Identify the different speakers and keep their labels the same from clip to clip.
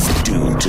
Speaker 1: to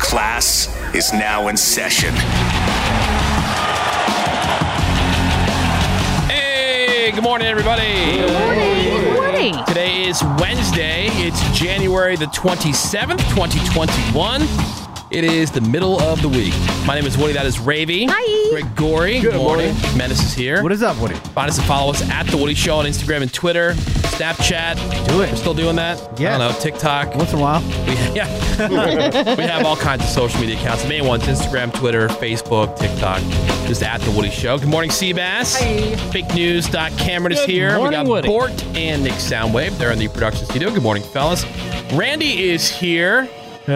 Speaker 1: Class is now in session.
Speaker 2: Hey, good morning, everybody. Good
Speaker 3: morning. Good morning.
Speaker 2: Today is Wednesday. It's January the 27th, 2021. It is the middle of the week. My name is Woody. That is Ravy.
Speaker 3: Hi.
Speaker 2: Greg Gory. Good morning. Menace is here.
Speaker 4: What is up, Woody?
Speaker 2: Find us and follow us at The Woody Show on Instagram and Twitter, Snapchat.
Speaker 4: Do it.
Speaker 2: We're still doing that?
Speaker 4: Yeah.
Speaker 2: I don't know, TikTok.
Speaker 4: Once in a while.
Speaker 2: We, yeah. we have all kinds of social media accounts. The main ones Instagram, Twitter, Facebook, TikTok. Just at The Woody Show. Good morning, Seabass. Hey. Big News. Doc Cameron is
Speaker 5: Good
Speaker 2: here. we
Speaker 5: morning,
Speaker 2: got
Speaker 5: Woody.
Speaker 2: Bort and Nick Soundwave. They're in the production studio. Good morning, fellas. Randy is here. Uh,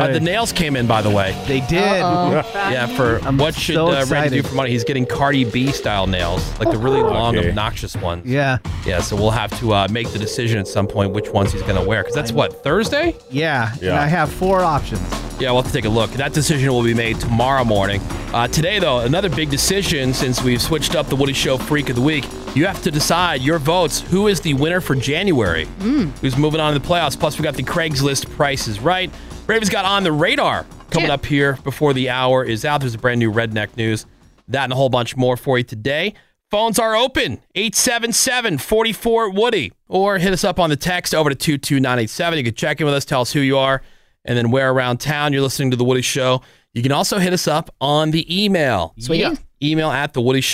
Speaker 4: Hey.
Speaker 2: the nails came in, by the way.
Speaker 4: They did.
Speaker 2: Yeah, for what should
Speaker 4: so
Speaker 2: uh, Randy do
Speaker 4: excited.
Speaker 2: for money? He's getting Cardi B style nails, like the really long,
Speaker 6: Okay.
Speaker 2: obnoxious ones.
Speaker 4: Yeah.
Speaker 2: Yeah, so we'll have to uh, make the decision at some point which ones he's going to wear. Because that's what, Thursday?
Speaker 4: Yeah. And
Speaker 2: Yeah.
Speaker 4: I have four options.
Speaker 2: Yeah, we'll have to take a look. That decision will be made tomorrow morning. Uh, today, though, another big decision since we've switched up the Woody Show Freak of the Week. You have to decide your votes. Who is the winner for January? Who's moving on to the playoffs? Plus, we got the Craigslist prices right. Ravens got on the radar coming up here before the hour is out. There's a brand new redneck news. That and a whole bunch more for you today. Phones are open 877 44 Woody. Or hit us up on the text over to 22987. You can check in with us, tell us who you are and then where around town you're listening to The Woody Show. You can also hit us up on the email.
Speaker 3: Sweet. Yeah.
Speaker 2: Email at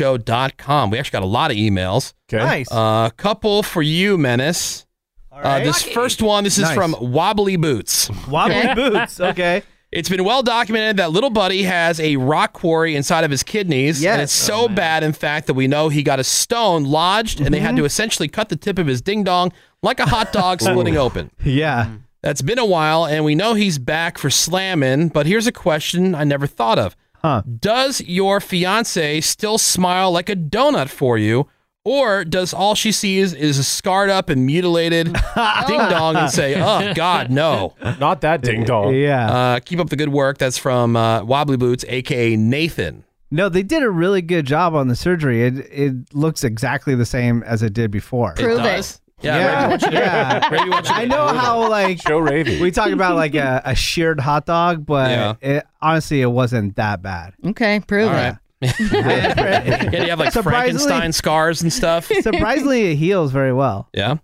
Speaker 2: thewoodyshow.com. We actually got a lot of emails.
Speaker 4: Okay. Nice.
Speaker 2: Uh, a couple for you, Menace. Uh, this first one, this is
Speaker 4: Nice.
Speaker 2: from Wobbly Boots.
Speaker 4: Wobbly boots. Okay.
Speaker 2: It's been well documented that little buddy has a rock quarry inside of his kidneys. And
Speaker 4: Yes.
Speaker 2: it's so bad, in fact, that we know he got a stone lodged and they
Speaker 4: Mm-hmm.
Speaker 2: had to essentially cut the tip of his ding dong like a hot dog splitting open.
Speaker 4: Yeah.
Speaker 2: That's been a while, and we know he's back for slamming, but here's a question I never thought of.
Speaker 4: Huh.
Speaker 2: Does your fiance still smile like a donut for you, or does all she sees is a scarred up and mutilated ding dong and say, oh, God, no?
Speaker 6: Not that ding dong.
Speaker 4: Yeah.
Speaker 2: Uh, keep up the good work. That's from uh, Wobbly Boots, aka Nathan.
Speaker 4: No, they did a really good job on the surgery. It it looks exactly the same as it did before.
Speaker 3: Prove it.
Speaker 2: does?
Speaker 4: Yeah.
Speaker 2: Yeah, Randy, what you do?
Speaker 4: Yeah.
Speaker 2: Randy, what you do?
Speaker 4: I know how like
Speaker 6: Show Ravy.
Speaker 4: we talk about like a, a sheared hot dog, but
Speaker 2: Yeah.
Speaker 4: it, honestly, it wasn't that bad.
Speaker 3: Okay, prove
Speaker 2: All right.
Speaker 3: it.
Speaker 2: Yeah, do you have like
Speaker 4: Surprisingly-
Speaker 2: Frankenstein scars and stuff.
Speaker 4: Surprisingly, it heals very well.
Speaker 2: Yeah.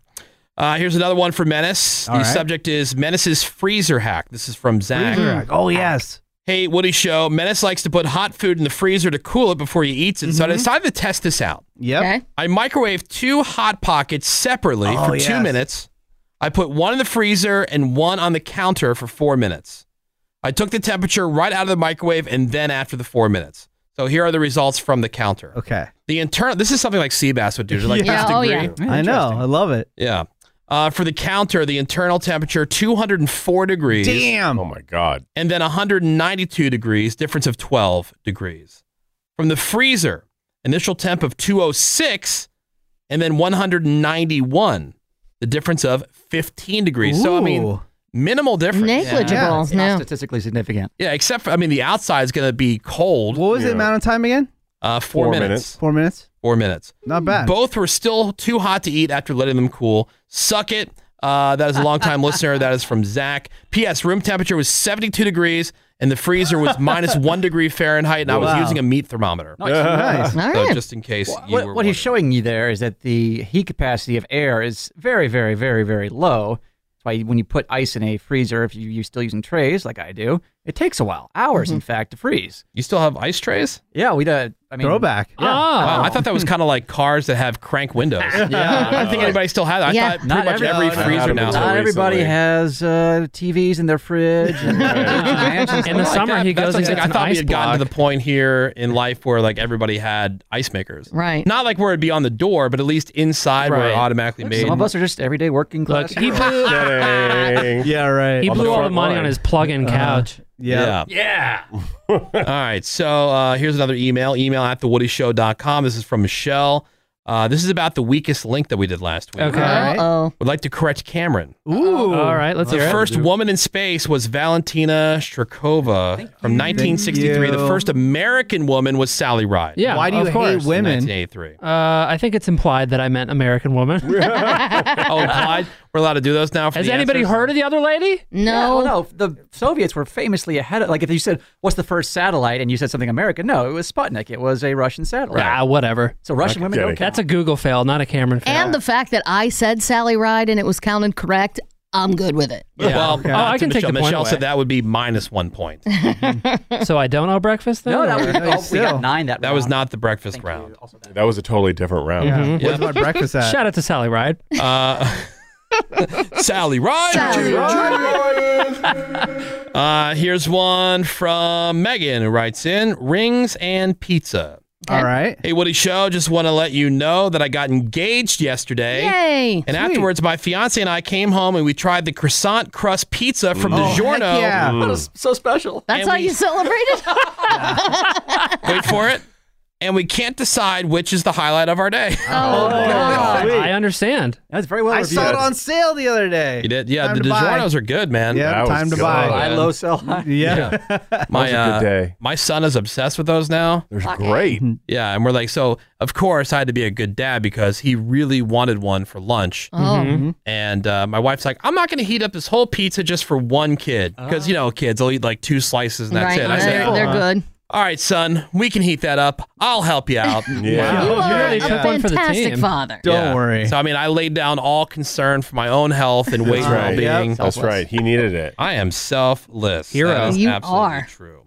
Speaker 2: Uh, here's another one for Menace.
Speaker 4: All
Speaker 2: the
Speaker 4: right.
Speaker 2: subject is Menace's freezer hack. This is from Zach.
Speaker 4: Freezer hack. Oh yes.
Speaker 2: Hey, Woody Show. Menace likes to put hot food in the freezer to cool it before he eats it. So I decided to test this out.
Speaker 4: Mm-hmm. Yep.
Speaker 3: Okay.
Speaker 2: I microwave two hot pockets separately
Speaker 4: Oh,
Speaker 2: for two
Speaker 4: yes.
Speaker 2: minutes. I put one in the freezer and one on the counter for four minutes. I took the temperature right out of the microwave and then after the four minutes. So here are the results from the counter.
Speaker 4: Okay.
Speaker 2: The internal. This is something like Seabass would do. They're Like
Speaker 3: Yeah,
Speaker 2: first
Speaker 3: oh,
Speaker 2: degree.
Speaker 3: yeah.
Speaker 4: I know. I love it.
Speaker 2: Yeah. Uh, for the counter, the internal temperature 204 degrees
Speaker 4: Damn.
Speaker 6: Oh my god.
Speaker 2: and then 192 degrees, difference of 12 degrees. From the freezer, initial temp of 206 and then 191, the difference of 15 degrees. So, I mean,
Speaker 4: Ooh.
Speaker 2: minimal difference.
Speaker 3: Negligible.
Speaker 4: Yeah,
Speaker 5: It's not
Speaker 3: no.
Speaker 5: statistically significant.
Speaker 2: Yeah, except for, I mean, the outside's going to be cold.
Speaker 4: what was the
Speaker 6: Yeah.
Speaker 4: amount of time again?
Speaker 2: Uh, four,
Speaker 6: Four
Speaker 2: minutes.
Speaker 6: minutes.
Speaker 4: Four minutes.
Speaker 2: Four minutes.
Speaker 4: Not bad.
Speaker 2: Both were still too hot to eat after letting them cool. Suck it. Uh, that is a longtime listener. That is from Zach. P.S. Room temperature was 72 degrees, and the freezer was minus one degree Fahrenheit, and I was
Speaker 4: Wow.
Speaker 2: using a meat thermometer.
Speaker 4: nice.
Speaker 3: All
Speaker 2: So
Speaker 3: right.
Speaker 2: just in case you
Speaker 5: Uh, What,
Speaker 2: were
Speaker 5: what he's
Speaker 2: wondering.
Speaker 5: showing you there is that the heat capacity of air is very, very, very, very low. That's why when you put ice in a freezer, if you, you're still using trays like I do, It takes a while, hours
Speaker 3: Mm-hmm.
Speaker 5: in fact, to freeze.
Speaker 2: You still have ice trays? Ah.
Speaker 5: Yeah, we. Uh, I mean,
Speaker 4: Throwback.
Speaker 5: Yeah.
Speaker 3: Oh.
Speaker 2: Wow, Oh. I thought that was kind of like cars that have crank windows.
Speaker 5: Yeah.
Speaker 2: I don't think anybody still has. I
Speaker 3: Yeah.
Speaker 2: thought pretty
Speaker 5: Not
Speaker 2: much
Speaker 5: every-
Speaker 2: every,
Speaker 5: no, no,
Speaker 2: freezer
Speaker 6: no,
Speaker 2: now.
Speaker 6: no.
Speaker 5: Not everybody
Speaker 6: recently.
Speaker 5: has uh, TVs in their fridge. And, uh, giants and
Speaker 3: In the
Speaker 5: stuff like
Speaker 3: summer,
Speaker 5: that.
Speaker 3: he goes and
Speaker 2: That's what I'm saying.
Speaker 3: gets
Speaker 2: I
Speaker 3: an
Speaker 2: thought we
Speaker 3: ice
Speaker 2: had
Speaker 3: block.
Speaker 2: gotten to the point here in life where like everybody had ice makers.
Speaker 3: Right.
Speaker 2: Not like where it'd be on the door, but at least inside where it
Speaker 3: Right.
Speaker 2: automatically made.
Speaker 5: Some of us are just everyday working
Speaker 3: Look,
Speaker 5: class.
Speaker 3: he blew,
Speaker 6: Kidding.
Speaker 4: Yeah, right.
Speaker 3: he
Speaker 6: On the
Speaker 3: blew all the
Speaker 6: front
Speaker 3: money
Speaker 6: line.
Speaker 3: on his plug-in
Speaker 2: Uh,
Speaker 3: couch.
Speaker 2: Yeah. Yeah. All right. So uh, here's another email. Email at thewoodyshow.com. This is from Michelle. Uh, this is about the weakest link that we did last week.
Speaker 3: Okay.
Speaker 4: right.
Speaker 3: oh.
Speaker 2: Would like to correct Cameron.
Speaker 3: Ooh. All right. Let's
Speaker 2: The
Speaker 3: hear
Speaker 2: first woman in space was Valentina Strakova from 1963. The
Speaker 4: you.
Speaker 2: first American woman was Sally Ride.
Speaker 3: it. Yeah.
Speaker 4: Why do
Speaker 3: of
Speaker 4: you
Speaker 3: course.
Speaker 4: hate women?
Speaker 2: 1983.
Speaker 3: Uh, I think it's implied that I meant American woman.
Speaker 2: oh, implied? We're allowed to do those now. For
Speaker 3: Has
Speaker 2: the
Speaker 3: anybody
Speaker 2: answers?
Speaker 3: heard of the other lady?
Speaker 5: Yeah, well, no, the Soviets were famously ahead of. Like, if you said, "What's the first satellite?" and you said something American, no, it was Sputnik. It was a Russian satellite.
Speaker 3: Ah, whatever.
Speaker 5: So Russian women don't
Speaker 6: kidding.
Speaker 5: count.
Speaker 3: That's a Google fail, not a Cameron fail.
Speaker 7: And the fact that I said Sally Ride and it was counted correct, I'm good with it.
Speaker 2: Yeah. Well,
Speaker 3: Oh,
Speaker 2: uh,
Speaker 3: I
Speaker 2: to
Speaker 3: can take the
Speaker 2: Michelle,
Speaker 3: point
Speaker 2: Michelle
Speaker 3: away.
Speaker 2: said that would be minus one point.
Speaker 3: so I don't owe breakfast then?
Speaker 5: no, that
Speaker 3: or-
Speaker 5: was, oh, we
Speaker 4: still.
Speaker 5: got nine. That
Speaker 2: That was
Speaker 5: round.
Speaker 2: not the breakfast
Speaker 5: Thank you.
Speaker 2: round.
Speaker 5: Also that.
Speaker 6: That was a totally different round.
Speaker 3: Mm-hmm.
Speaker 4: Where's my breakfast at?
Speaker 3: Shout out to Sally Ride.
Speaker 2: Uh, Sally Ride.
Speaker 7: Sally
Speaker 2: Uh, here's one from Megan who writes in Rings and Pizza.
Speaker 4: All right.
Speaker 2: Hey, Woody Show, just want to let you know that I got engaged yesterday.
Speaker 7: Yay.
Speaker 2: And afterwards, my fiance and I came home and we tried the croissant crust pizza from Mm. DiGiorno.
Speaker 4: Oh, Heck yeah.
Speaker 5: That was so special.
Speaker 7: That's
Speaker 2: And
Speaker 7: how
Speaker 2: we-
Speaker 7: you celebrated?
Speaker 2: Wait for it. And we can't decide which is the highlight of our day.
Speaker 7: Oh, God.
Speaker 3: I understand.
Speaker 5: That's very well
Speaker 4: I
Speaker 5: reviewed.
Speaker 4: saw it on sale the other day.
Speaker 2: You did? Yeah,
Speaker 4: Time
Speaker 2: the
Speaker 4: to buy.
Speaker 2: DiGiornos are good, man.
Speaker 4: Yeah,
Speaker 6: That was
Speaker 4: time to
Speaker 6: good.
Speaker 4: buy.
Speaker 5: Buy
Speaker 2: Yeah.
Speaker 5: low, sell high.
Speaker 4: Yeah.
Speaker 2: My,
Speaker 6: That was a
Speaker 2: uh,
Speaker 6: good day.
Speaker 2: my son is obsessed with those now.
Speaker 6: There's great.
Speaker 7: Mm-hmm.
Speaker 2: Yeah, and we're like, so of course I had to be a good dad because he really wanted one for lunch.
Speaker 7: Oh,
Speaker 6: Mm-hmm.
Speaker 2: And uh, my wife's like, I'm not going to heat up this whole pizza just for one kid because you know kids will eat like two slices and that's
Speaker 7: Oh.
Speaker 2: it.
Speaker 7: right.
Speaker 2: I
Speaker 7: They're,
Speaker 2: say,
Speaker 7: they're good.
Speaker 2: all right, son, we can heat that up. I'll help you out.
Speaker 6: Yeah. Oh,
Speaker 7: You are
Speaker 3: really
Speaker 7: a
Speaker 3: took one for the
Speaker 7: fantastic
Speaker 3: team.
Speaker 7: father.
Speaker 4: Don't
Speaker 2: Yeah.
Speaker 4: worry.
Speaker 2: So I mean, I laid down all concern for my own health and weight
Speaker 6: That's right.
Speaker 2: well-being.
Speaker 6: That's right. He needed it.
Speaker 2: I am selfless. Hero. That is
Speaker 7: You
Speaker 2: absolutely
Speaker 7: are.
Speaker 2: true.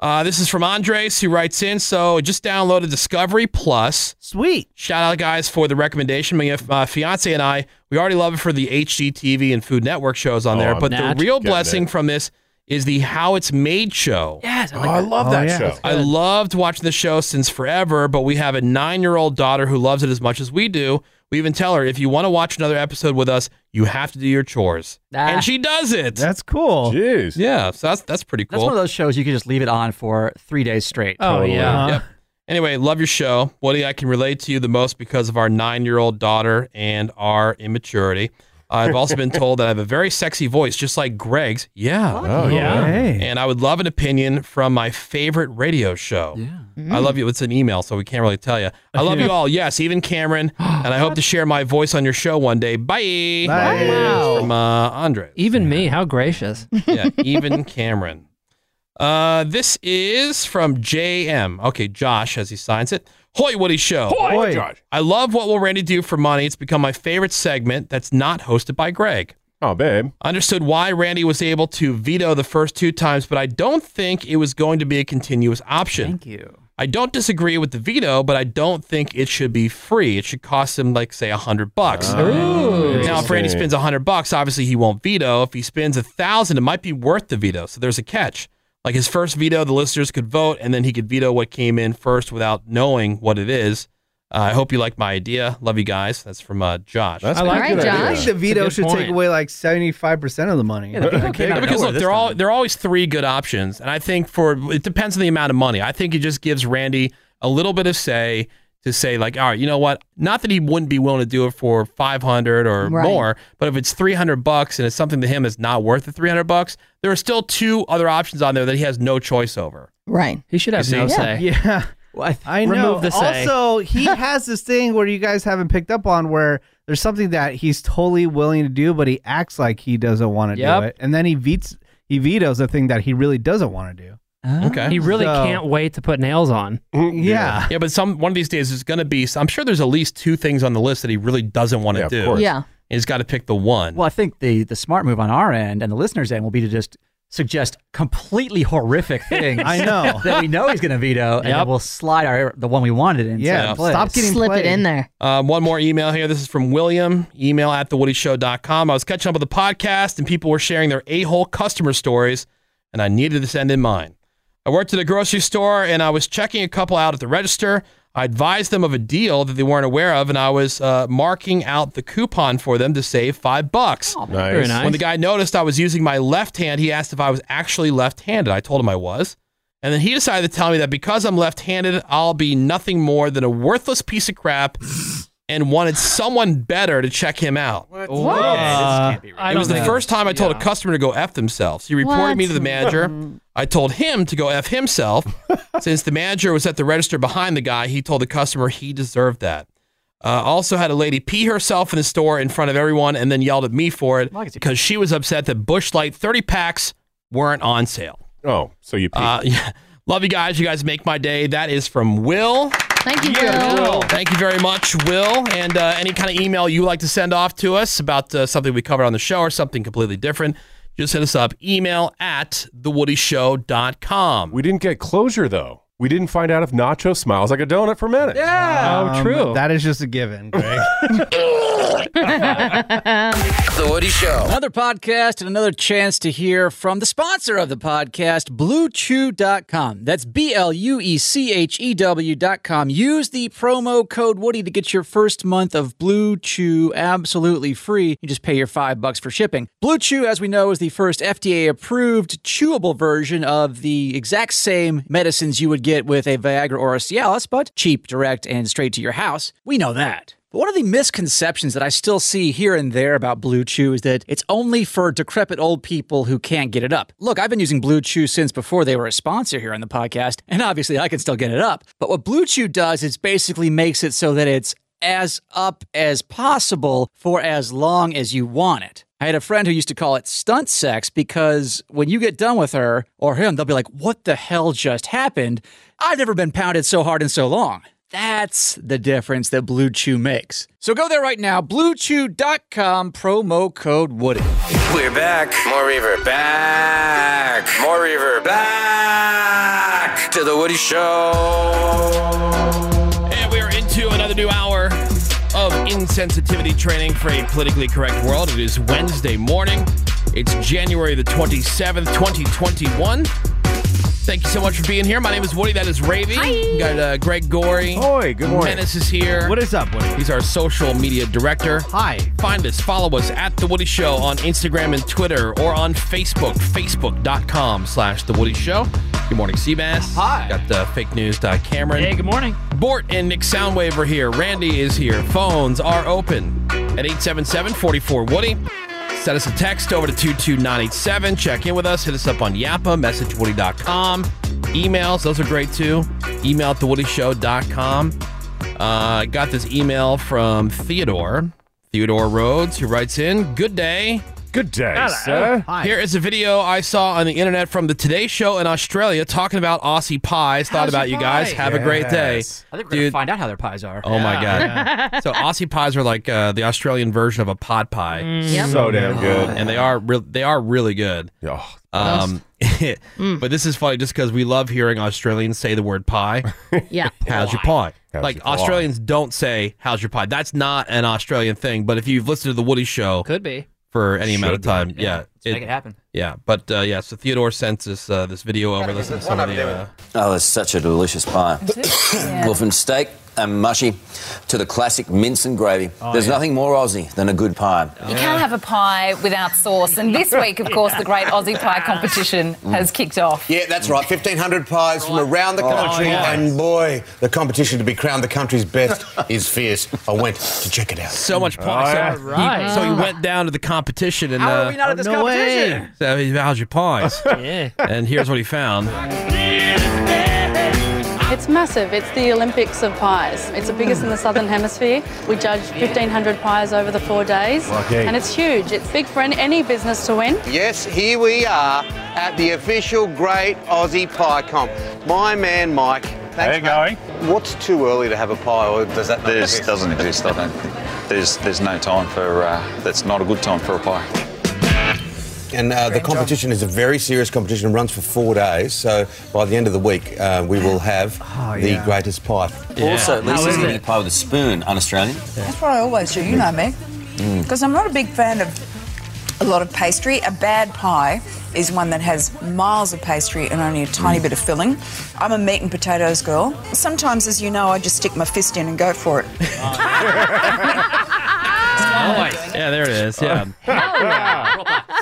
Speaker 2: Uh, this is from Andres who writes in. So just downloaded Discovery Plus.
Speaker 4: Sweet.
Speaker 2: Shout out, guys, for the recommendation. My uh, fiance and I, we already love it for the HGTV and Food Network shows on
Speaker 6: Oh,
Speaker 2: there.
Speaker 6: I'm
Speaker 2: but the
Speaker 3: nat-
Speaker 2: real
Speaker 6: getting
Speaker 2: blessing
Speaker 6: it.
Speaker 2: from this is the How It's Made show.
Speaker 5: Yes, I
Speaker 6: Oh,
Speaker 5: like
Speaker 6: I love
Speaker 4: Oh,
Speaker 6: that
Speaker 4: yeah.
Speaker 6: show.
Speaker 2: I loved watching the show since forever, but we have a nine year old daughter who loves it as much as we do. We even tell her if you want to watch another episode with us, you have to do your chores.
Speaker 5: Ah.
Speaker 2: And she does it.
Speaker 4: That's cool.
Speaker 6: Jeez.
Speaker 2: yeah, so that's that's pretty
Speaker 5: That's
Speaker 2: cool.
Speaker 5: one of those shows you can just leave it on for three days straight.
Speaker 3: Oh,
Speaker 6: Totally.
Speaker 4: Uh-huh.
Speaker 8: Uh-huh.
Speaker 3: yeah.
Speaker 2: Yep. Anyway, love your show. Woody, I can relate to you the most because of our nine year old daughter and our immaturity. I've also been told that I have a very sexy voice, just like Greg's. Yeah.
Speaker 6: Oh,
Speaker 3: Yeah.
Speaker 4: Hey.
Speaker 2: And I would love an opinion from my favorite radio show. Yeah. I love you. It's an email, so we can't really tell you. I love you all. Yes, even Cameron. and I hope to share my voice on your show one day. Bye.
Speaker 4: Bye.
Speaker 2: It's From uh, Andre.
Speaker 3: Even me, how gracious.
Speaker 2: yeah, even Cameron. Uh, this is from JM. Okay, Josh, as he signs it. Hoy Woody Show.
Speaker 6: Boy,
Speaker 4: Boy.
Speaker 6: Josh.
Speaker 2: I love what will Randy do for money. It's become my favorite segment that's not hosted by Greg.
Speaker 6: Oh, babe.
Speaker 2: Understood why Randy was able to veto the first two times, but I don't think it was going to be a continuous option.
Speaker 5: Thank you.
Speaker 2: I don't disagree with the veto, but I don't think it should be free. It should cost him like say a hundred bucks. now, if Randy
Speaker 6: Interesting.
Speaker 2: spends a hundred bucks, obviously he won't veto. If he spends a thousand, it might be worth the veto. So there's a catch. Like his first veto, the listeners could vote, and then he could veto what came in first without knowing what it is. Uh, I hope you like my idea. Love you guys. That's from uh, Josh.
Speaker 6: That's
Speaker 3: I like
Speaker 6: a good
Speaker 7: it,
Speaker 6: idea.
Speaker 4: I think the veto
Speaker 3: good
Speaker 4: should
Speaker 3: point.
Speaker 4: take away like 75% of the money.
Speaker 2: Yeah, because look, there are there are always three good options, and I think for it depends on the amount of money. I think it just gives Randy a little bit of say to say like, all right, you know what? Not that he wouldn't be willing to do it for five hundred or
Speaker 7: Right.
Speaker 2: more, but if it's three hundred bucks and it's something to him is not worth the three hundred bucks, there are still two other options on there that he has no choice over.
Speaker 7: Right.
Speaker 3: He should have
Speaker 2: You
Speaker 3: no
Speaker 2: see?
Speaker 3: say.
Speaker 4: Yeah.
Speaker 5: What?
Speaker 4: I
Speaker 3: Remove
Speaker 4: know.
Speaker 3: the say.
Speaker 4: also, he has this thing where you guys haven't picked up on where there's something that he's totally willing to do, but he acts like he doesn't want to
Speaker 3: Yep.
Speaker 4: do it, and then he vets he vetoes a thing that he really doesn't want to do.
Speaker 2: Okay.
Speaker 3: He really
Speaker 4: So-
Speaker 3: can't wait to put nails on.
Speaker 4: Yeah.
Speaker 2: Mm, yeah, but some one of these days it's going to be. I'm sure there's at least two things on the list that he really doesn't want to
Speaker 6: Yeah, of
Speaker 2: do.
Speaker 6: course.
Speaker 7: Yeah.
Speaker 2: he's got to pick the one.
Speaker 5: Well, I think the the smart move on our end and the listeners' end will be to just
Speaker 8: suggest completely horrific things.
Speaker 7: I know.
Speaker 8: that we know he's going to veto, and
Speaker 2: Yep.
Speaker 8: then we'll slide our the one we wanted into
Speaker 7: Yeah,
Speaker 8: place.
Speaker 7: stop getting
Speaker 9: Slip
Speaker 7: played.
Speaker 9: it in there.
Speaker 2: Um, one more email here. This is from William, email at thewoodyshow.com. I was catching up with the podcast and people were sharing their a hole customer stories, and I needed to send in mine. I worked at a grocery store and I was checking a couple out at the register. I advised them of a deal that they weren't aware of, and I was uh, marking out the coupon for them to save five bucks.
Speaker 6: Nice.
Speaker 4: Very nice.
Speaker 2: When the guy noticed I was using my left hand, he asked if I was actually left handed. I told him I was. And then he decided to tell me that because I'm left handed, I'll be nothing more than a worthless piece of crap and wanted someone better to check him out.
Speaker 4: What? I
Speaker 2: It was
Speaker 4: don't
Speaker 2: the
Speaker 4: know.
Speaker 2: first time I told
Speaker 4: Yeah.
Speaker 2: a customer to go F themselves. He reported
Speaker 9: What?
Speaker 2: me to the
Speaker 6: Mm-hmm.
Speaker 2: manager. I told him to go F himself. Since the manager was at the register behind the guy, he told the customer he deserved that. Uh, also had a lady pee herself in the store in front of everyone and then yelled at me for it
Speaker 8: Why is it-
Speaker 2: because she was upset that Bush Light 30 packs weren't on sale.
Speaker 6: Oh, so you peaked.
Speaker 2: Uh, yeah. Love you guys. You guys make my day. That is from Will.
Speaker 9: Thank you, Will.
Speaker 2: Thank you very much, Will. And uh, any kind of email you like to send off to us about uh, something we covered on the show or something completely different, just hit us up. Email at thewoodyshow.com.
Speaker 6: we didn't get closure, though. We didn't find out if Nacho smiles like a donut for minutes. Yeah. Um,
Speaker 4: Oh, true.
Speaker 7: That is just a given, Greg.
Speaker 10: The Woody Show.
Speaker 8: Another podcast and another chance to hear from the sponsor of the podcast, BlueChew.com. That's B L U E C H E W.com. Use the promo code Woody to get your first month of Blue Chew absolutely free. You just pay your five bucks for shipping. Blue Chew, as we know, is the first FDA approved chewable version of the exact same medicines you would get with a Viagra or a Cialis, but cheap, direct, and straight to your house. We know that. But one of the misconceptions that I still see here and there about Blue Chew is that it's only for decrepit old people who can't get it up. Look, I've been using Blue Chew since before they were a sponsor here on the podcast, and obviously I can still get it up. But what Blue Chew does is basically makes it so that it's as up as possible for as long as you want it. I had a friend who used to call it stunt sex because when you get done with her or him, they'll be like, What the hell just happened? I've never been pounded so hard in so long. That's the difference that Blue Chew makes. So go there right now, bluechew.com, promo code Woody.
Speaker 10: We're back. More reverb. Back. More reverb. Back to the Woody Show.
Speaker 2: And we are into another new hour of insensitivity training for a politically correct world. It is Wednesday morning. It's January the 27th, 2021. Thank you so much for being here. My name is Woody. That is Ravy. We got uh, Greg Gorey.
Speaker 6: Oi, good morning.
Speaker 2: Menace is here.
Speaker 7: what is up, Woody?
Speaker 2: He's our social media director.
Speaker 7: Hi.
Speaker 2: Find us, follow us at The Woody Show on Instagram and Twitter or on Facebook, facebook.com slash The Woody Show. Good morning, Seabass. Hi. Got the fake news. dot Cameron.
Speaker 4: Hey, good morning.
Speaker 2: Bort and Nick Soundwave are here. Randy is here. Phones are open at 877-44-WOODY. Send us a text over to 22987. Check in with us. Hit us up on Yappa, messagewoody.com. Emails, those are great too. Email at thewoodyshow.com. Uh, got this email from Theodore. Theodore Rhodes, who writes in, Good day.
Speaker 6: Good day, sir.
Speaker 7: Hi.
Speaker 2: Here is a video I saw on the internet from the Today Show in Australia talking about Aussie pies. Thought
Speaker 4: Aussie
Speaker 2: about you guys.
Speaker 4: pie.
Speaker 2: Have a great day.
Speaker 6: Yes.
Speaker 8: I think
Speaker 2: we're gonna Dude.
Speaker 8: find out how their pies are.
Speaker 2: Oh my god! so Aussie pies are like uh, the Australian version of a pod pie,
Speaker 6: So damn good.
Speaker 2: and they are re- they are really good.
Speaker 6: Oh,
Speaker 2: Um, But this is funny just because we love hearing Australians say the word pie.
Speaker 9: Yeah.
Speaker 2: How's your pie?
Speaker 6: How's
Speaker 2: like
Speaker 6: your pie?
Speaker 2: Australians don't say "How's your pie." That's not an Australian thing. But if you've listened to the Woody Show
Speaker 4: Could be.
Speaker 2: for any amount of time, yeah, it-
Speaker 8: happen.
Speaker 2: yeah. But uh, yeah, so Theodore sent this uh, this video over. Listen to some of the. Uh,
Speaker 10: Oh, it's such a delicious pie. Well, from steak and mushy to the classic mince and gravy, there's nothing more Aussie than a good pie.
Speaker 5: You can't have a pie without sauce. And this week, of course, the great Aussie pie competition has kicked off.
Speaker 10: Yeah, that's right. 1,500 pies from around the country. And boy, the competition to be crowned the country's best is fierce. I went to check it out.
Speaker 2: so much pie. So,
Speaker 4: Alright.
Speaker 2: he, uh, so he went down to the competition and uh,
Speaker 8: not at this competition?
Speaker 2: so he, how's your pies?
Speaker 4: Yeah.
Speaker 2: and here's what he found.
Speaker 5: It's massive. It's the Olympics of pies. It's the biggest in the Southern Hemisphere. We judge 1,500 pies over the four days. And it's huge. It's big for any- any business to win.
Speaker 10: Yes, here we are at the official Great Aussie Pie Comp. My man, Mike. Thanks,
Speaker 6: How you
Speaker 10: mate. What's too early to have a pie, or does that not
Speaker 11: This
Speaker 10: exist?
Speaker 11: doesn't exist, I don't think. There's, there's no time for, uh, that's not a good time for a pie.
Speaker 12: and uh, the competition is a very serious competition. It runs for four days, so by the end of the week, uh, we will have the
Speaker 10: yeah.
Speaker 12: greatest pie.
Speaker 10: Also, Lisa's eating pie with a spoon, un-Australian.
Speaker 13: That's what I always do, you know me.
Speaker 10: Mm.
Speaker 13: Because I'm not a big fan of a lot of pastry. A bad pie is one that has miles of pastry and only a tiny bit of filling. I'm a meat and potatoes girl. Sometimes, as you know, I just stick my fist in and go for it.
Speaker 2: Yeah, there it is. Yeah.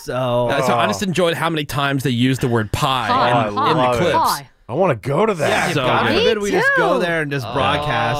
Speaker 4: so uh,
Speaker 2: That's why I just enjoyed how many times they used the word pie,
Speaker 4: Pie.
Speaker 2: in-
Speaker 4: I
Speaker 2: in,
Speaker 4: love
Speaker 2: the
Speaker 4: it.
Speaker 2: clips.
Speaker 4: Pie.
Speaker 6: I want to go to that.
Speaker 4: Yeah, God forbid we just go there and just broadcast.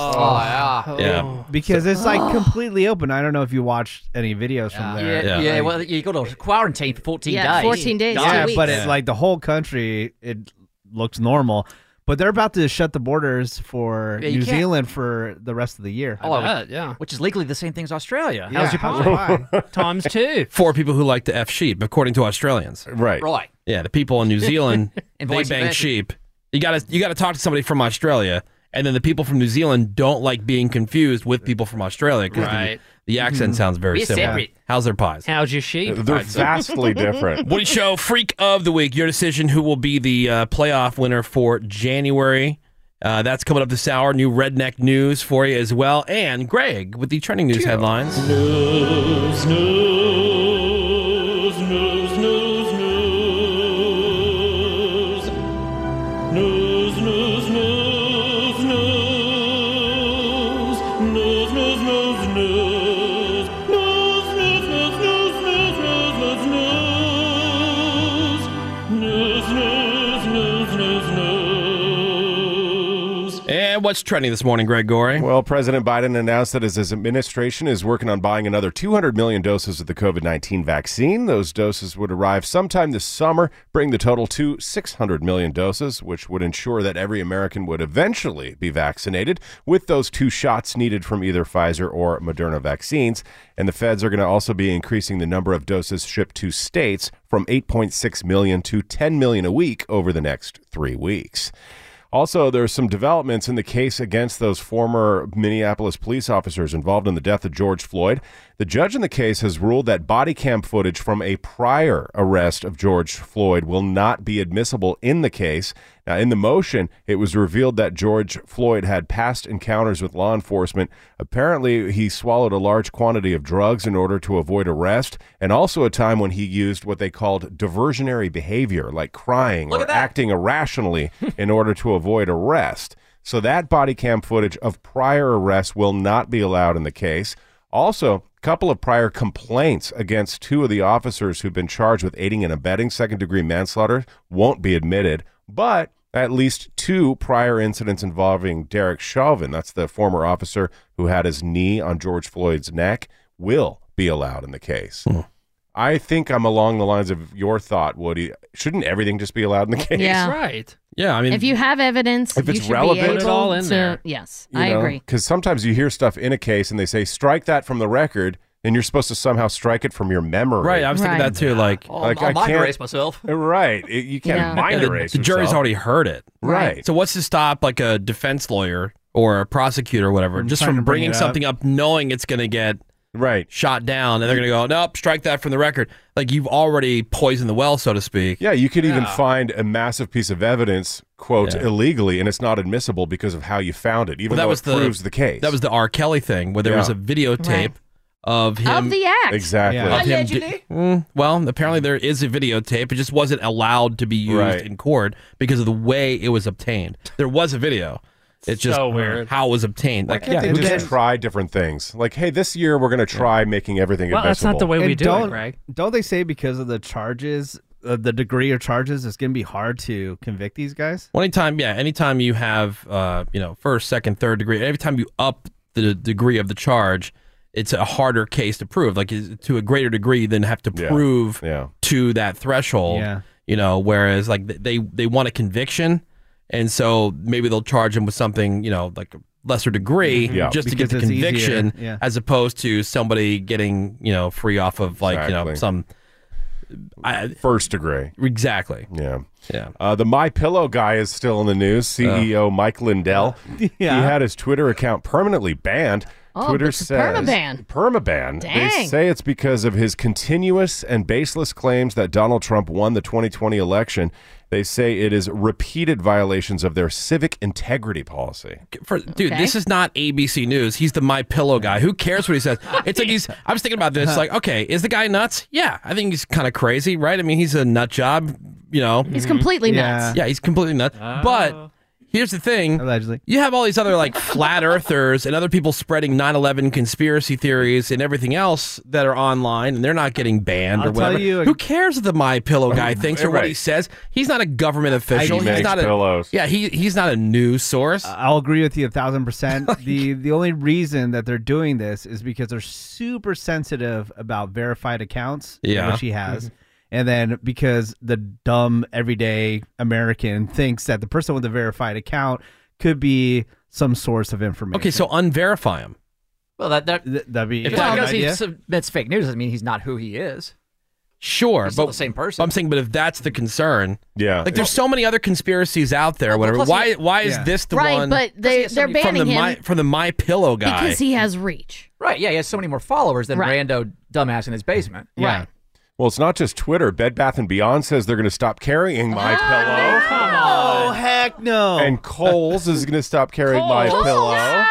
Speaker 2: Oh, yeah. Yeah.
Speaker 4: Because it's
Speaker 8: Oh.
Speaker 4: like completely open. I don't know if you watched any videos from there.
Speaker 8: Yeah, yeah, well, you got to quarantine for 14 days.
Speaker 7: Yeah, 14 days, two
Speaker 4: Yeah, but
Speaker 7: weeks.
Speaker 4: it, like the whole country, it looks normal. But they're about to shut the borders for
Speaker 8: Yeah, you
Speaker 4: New
Speaker 8: can't-
Speaker 4: Zealand for the rest of the year.
Speaker 8: Oh, yeah. Which is legally the same thing as Australia.
Speaker 4: Yeah,
Speaker 8: How's your
Speaker 2: Oh,
Speaker 4: how's
Speaker 8: pie? Times two.
Speaker 2: For people who like to F sheep, according to Australians. Right.
Speaker 8: Right.
Speaker 2: Yeah, the people in New Zealand, they
Speaker 8: And
Speaker 2: bang
Speaker 8: vice versa.
Speaker 2: sheep. You gotta you gotta talk to somebody from Australia. And then the people from New Zealand don't like being confused with people from Australia because
Speaker 8: Right.
Speaker 2: the, accent sounds very
Speaker 8: We're
Speaker 2: similar.
Speaker 8: separate.
Speaker 2: How's their pies?
Speaker 8: How's your sheep?
Speaker 2: Woody Show Freak of the Week. Your decision who will be the uh, playoff winner for January. Uh, that's coming up this hour. New redneck news for you as well, and Greg with the trending news headlines.
Speaker 14: News, news, news, news, news. News, news, news, news. News, news, news, news. News, news, news, news, news, news, news, news. News, news, news, news, news.
Speaker 2: And Eh, what's trending this morning, Greg Gorey?
Speaker 6: Well, President Biden announced that as his administration is working on buying another 200 million doses of the COVID 19 vaccine. Those doses would arrive sometime this summer, bring the total to 600 million doses, which would ensure that every American would eventually be vaccinated with those two shots needed from either Pfizer or Moderna vaccines. And the feds are going to also be increasing the number of doses shipped to states from 8.6 million to 10 million a week over the next three weeks. Also, there are some developments in the case against those former Minneapolis police officers involved in the death of George Floyd. The judge in the case has ruled that body cam footage from a prior arrest of George Floyd will not be admissible in the case. Now, in the motion, it was revealed that George Floyd had past encounters with law enforcement. Apparently, he swallowed a large quantity of drugs in order to avoid arrest, and also a time when he used what they called diversionary behavior, like crying or acting irrationally in order to avoid arrest. So, that body cam footage of prior arrests will not be allowed in the case. Also, a couple of prior complaints against two of the officers who've been charged with aiding and abetting second degree manslaughter won't be admitted, but at least two prior incidents involving Derek Chauvin, that's the former officer who had his knee on George Floyd's neck, will be allowed in the case. I think I'm along the lines of your thought, Woody. Shouldn't everything just be allowed in the case?
Speaker 7: Yeah.
Speaker 8: right.
Speaker 6: Yeah, I mean,
Speaker 7: if you have evidence,
Speaker 6: if
Speaker 7: you
Speaker 6: it's
Speaker 7: should be
Speaker 6: relevant- Put it
Speaker 7: able
Speaker 6: all in
Speaker 7: to-
Speaker 6: there.
Speaker 7: Yes, I agree.
Speaker 6: Because sometimes you hear stuff in a case and they say, strike that from the record, and you're supposed to somehow strike it from your memory.
Speaker 2: Right, I was thinking Right. that too, like-
Speaker 8: I'll,
Speaker 6: like
Speaker 8: I'll
Speaker 6: I
Speaker 8: Oh, mind
Speaker 6: can't-
Speaker 8: erase myself.
Speaker 6: Right. It- you can't
Speaker 8: Yeah.
Speaker 6: mind
Speaker 2: Yeah, the,
Speaker 6: erase
Speaker 2: the jury's
Speaker 6: yourself.
Speaker 2: already heard it.
Speaker 6: Right.
Speaker 2: So what's to stop like a defense lawyer or a prosecutor or whatever
Speaker 6: From
Speaker 2: just
Speaker 6: trying to
Speaker 2: from
Speaker 6: bring
Speaker 2: bringing
Speaker 6: it up.
Speaker 2: something up knowing it's going to get
Speaker 6: right
Speaker 2: shot down and they're going to go nope strike that from the record like you've already poisoned the well so to speak.
Speaker 6: Yeah, you could even find a massive piece of evidence, quote, illegally, and it's not admissible because of how you found it, even
Speaker 2: Well, that
Speaker 6: though
Speaker 2: was
Speaker 6: it
Speaker 2: the-
Speaker 6: proves the case.
Speaker 2: That was the R. Kelly thing where there
Speaker 6: Yeah.
Speaker 2: was a videotape of him
Speaker 7: Of the act.
Speaker 6: Exactly.
Speaker 2: of him
Speaker 7: Allegedly.
Speaker 2: di- Mm, well, apparently there is a videotape. It just wasn't allowed to be used
Speaker 6: Right.
Speaker 2: in court because of the way it was obtained. There was a video. It's just
Speaker 6: So weird.
Speaker 2: how it was obtained. Like,
Speaker 6: Can't
Speaker 2: yeah,
Speaker 6: they
Speaker 2: who
Speaker 6: just
Speaker 2: cares?
Speaker 6: try different things? Like, hey, this year we're going to try making everything admissible.
Speaker 4: And don't, Don't they say because of the charges, uh, the degree of charges, it's going to be hard to convict these guys?
Speaker 2: Well, anytime, yeah, anytime you have, uh, you know, first, second, third degree, every time you up the degree of the charge, it's a harder case to prove. Like is- to a greater degree than have to prove to that threshold.
Speaker 4: Yeah.
Speaker 2: You know, whereas like th- they they want a conviction, and so maybe they'll charge him with something, you know, like a lesser degree
Speaker 4: Mhm. Yeah.
Speaker 2: just to get
Speaker 4: Because
Speaker 2: the
Speaker 4: it's easier.
Speaker 2: conviction,
Speaker 4: Yeah.
Speaker 2: as opposed to somebody getting you know free off of like you know
Speaker 6: Exactly.
Speaker 2: some
Speaker 6: first degree.
Speaker 2: Exactly.
Speaker 6: Yeah.
Speaker 2: Yeah. Uh.
Speaker 6: Uh, the My Pillow guy is E still in the news. CEO Mike Lindell. He had his Twitter account permanently banned
Speaker 7: Oh,
Speaker 6: Twitter
Speaker 7: it's a
Speaker 6: says
Speaker 7: permaban.
Speaker 6: Permaban. They
Speaker 7: Dang.
Speaker 6: say it's because of his continuous and baseless claims that Donald Trump won the 2020 election. They say it is repeated violations of their civic integrity policy.
Speaker 2: For, dude, this is not ABC News. He's the My Pillow guy. Who cares what he says? It's like he's. I was thinking about this. Like, okay, is the guy nuts? Yeah, I think he's kind of crazy, right? I mean, he's a nut job. You know,
Speaker 7: He's completely Mhm. nuts.
Speaker 2: Yeah, he's completely nuts.
Speaker 4: Oh.
Speaker 2: But here's the thing: allegedly, you have all these other like flat earthers and other people spreading 9/11 conspiracy theories and everything else that are online, and they're not getting banned
Speaker 4: I'll
Speaker 2: or
Speaker 4: tell
Speaker 2: whatever.
Speaker 4: you a-
Speaker 2: Who cares what the My Pillow guy thinks or what he
Speaker 4: Right.
Speaker 2: says? He's not a government official.
Speaker 4: He
Speaker 2: he's
Speaker 4: makes
Speaker 2: not a
Speaker 4: pillows.
Speaker 2: yeah. He he's not a news source.
Speaker 4: I'll agree with you a thousand percent. the The only reason that they're doing this is because they're super sensitive about verified accounts,
Speaker 2: Yeah.
Speaker 4: which he has,
Speaker 2: Mhm.
Speaker 4: and then because the dumb everyday American thinks that the person with the verified account could be some source of information.
Speaker 2: Okay, so unverify him.
Speaker 8: Well, that that
Speaker 4: that'd be
Speaker 8: If
Speaker 4: is that
Speaker 8: well,
Speaker 4: an
Speaker 8: because he
Speaker 4: idea?
Speaker 8: submits fake news doesn't mean he's not who he is.
Speaker 2: Sure,
Speaker 8: He's
Speaker 2: but
Speaker 8: still the same person.
Speaker 2: I'm saying, but if that's the concern, yeah, like
Speaker 8: Well-
Speaker 2: there's so many other conspiracies out there. Whatever.
Speaker 7: plus
Speaker 2: Why?
Speaker 7: he-
Speaker 2: why is
Speaker 7: Yeah.
Speaker 2: this the
Speaker 7: Right,
Speaker 2: one?
Speaker 7: but they- Plus he has so they're many-
Speaker 2: from the
Speaker 7: banning him
Speaker 2: my, from the My Pillow guy
Speaker 7: because he has reach.
Speaker 8: Right. Yeah. He has so many more followers than
Speaker 7: Right.
Speaker 8: rando dumbass in his basement.
Speaker 7: Right.
Speaker 6: Well, it's not just Twitter. Bed Bath and Beyond says they're going to stop carrying
Speaker 7: Ah,
Speaker 6: my pillow.
Speaker 4: Oh heck no!
Speaker 6: And Coles is going to stop carrying my
Speaker 7: Oh,
Speaker 2: Kohl's?
Speaker 6: pillow.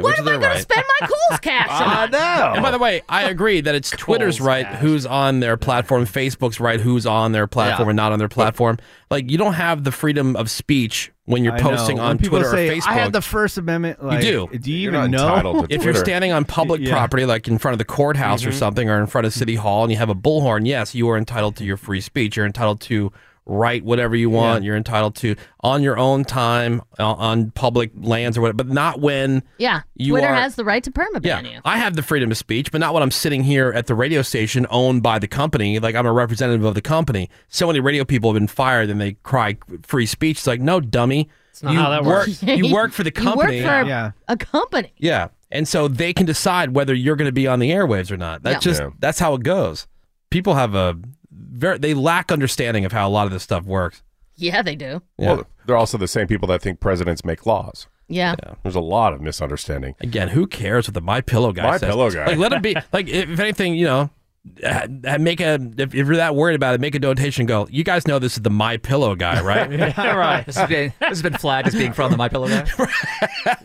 Speaker 2: What am I going to
Speaker 7: spend my Kohl's cash
Speaker 2: on?
Speaker 6: know.
Speaker 2: And by the way, I agree that it's Twitter's right who's on their platform, Facebook's right who's on their platform
Speaker 4: Yeah.
Speaker 2: and not on their platform. Like you don't have the freedom of speech when you're
Speaker 4: I know.
Speaker 2: posting
Speaker 4: When
Speaker 2: on
Speaker 4: people
Speaker 2: Twitter
Speaker 4: say,
Speaker 2: or Facebook.
Speaker 4: I had the First Amendment. Like,
Speaker 2: you do.
Speaker 4: Do you even know?
Speaker 2: If you're standing on public
Speaker 4: Yeah.
Speaker 2: property, like in front of the courthouse or
Speaker 4: Mhm.
Speaker 2: something, or in front of City Hall, and you have a bullhorn, yes, you are entitled to your free speech. You're entitled to write whatever you want. You're entitled to on your own time uh, on public lands or whatever, but not when.
Speaker 7: Yeah.
Speaker 2: You
Speaker 7: Twitter
Speaker 2: are-
Speaker 7: has the right to permaban
Speaker 2: Yeah,
Speaker 7: you.
Speaker 2: I have the freedom of speech, but not when I'm sitting here at the radio station owned by the company. Like I'm a representative of the company. So many radio people have been fired, and they cry free speech. It's like, no, dummy. It's
Speaker 8: not how that works.
Speaker 2: You work for the company.
Speaker 7: You work for a company.
Speaker 2: Yeah. And so they can decide whether you're going to be on the airwaves or not. That's
Speaker 7: Yeah.
Speaker 2: just
Speaker 7: Yeah.
Speaker 2: that's how it goes. People have a very they lack understanding of how a lot of this stuff works.
Speaker 7: Yeah, they do.
Speaker 6: Well, they're also the same people that think presidents make laws.
Speaker 7: Yeah.
Speaker 6: There's a lot of misunderstanding.
Speaker 2: Again, who cares what the My Pillow guy
Speaker 6: My
Speaker 2: says?
Speaker 6: Pillow guy.
Speaker 2: Like let it be like if if anything, you know, ha- ha- make a if, if you're that worried about it, make a donation and go. You guys know this is the My Pillow guy, right?
Speaker 8: Yeah, right. This has, been, this has been flagged as being from the My Pillow guy.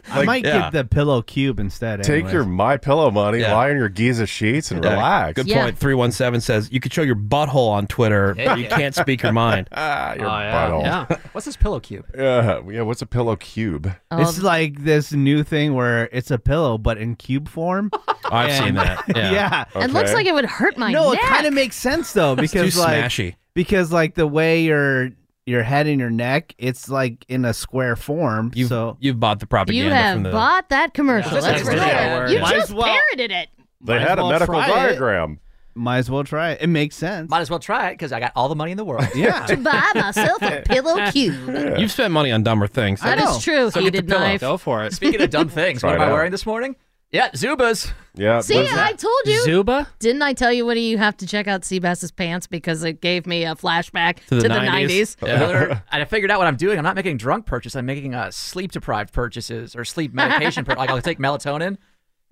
Speaker 4: I might
Speaker 6: yeah.
Speaker 4: get the pillow cube instead.
Speaker 6: Take
Speaker 4: anyways.
Speaker 6: your my pillow money,
Speaker 2: Yeah.
Speaker 6: lie on your Giza sheets, and
Speaker 2: Yeah.
Speaker 6: relax.
Speaker 2: Good point. Three one seven says you could show your butthole on Twitter, but you
Speaker 8: Yeah.
Speaker 2: can't speak your mind.
Speaker 6: Ah, your
Speaker 8: Oh, yeah.
Speaker 6: butthole.
Speaker 8: Yeah. What's this pillow cube?
Speaker 6: Yeah, Uh, yeah. What's a pillow cube?
Speaker 7: Oh,
Speaker 2: Oh.
Speaker 4: It's like this new thing where it's a pillow, but in cube form.
Speaker 2: I've seen that, yeah.
Speaker 7: It looks like it would hurt my
Speaker 4: no,
Speaker 7: neck.
Speaker 4: it kind of makes sense though
Speaker 2: It's too
Speaker 4: because like
Speaker 2: smashy.
Speaker 4: because like the way your your head and your neck, it's like in a square form.
Speaker 2: You've,
Speaker 4: so
Speaker 2: you've bought the propaganda
Speaker 7: You
Speaker 2: from
Speaker 7: have
Speaker 2: the
Speaker 7: bought that commercial.
Speaker 4: Yeah,
Speaker 7: That's
Speaker 4: that's
Speaker 7: right.
Speaker 4: right.
Speaker 7: You
Speaker 4: Might
Speaker 7: just
Speaker 4: as well.
Speaker 7: parroted it.
Speaker 6: They
Speaker 4: Might
Speaker 6: had
Speaker 4: as
Speaker 6: a
Speaker 4: well
Speaker 6: medical
Speaker 4: try it.
Speaker 6: diagram.
Speaker 4: Might as well try it. It makes sense.
Speaker 8: Might as well try it because I got all the money in the world.
Speaker 7: To buy myself a pillow cube.
Speaker 2: You've spent money on dumber things.
Speaker 8: That is
Speaker 7: true,
Speaker 2: get the
Speaker 7: heated
Speaker 2: pillow.
Speaker 7: knife. Go
Speaker 8: for it. Speaking of dumb things,
Speaker 2: Try
Speaker 8: what am
Speaker 2: it
Speaker 8: I
Speaker 2: out.
Speaker 8: wearing this morning? Yeah, Zubas.
Speaker 6: Yeah.
Speaker 7: See, I told you.
Speaker 8: Zuba?
Speaker 7: Didn't I tell you what you have to check out Seabass's pants because it gave me a flashback to the, 90s?
Speaker 8: Another- and I figured out what I'm doing. I'm not making drunk purchase. I'm making uh, sleep deprived purchases or sleep medication. pur- like I'll take melatonin,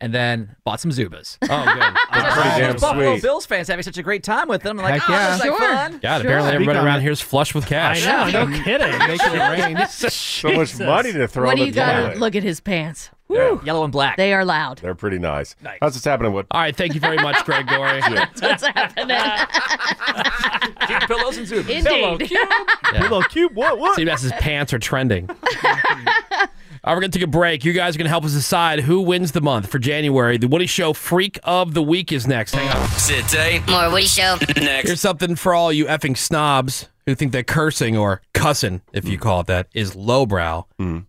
Speaker 8: and then bought some Zubas. Oh,
Speaker 2: good.
Speaker 8: That's
Speaker 2: pretty damn
Speaker 8: Buffalo
Speaker 2: sweet.
Speaker 8: Bills fans having such a great time with them. I'm like,
Speaker 2: Heck
Speaker 8: oh,
Speaker 2: yeah.
Speaker 8: this is like
Speaker 2: Sure.
Speaker 8: fun.
Speaker 2: God, apparently everybody around here is flush with cash.
Speaker 8: I know, no
Speaker 4: kidding. Making it rain.
Speaker 6: so much money to throw
Speaker 7: What
Speaker 6: in the
Speaker 7: do you got?
Speaker 6: toilet.
Speaker 7: to Look at his pants.
Speaker 8: Yellow and black.
Speaker 7: They are loud.
Speaker 6: They're pretty nice. How's this happening? What?
Speaker 2: All right. Thank you very much, Greg Gorey.
Speaker 7: That's what's happening.
Speaker 8: pillows and Zubas.
Speaker 7: Indeed.
Speaker 8: Pillow
Speaker 2: Pillow
Speaker 4: cube. What? What?
Speaker 2: CBS's pants are trending. All right, we're gonna take a break. You guys are gonna help us decide who wins the month for January. The Woody Show Freak of the Week is next. Hang on.
Speaker 10: Today,
Speaker 7: more Woody Show.
Speaker 10: Next.
Speaker 2: Here's something for all you effing snobs who think that cursing or cussing, if you call it that, is lowbrow.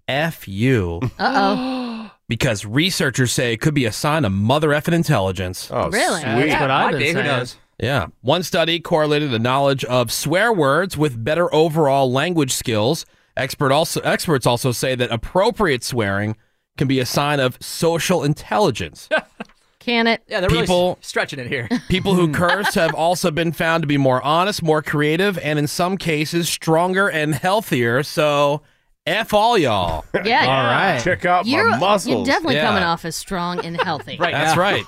Speaker 2: F you.
Speaker 7: Uh oh.
Speaker 2: because researchers say it could be a sign of mother effing intelligence.
Speaker 6: Oh,
Speaker 7: Really? sweet. That's what I've been Might be. Who saying. knows?
Speaker 2: Yeah. One study correlated a knowledge of swear words with better overall language skills. Expert also experts also say that appropriate swearing can be a sign of social intelligence.
Speaker 7: Can it?
Speaker 8: Yeah, they're really
Speaker 2: People-
Speaker 8: s- stretching it here.
Speaker 2: People
Speaker 7: Hmm.
Speaker 2: who curse have also been found to be more honest, more creative, and in some cases stronger and healthier. So F all y'all.
Speaker 7: Yeah.
Speaker 2: All right. Check out my
Speaker 7: you're, You're
Speaker 2: muscles.
Speaker 7: definitely
Speaker 2: Yeah.
Speaker 7: coming off as strong and healthy.
Speaker 2: Right. That's right.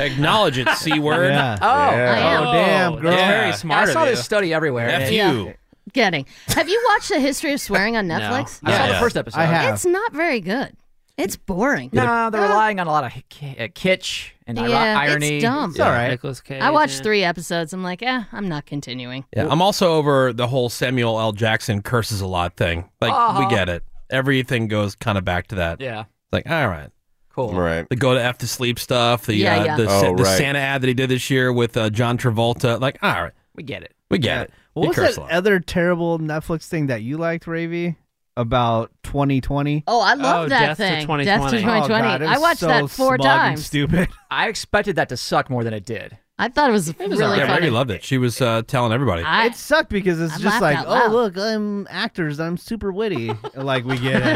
Speaker 2: Acknowledge it, C word.
Speaker 8: Yeah. Oh. Yeah.
Speaker 2: Oh,
Speaker 8: Oh, damn, girl.
Speaker 2: that's Very
Speaker 8: Yeah.
Speaker 2: smart.
Speaker 8: I saw
Speaker 2: of
Speaker 8: this
Speaker 2: you.
Speaker 8: study everywhere.
Speaker 2: F
Speaker 8: Yeah.
Speaker 2: you.
Speaker 7: Getting. Have you watched the history of swearing on Netflix?
Speaker 8: I saw the first episode. I have.
Speaker 7: It's not very good. It's boring. Oh.
Speaker 8: No, they're relying on a lot of ki- uh, kitsch and iro-
Speaker 7: Yeah, it's
Speaker 8: irony.
Speaker 7: dumb. It's all right.
Speaker 8: Nicholas Cage.
Speaker 7: I watched three episodes. I'm like, eh, I'm not continuing.
Speaker 2: Yeah, I'm also over the whole Samuel L. Jackson curses a lot thing. Like,
Speaker 7: Uh-huh.
Speaker 2: we get it. Everything goes kind of back to that.
Speaker 8: Yeah.
Speaker 2: Like, all right.
Speaker 8: Cool.
Speaker 6: Right.
Speaker 2: The go to F to sleep stuff, the
Speaker 8: Yeah,
Speaker 2: uh,
Speaker 8: yeah.
Speaker 2: The,
Speaker 8: Oh,
Speaker 2: Sa- the
Speaker 6: right.
Speaker 2: Santa ad that he did this year with uh, John Travolta. Like, all right.
Speaker 8: We get it.
Speaker 2: We get it.
Speaker 4: What
Speaker 2: He
Speaker 4: was
Speaker 2: cursed
Speaker 4: that
Speaker 2: a lot.
Speaker 4: other terrible Netflix thing that you liked, Ravy? About Oh, 2020.
Speaker 7: Oh, I love that thing. Death to 2020.
Speaker 8: Oh,
Speaker 7: I watched that four times.
Speaker 4: stupid.
Speaker 8: I expected that to suck more than it did.
Speaker 7: I thought it was, really
Speaker 2: yeah,
Speaker 7: funny.
Speaker 2: Mary loved it. She was uh, telling everybody.
Speaker 4: it sucked because it's
Speaker 7: I
Speaker 4: just
Speaker 7: laughed
Speaker 4: like,
Speaker 7: out
Speaker 4: oh
Speaker 7: loud.
Speaker 4: look, I'm actors, I'm super witty. like we get
Speaker 7: the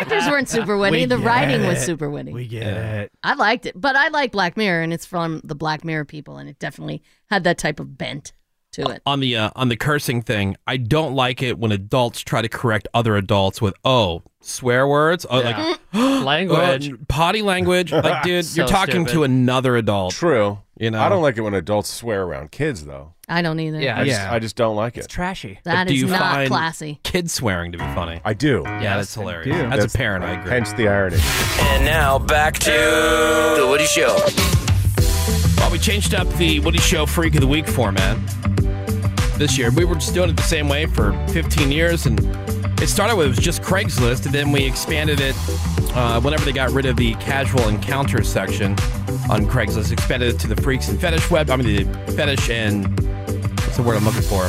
Speaker 7: actors weren't super witty.
Speaker 4: We
Speaker 7: the
Speaker 4: get
Speaker 7: writing was
Speaker 4: it.
Speaker 7: super witty.
Speaker 4: We get it.
Speaker 7: I liked it, but I like Black Mirror, and it's from the Black Mirror people, and it definitely had that type of bent to it.
Speaker 2: on the uh, on the cursing thing, I don't like it when adults try to correct other adults with oh swear words, oh,
Speaker 7: Yeah.
Speaker 2: like
Speaker 6: Language.
Speaker 2: oh, potty language.
Speaker 15: Uh-huh.
Speaker 2: Like, dude,
Speaker 6: So
Speaker 2: you're talking to
Speaker 6: stupid.
Speaker 2: another adult.
Speaker 6: True.
Speaker 2: You know,
Speaker 6: I don't like it when adults swear around kids, though.
Speaker 7: I don't either.
Speaker 6: I just, I just don't like it. It's
Speaker 8: trashy.
Speaker 7: That
Speaker 2: do
Speaker 7: is
Speaker 2: you
Speaker 7: not
Speaker 2: find
Speaker 7: classy.
Speaker 2: Kids swearing to be funny.
Speaker 6: I do.
Speaker 2: Yeah, that's hilarious.
Speaker 6: do.
Speaker 2: As
Speaker 6: That's-
Speaker 2: a parent, I agree.
Speaker 6: Hence the irony.
Speaker 10: And now back to the Woody Show.
Speaker 2: Well, we changed up the Woody Show Freak of the Week format this year. We were just doing it the same way for 15 years, and it started with it was just Craigslist, and then we expanded it uh, whenever they got rid of the casual encounter section on Craigslist, expanded it to the Freaks and Fetish web. I mean, the Fetish and what's the word I'm looking for?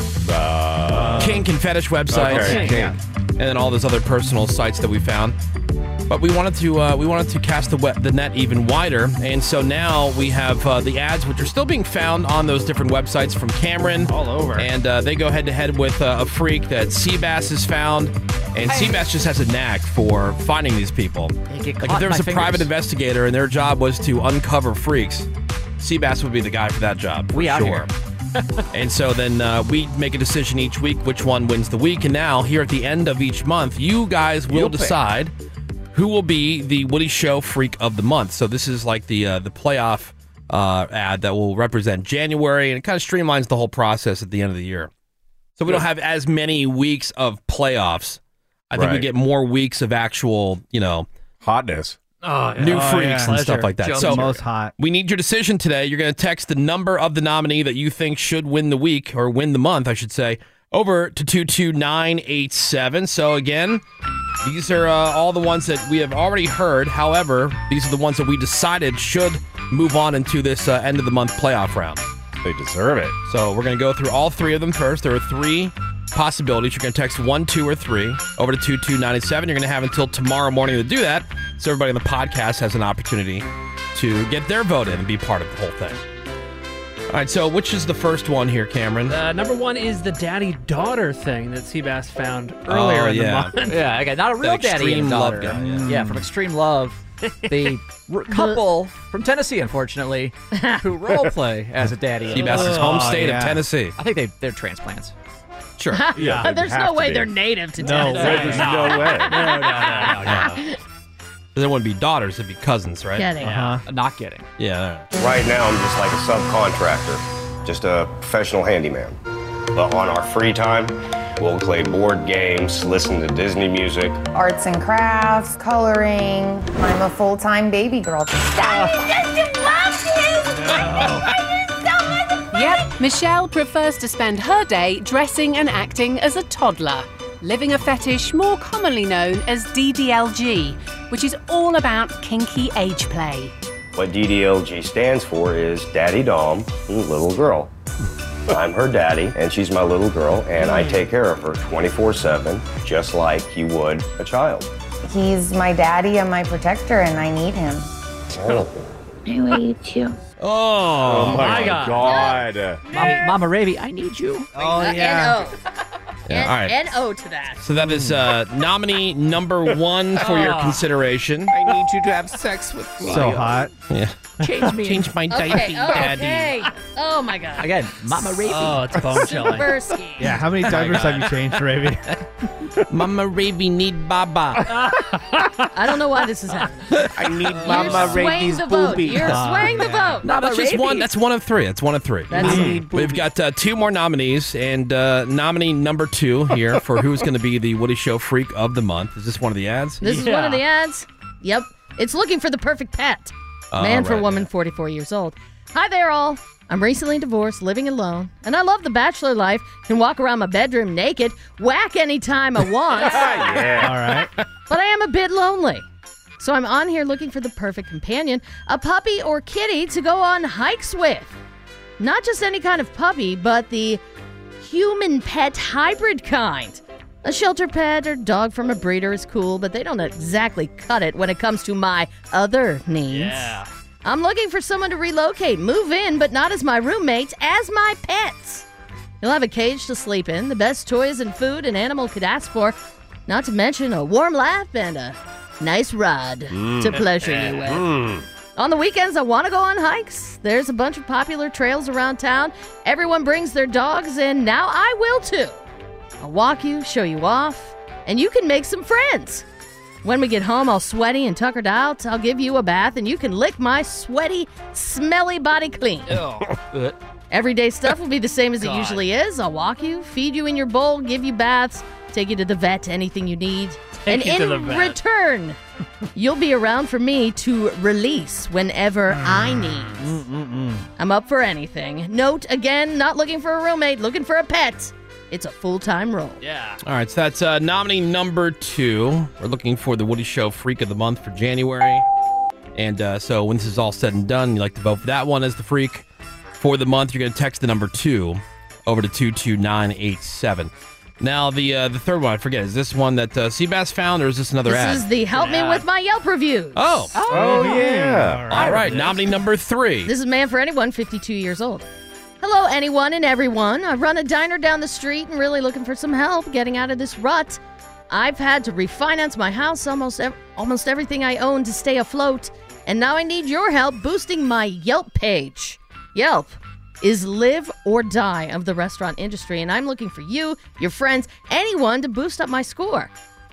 Speaker 2: Uh, Kink and Fetish websites,
Speaker 6: okay, kink.
Speaker 2: and then all those other personal sites that we found. But we wanted to uh, we wanted to cast the, wet, the net even wider, and so now we have uh, the ads, which are still being found on those different websites from Cameron all over, and uh, they go head to head with uh, a freak that Seabass has found, and Seabass just has a knack for finding these people.
Speaker 8: get
Speaker 2: Like if
Speaker 8: caught in
Speaker 2: there was
Speaker 8: my
Speaker 2: a private
Speaker 8: fingers.
Speaker 2: investigator and their job was to uncover freaks, Seabass would be the guy for that job. for
Speaker 8: We out
Speaker 2: sure. and so then uh, we make a decision each week which one wins the week. And now here at the end of each month, you guys will
Speaker 8: You'll pick.
Speaker 2: decide who will be the Woody Show Freak of the Month. So this is like the uh, the playoff uh, ad that will represent January, and it kind of streamlines the whole process at the end of the year. So we don't have as many weeks of playoffs. I think we
Speaker 6: Right.
Speaker 2: get more weeks of actual, you know,
Speaker 6: hotness,
Speaker 4: Oh, yeah.
Speaker 2: Uh, new
Speaker 4: Oh,
Speaker 2: freaks
Speaker 4: yeah.
Speaker 2: and
Speaker 4: Pleasure.
Speaker 2: stuff like that.
Speaker 4: Jump
Speaker 2: so
Speaker 4: Most hot.
Speaker 2: We need your decision today. You're going to text the number of the nominee that you think should win the week or win the month, I should say, over to two two nine eight seven. So again, these are uh, all the ones that we have already heard. However, these are the ones that we decided should move on into this uh, end of the month playoff round.
Speaker 6: They deserve it.
Speaker 2: So we're going to go through all three of them first. There are three possibilities. You're going to text one, two, or three over to 2297. You're going to have until tomorrow morning to do that. So everybody on the podcast has an opportunity to get their vote in and be part of the whole thing. All right. So which is the first one here, Cameron?
Speaker 3: Uh, number one is the daddy daughter thing that Seabass found
Speaker 2: Oh,
Speaker 3: earlier in
Speaker 2: yeah.
Speaker 3: the month. Mm.
Speaker 8: Yeah, okay, not a
Speaker 2: The
Speaker 8: real daddy
Speaker 2: extreme
Speaker 8: and
Speaker 2: love
Speaker 8: daughter.
Speaker 2: guy,
Speaker 8: yeah. from Extreme Love, the r- couple from Tennessee, unfortunately, who role play as a daddy. and
Speaker 2: Seabass's
Speaker 8: daughter.
Speaker 2: home state of Oh, yeah. Tennessee.
Speaker 8: I think they they're transplants.
Speaker 2: Sure.
Speaker 7: There's no way they're native to
Speaker 2: No
Speaker 7: Tennessee.
Speaker 2: way. There's no way.
Speaker 8: no, no, no, no.
Speaker 2: There wouldn't be daughters; it'd be cousins, right?
Speaker 7: Getting.
Speaker 2: Uh-huh.
Speaker 8: Uh, Not getting.
Speaker 2: Yeah.
Speaker 16: Right now, I'm just like a subcontractor, just a professional handyman. But on our free time, we'll play board games, listen to Disney music.
Speaker 17: Arts and crafts, coloring. I'm a full time baby girl.
Speaker 18: Yep, Michelle prefers to spend her day dressing and acting as a toddler, living a fetish more commonly known as DDLG, which is all about kinky age play.
Speaker 16: What DDLG stands for is Daddy Dom, Little Girl. I'm her daddy, and she's my little girl, and I take care of her 24 7, just like you would a child.
Speaker 17: He's my daddy and my protector, and I need him. I need you.
Speaker 2: Oh, oh
Speaker 6: my,
Speaker 8: my
Speaker 6: God.
Speaker 7: Oh, Uh,
Speaker 8: Mama, Mama Ravi, I need you.
Speaker 4: Oh yeah.
Speaker 2: Yeah, all right.
Speaker 7: And O to that.
Speaker 2: So that is uh, nominee number one for your
Speaker 7: Aw.
Speaker 2: consideration.
Speaker 19: I need you to have sex with me.
Speaker 2: So hot. Yeah.
Speaker 19: Change
Speaker 2: me. Change my
Speaker 7: Okay, okay. Oh my god.
Speaker 8: Again, Mama Ravy.
Speaker 2: Oh, it's bone chilling.
Speaker 7: Silversky.
Speaker 4: Yeah, how many diapers have you changed, Ravi?
Speaker 2: Mama Ravi need Baba.
Speaker 7: I don't know why this is happening.
Speaker 19: I need
Speaker 7: You're
Speaker 19: Mama
Speaker 7: swaying
Speaker 19: Ravy's
Speaker 7: the vote.
Speaker 19: booby.
Speaker 7: Oh, You're
Speaker 15: Ah,
Speaker 7: swaying the vote.
Speaker 2: No, that's just one. That's one of three. That's one of three.
Speaker 7: That's- Mm.
Speaker 2: We've got uh, two more nominees, and uh, nominee number two here for who's going to be the Woody Show Freak of the Month. Is this one of the ads?
Speaker 7: This is one of the ads. Yep. It's looking for the perfect pet.
Speaker 2: All
Speaker 7: Man for
Speaker 2: right,
Speaker 7: woman, 44 years old. Hi there, all. I'm recently divorced, living alone, and I love the bachelor life. Can walk around my bedroom naked, whack anytime I want.
Speaker 4: All right.
Speaker 7: but I am a bit lonely. So I'm on here looking for the perfect companion, a puppy or kitty to go on hikes with. Not just any kind of puppy, but the human pet hybrid kind. A shelter pet or dog from a breeder is cool, but they don't exactly cut it when it comes to my other needs.
Speaker 14: Yeah.
Speaker 7: I'm looking for someone to relocate, move in, but not as my roommates, as my pets. You'll have a cage to sleep in, the best toys and food an animal could ask for, not to mention a warm lap and a nice rod to
Speaker 15: Mm.
Speaker 7: pleasure you with. On the weekends, I want to go on hikes. There's a bunch of popular trails around town. Everyone brings their dogs, and now I will too. I'll walk you, show you off, and you can make some friends. When we get home, all sweaty and tuckered out, I'll give you a bath, and you can lick my sweaty, smelly body clean.
Speaker 8: Ugh.
Speaker 7: Everyday stuff will be the same as it
Speaker 8: God.
Speaker 7: usually is. I'll walk you, feed you in your bowl, give you baths, take you to the vet, anything you need.
Speaker 3: Take
Speaker 7: and
Speaker 3: you to
Speaker 7: in
Speaker 3: the vet.
Speaker 7: return, you'll be around for me to release whenever I need.
Speaker 15: Mm,
Speaker 7: I'm up for anything. Note again, not looking for a roommate, looking for a pet. It's a full time role.
Speaker 8: Yeah.
Speaker 2: All right, so that's uh, nominee number two. We're looking for the Woody Show Freak of the Month for January. And uh, so when this is all said and done, you like to vote for that one as the freak for the month. You're going to text the number two over to 22987. Now, the uh, the third one, I forget, is this one that uh, Seabass found or is this another
Speaker 7: This
Speaker 2: ad?
Speaker 7: is the help me with my Yelp reviews.
Speaker 2: oh.
Speaker 6: Oh, yeah.
Speaker 2: All right, nominee number three.
Speaker 7: This is a man for anyone 52 years old. Hello, anyone and everyone. I run a diner down the street and really looking for some help getting out of this rut. I've had to refinance my house, almost ev- almost everything I own to stay afloat, and now I need your help boosting my Yelp page. Yelp is live or die of the restaurant industry, and I'm looking for you, your friends, anyone to boost up my score.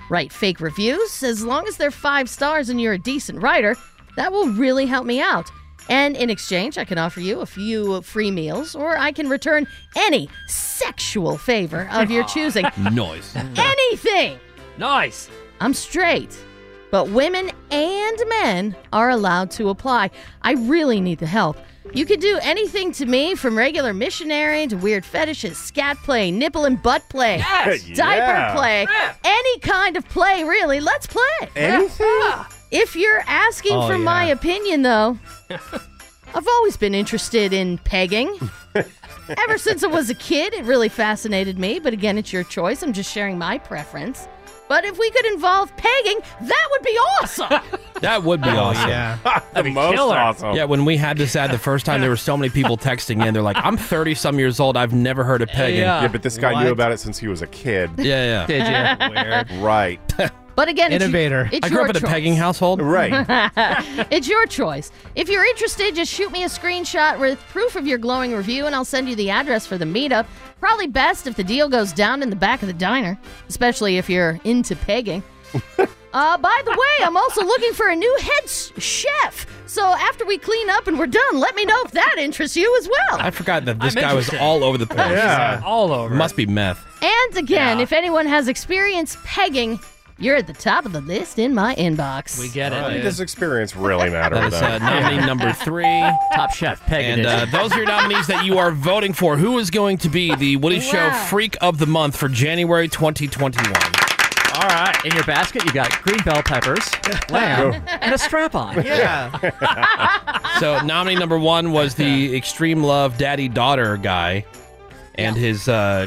Speaker 7: Write fake reviews. As long as they're five stars and you're a decent writer, that will really help me out. And in exchange, I can offer you a few free meals, or I can return any sexual favor of your choosing.
Speaker 2: Noise.
Speaker 7: Anything!
Speaker 3: Nice.
Speaker 7: I'm straight, but women and men are allowed to apply. I really need the help. You can do anything to me from regular missionary to weird fetishes, scat play, nipple and butt play,
Speaker 14: Yes!
Speaker 7: diaper
Speaker 14: Yeah.
Speaker 7: play, any kind of play, really. Let's play.
Speaker 14: Anything?
Speaker 7: If you're asking
Speaker 14: Oh,
Speaker 7: for my
Speaker 14: yeah.
Speaker 7: opinion, though, I've always been interested in pegging. Ever since I was a kid, it really fascinated me, but again, it's your choice. I'm just sharing my preference. But if we could involve pegging, that would be awesome.
Speaker 2: That would be
Speaker 15: Oh,
Speaker 2: awesome. Yeah.
Speaker 6: the most
Speaker 2: Killer.
Speaker 6: awesome.
Speaker 2: Yeah, when we had this ad the first time, there were so many people texting in. They're like, I'm 30 some years old. I've never heard of pegging.
Speaker 6: Yeah, but this guy knew about it since he was a kid.
Speaker 2: Yeah, yeah.
Speaker 7: Did
Speaker 6: you? Right.
Speaker 7: But again, it's- It's
Speaker 2: I grew
Speaker 7: your
Speaker 2: up in a
Speaker 7: choice.
Speaker 2: pegging household.
Speaker 7: it's your choice. If you're interested, just shoot me a screenshot with proof of your glowing review, and I'll send you the address for the meetup. Probably best if the deal goes down in the back of the diner, especially if you're into pegging. uh, by the way, I'm also looking for a new head s- chef. So after we clean up and we're done, let me know if that interests you as well.
Speaker 2: I forgot that this
Speaker 7: I'm
Speaker 2: guy was
Speaker 7: interested.
Speaker 2: all over the place.
Speaker 3: Yeah. All over.
Speaker 2: Must be meth.
Speaker 7: And again, if anyone has experience pegging, you're at the top of the list in my inbox.
Speaker 3: We get
Speaker 6: Uh,
Speaker 3: it.
Speaker 6: does experience really matter?
Speaker 2: That is
Speaker 6: though?
Speaker 2: uh, nominee number three.
Speaker 8: Top Chef
Speaker 2: And uh, those are your nominees that you are voting for. Who is going to be the Woody Show
Speaker 8: Wow.
Speaker 2: Freak of the Month for January 2021?
Speaker 8: All right. In your basket, you got green bell peppers, lamb, and a strap on.
Speaker 2: So nominee number one was the Extreme Love Daddy Daughter guy, and his uh,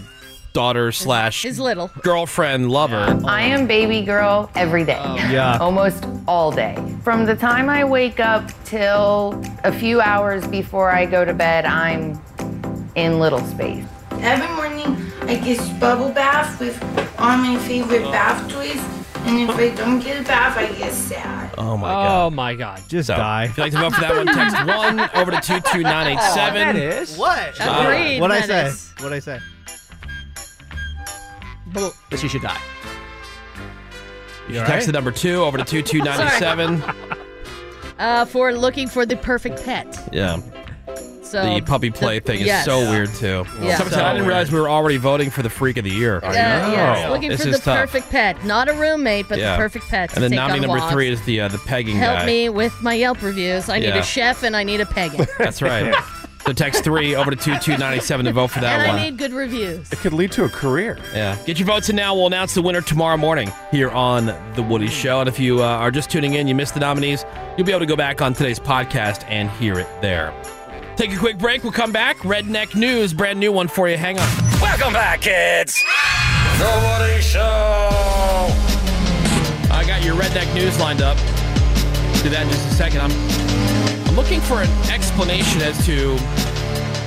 Speaker 2: daughter slash
Speaker 17: his little.
Speaker 2: girlfriend lover.
Speaker 17: I am baby girl every day.
Speaker 2: Oh, Yeah.
Speaker 17: Almost all day. From the time I wake up till a few hours before I go to bed, I'm in little space.
Speaker 20: Every morning, I Like it's bubble bath with all my favorite bath toys. And if I don't get a bath, I get sad.
Speaker 2: Oh my
Speaker 3: god. Oh my god.
Speaker 4: Just die.
Speaker 2: If you'd like to vote for that one, text one over to two two nine eight seven.
Speaker 4: what?
Speaker 2: Uh, Agreed,
Speaker 4: what I
Speaker 2: that
Speaker 4: say?
Speaker 2: is.
Speaker 4: What I say?
Speaker 8: But she should die.
Speaker 2: You can text the number two over to two two ninety seven.
Speaker 7: Uh, for looking for the perfect pet.
Speaker 2: Yeah.
Speaker 7: So
Speaker 2: the puppy play thing is
Speaker 7: yes.
Speaker 2: so weird too.
Speaker 7: Yeah.
Speaker 2: Sometimes
Speaker 7: So
Speaker 2: I didn't
Speaker 7: weird.
Speaker 2: realize we were already voting for the freak of the year.
Speaker 7: Uh, yes, looking
Speaker 2: this
Speaker 7: for
Speaker 2: is
Speaker 7: the
Speaker 2: tough.
Speaker 7: perfect pet, not a roommate, but
Speaker 2: Yeah.
Speaker 7: the perfect pet. to
Speaker 2: And then
Speaker 7: take
Speaker 2: nominee
Speaker 7: on
Speaker 2: number
Speaker 7: walks.
Speaker 2: three is the uh, the pegging
Speaker 7: Help
Speaker 2: guy.
Speaker 7: me with my Yelp reviews. I need
Speaker 2: Yeah.
Speaker 7: a chef and I need a pegging.
Speaker 2: That's right. so text three over to two two ninety seven to vote for that
Speaker 7: and
Speaker 2: one.
Speaker 7: I need good reviews.
Speaker 6: It could lead to a career.
Speaker 2: Yeah. Get your votes in now. We'll announce the winner tomorrow morning here on The Woody Show. And if you uh, are just tuning in, you missed the nominees, you'll be able to go back on today's podcast and hear it there. Take a quick break. We'll come back. Redneck News, brand new one for you. Hang on.
Speaker 1: Welcome back, kids. The Woody Show.
Speaker 2: I got your redneck news lined up. Do that in just a second. I'm I'm looking for an explanation as to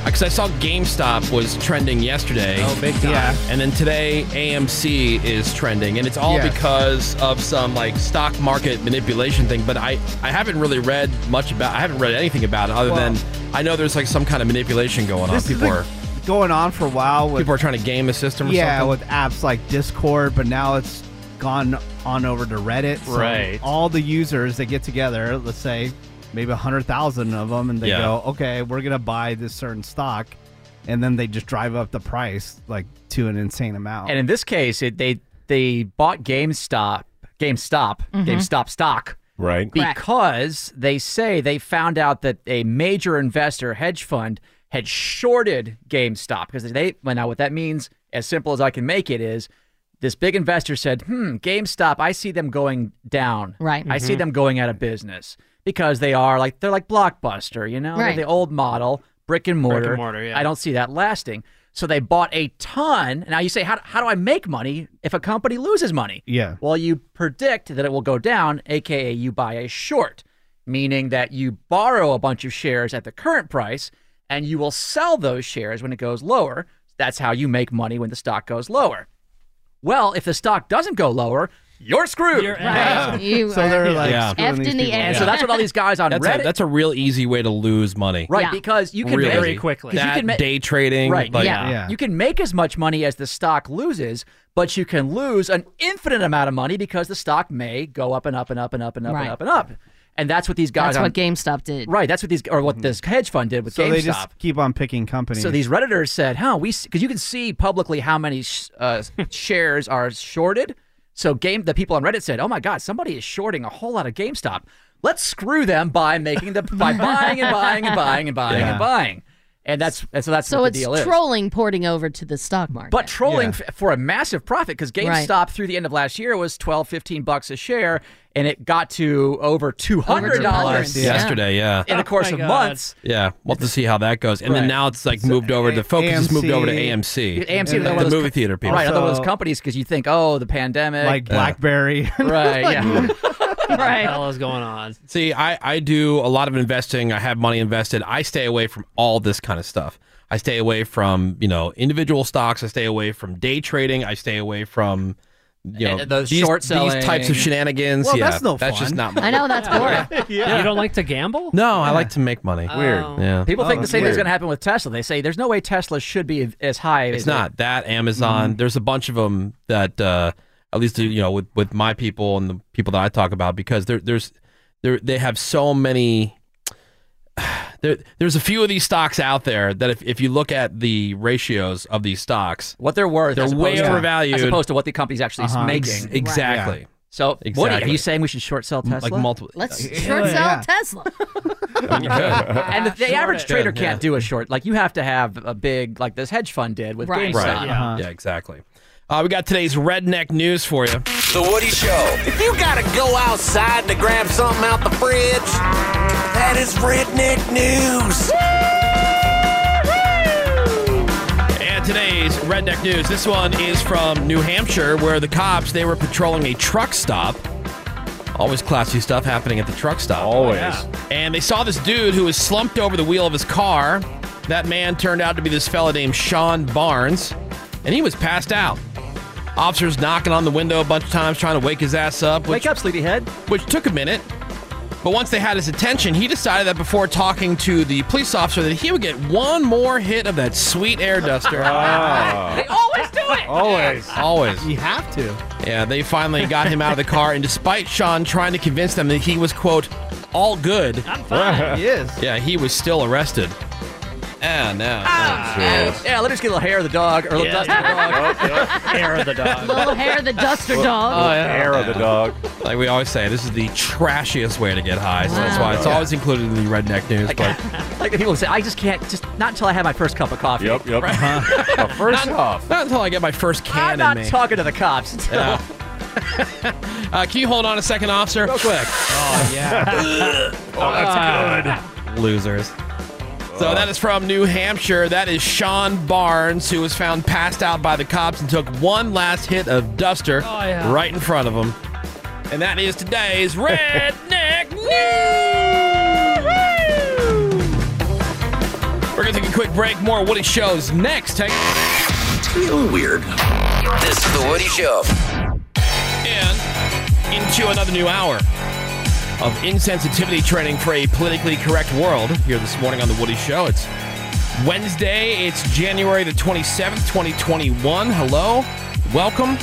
Speaker 2: because I saw GameStop was trending yesterday. Oh, big
Speaker 4: time. Yeah.
Speaker 2: And then today AMC is trending, and it's all
Speaker 4: Yes.
Speaker 2: because of some like stock market manipulation thing. But I I haven't really read much about. I haven't read anything about it other than I know there's like some kind of manipulation going on.
Speaker 4: This is
Speaker 2: People
Speaker 4: like
Speaker 2: are
Speaker 4: going on for a while with
Speaker 2: people are trying to game a system. Or
Speaker 4: yeah
Speaker 2: something.
Speaker 4: with apps like Discord, but now it's gone on over to Reddit. So
Speaker 2: Right.
Speaker 4: All the users that get together, let's say maybe hundred thousand of them, and they
Speaker 2: Yeah.
Speaker 4: go, "Okay, we're gonna buy this certain stock," and then they just drive up the price like to an insane amount.
Speaker 8: And in this case, it, they they bought GameStop, GameStop,
Speaker 4: Mhm.
Speaker 8: GameStop stock,
Speaker 6: right?
Speaker 8: Because they say they found out that a major investor hedge fund had shorted GameStop because they well, now what that means, as simple as I can make it, is this big investor said, "Hmm, GameStop, I see them going down. Right, I see
Speaker 5: Mhm.
Speaker 8: them going out of business because they are like they're like Blockbuster, you know,
Speaker 5: Right.
Speaker 8: they're the old model, brick and mortar.
Speaker 5: Brick and mortar, yeah.
Speaker 8: I don't see that lasting." So they bought a ton. Now you say, how, how do I make money if a company loses money?
Speaker 4: Yeah.
Speaker 8: Well, you predict that it will go down, aka you buy a short, meaning that you borrow a bunch of shares at the current price and you will sell those shares when it goes lower. That's how you make money when the stock goes lower. Well, if the stock doesn't go lower, you're screwed.
Speaker 7: Right. You So are- they're, like, Yeah. screwing Effed these in the people.
Speaker 8: And
Speaker 7: ass.
Speaker 8: so that's what all these guys on
Speaker 2: that's
Speaker 8: Reddit
Speaker 2: A, that's a real easy way to lose money.
Speaker 8: Right, because you can
Speaker 2: Real
Speaker 8: very
Speaker 2: easy.
Speaker 8: quickly. 'Cause you
Speaker 2: That
Speaker 8: can ma-
Speaker 2: day trading.
Speaker 8: Right.
Speaker 2: like-
Speaker 8: yeah. You can make as much money as the stock loses, but you can lose an infinite amount of money because the stock may go up and up and up and up and up
Speaker 7: Right.
Speaker 8: and up and up. And that's what these guys
Speaker 7: That's
Speaker 8: on-
Speaker 7: what GameStop did.
Speaker 8: Right. That's what these or what this hedge fund did with
Speaker 4: Mm-hmm. so
Speaker 8: GameStop.
Speaker 4: they just keep on picking companies.
Speaker 8: So these redditors said, "Huh, we because you can see publicly how many sh- uh, shares are shorted." So game the people on Reddit said, "Oh my God, somebody is shorting a whole lot of GameStop. Let's screw them by making the by buying and buying and buying and buying
Speaker 7: Yeah.
Speaker 8: and buying." And that's and so that's
Speaker 7: So
Speaker 8: what the
Speaker 7: it's
Speaker 8: deal is.
Speaker 7: trolling porting over to the stock market.
Speaker 8: But trolling f- for a massive profit because
Speaker 7: Right.
Speaker 8: GameStop through the end of last year was 12, 15 bucks a share, and it got to over two hundred dollars
Speaker 2: Yeah. Yesterday, yeah.
Speaker 8: in the course
Speaker 2: Oh my God.
Speaker 8: of months.
Speaker 2: Yeah, we'll have to see how that goes. And then
Speaker 8: Right.
Speaker 2: now it's like moved over. The focus has moved over to AMC.
Speaker 8: AMC,
Speaker 2: the,
Speaker 8: another one of those
Speaker 2: movie
Speaker 8: co-
Speaker 2: theater people.
Speaker 8: Right, other those companies because you think, oh, the pandemic,
Speaker 2: Like
Speaker 4: BlackBerry,
Speaker 8: right? Yeah,
Speaker 3: right. What the hell is going on?
Speaker 2: See, I, I do a lot of investing. I have money invested. I stay away from all this kind of stuff. I stay away from you know individual stocks. I stay away from day trading. I stay away from you know
Speaker 8: And Eh, those
Speaker 2: these,
Speaker 8: short
Speaker 2: these types
Speaker 8: selling.
Speaker 2: of shenanigans.
Speaker 8: Well,
Speaker 2: yeah,
Speaker 8: that's no
Speaker 2: That's
Speaker 8: fun.
Speaker 2: just not. My
Speaker 7: I know that's boring.
Speaker 3: You don't like to gamble?
Speaker 2: No, I like to make money.
Speaker 3: Weird.
Speaker 2: Yeah. Oh,
Speaker 8: People think the same thing's
Speaker 2: Weird.
Speaker 8: going to happen with Tesla. They say there's no way Tesla should be as high.
Speaker 2: It's
Speaker 8: as
Speaker 2: not that Amazon. There's a bunch of them that uh, at least you know with with my people and the people that I talk about because there there's there they have so many. There, there's a few of these stocks out there that if, if you look at the ratios of these stocks,
Speaker 8: what they're worth,
Speaker 2: they're
Speaker 8: as
Speaker 2: way
Speaker 8: opposed to-
Speaker 2: overvalued
Speaker 8: as opposed to what the company's actually
Speaker 2: Uh-huh.
Speaker 8: making.
Speaker 2: Ex- exactly.
Speaker 8: Yeah. So, Woody, are
Speaker 2: Exactly.
Speaker 8: you saying we should short sell
Speaker 2: M- like
Speaker 8: Tesla?
Speaker 2: multiple-
Speaker 7: Let's short sell Tesla.
Speaker 8: and the, the
Speaker 7: Short
Speaker 8: average
Speaker 7: it.
Speaker 8: trader
Speaker 2: Yeah.
Speaker 8: can't do a short. Like you have to have a big, like this hedge fund did with
Speaker 2: Right.
Speaker 8: GameStop.
Speaker 2: Right. Yeah. Yeah, exactly. Uh, we got today's redneck news for you.
Speaker 15: The Woody Show. If you gotta go outside to grab something out the fridge, that is redneck news.
Speaker 2: And today's redneck news. This one is from New Hampshire, where the cops they were patrolling a truck stop. Always classy stuff happening at the truck stop. Always. And they saw this dude who was slumped over the wheel of his car. That man turned out to be this fella named Sean Barnes. and he was passed out. Officers knocking on the window a bunch of times trying to wake his ass up. Which, wake up, sleepyhead. Which took a minute. But once they had his attention, he decided that before talking to the police officer that he would get one more hit of that sweet air duster. Ah.
Speaker 8: They Oh. always do it.
Speaker 2: Always. Always.
Speaker 4: You have to.
Speaker 2: Yeah, they finally got him out of the car, and despite Sean trying to convince them that he was, quote, all good. I'm
Speaker 4: fine. He is.
Speaker 2: Yeah, he was still arrested. Ah, no.
Speaker 8: Yeah, let us get a little hair of the dog or a little
Speaker 2: Yeah.
Speaker 8: dust of the dog.
Speaker 2: Hair of the dog.
Speaker 7: Little hair of the duster
Speaker 2: Well, uh,
Speaker 7: dog.
Speaker 8: Oh,
Speaker 2: well,
Speaker 6: Hair of the dog.
Speaker 2: Oh, Like we always say, this is the trashiest way to get high, so that's why it's
Speaker 8: Wow.
Speaker 2: always included in the redneck news. But
Speaker 8: like the people who say, I just can't, just not until I have my first cup of coffee.
Speaker 6: Yep, yep.
Speaker 2: Uh-huh. first off, not until I get my first can
Speaker 8: I'm not
Speaker 2: in me.
Speaker 8: talking to the cops. until-
Speaker 2: Yeah. uh, can you hold on a second, officer? Real quick. Oh
Speaker 8: yeah.
Speaker 2: oh,
Speaker 15: Ah.
Speaker 2: that's good. Losers. So that is from New Hampshire. That is Sean Barnes, who was found passed out by the cops and took one last hit of duster
Speaker 14: Oh, yeah.
Speaker 2: right in front of him. And that is today's red. Redneck We're gonna take a quick break. More Woody shows next. Take
Speaker 1: It's getting a little weird.
Speaker 10: This is the Woody Show.
Speaker 2: and into another new hour of insensitivity training for a politically correct world here this morning on the Woody Show. It's Wednesday, it's January the 27th, 2021. Hello, welcome.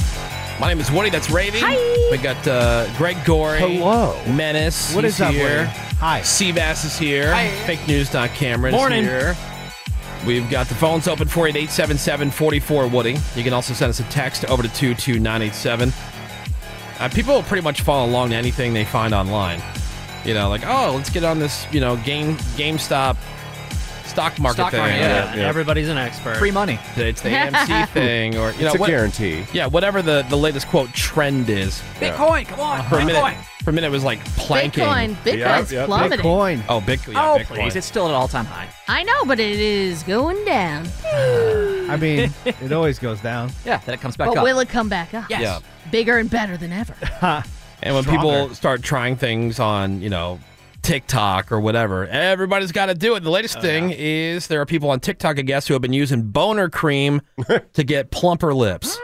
Speaker 2: My name is Woody, that's Ravy. We got uh, Greg Gorey.
Speaker 4: Hello.
Speaker 2: Menace.
Speaker 4: What
Speaker 2: he's
Speaker 4: is up,
Speaker 2: here.
Speaker 4: Woody? Hi.
Speaker 2: Seabass is here.
Speaker 4: Hi.
Speaker 2: Fake News. Cameron
Speaker 4: Morning.
Speaker 2: is here. We've got the phones open for you at 877 44 Woody. You can also send us a text over to 22987. Uh, people will pretty much follow along to anything they find online. You know, like, oh, let's get on this, you know, game GameStop stock market
Speaker 3: Stock
Speaker 2: thing.
Speaker 3: market, yeah.
Speaker 2: Yeah.
Speaker 3: Everybody's an expert.
Speaker 2: Free money. It's the AMC thing or, you know,
Speaker 6: It's a
Speaker 2: what-
Speaker 6: guarantee.
Speaker 2: Yeah, whatever the, the latest quote trend is.
Speaker 8: Bitcoin, come on.
Speaker 2: For a minute,
Speaker 8: Bitcoin.
Speaker 2: for a minute, it was like planking.
Speaker 7: Bitcoin. Bitcoin's Yep, yep. plummeting. Bitcoin.
Speaker 2: Oh, Bitcoin.
Speaker 8: oh,
Speaker 2: Bitcoin.
Speaker 8: please. It's still at an all time high.
Speaker 7: I know, but it is going down.
Speaker 4: I mean, it always goes down.
Speaker 8: Yeah, then it comes
Speaker 7: but will it come back up?
Speaker 2: Yes. Yeah.
Speaker 7: Bigger and better than ever.
Speaker 2: And when
Speaker 4: Stronger.
Speaker 2: people start trying things on, you know, TikTok or whatever, everybody's got to do it. The latest thing is there are people on TikTok, I guess, who have been using boner cream to get plumper lips.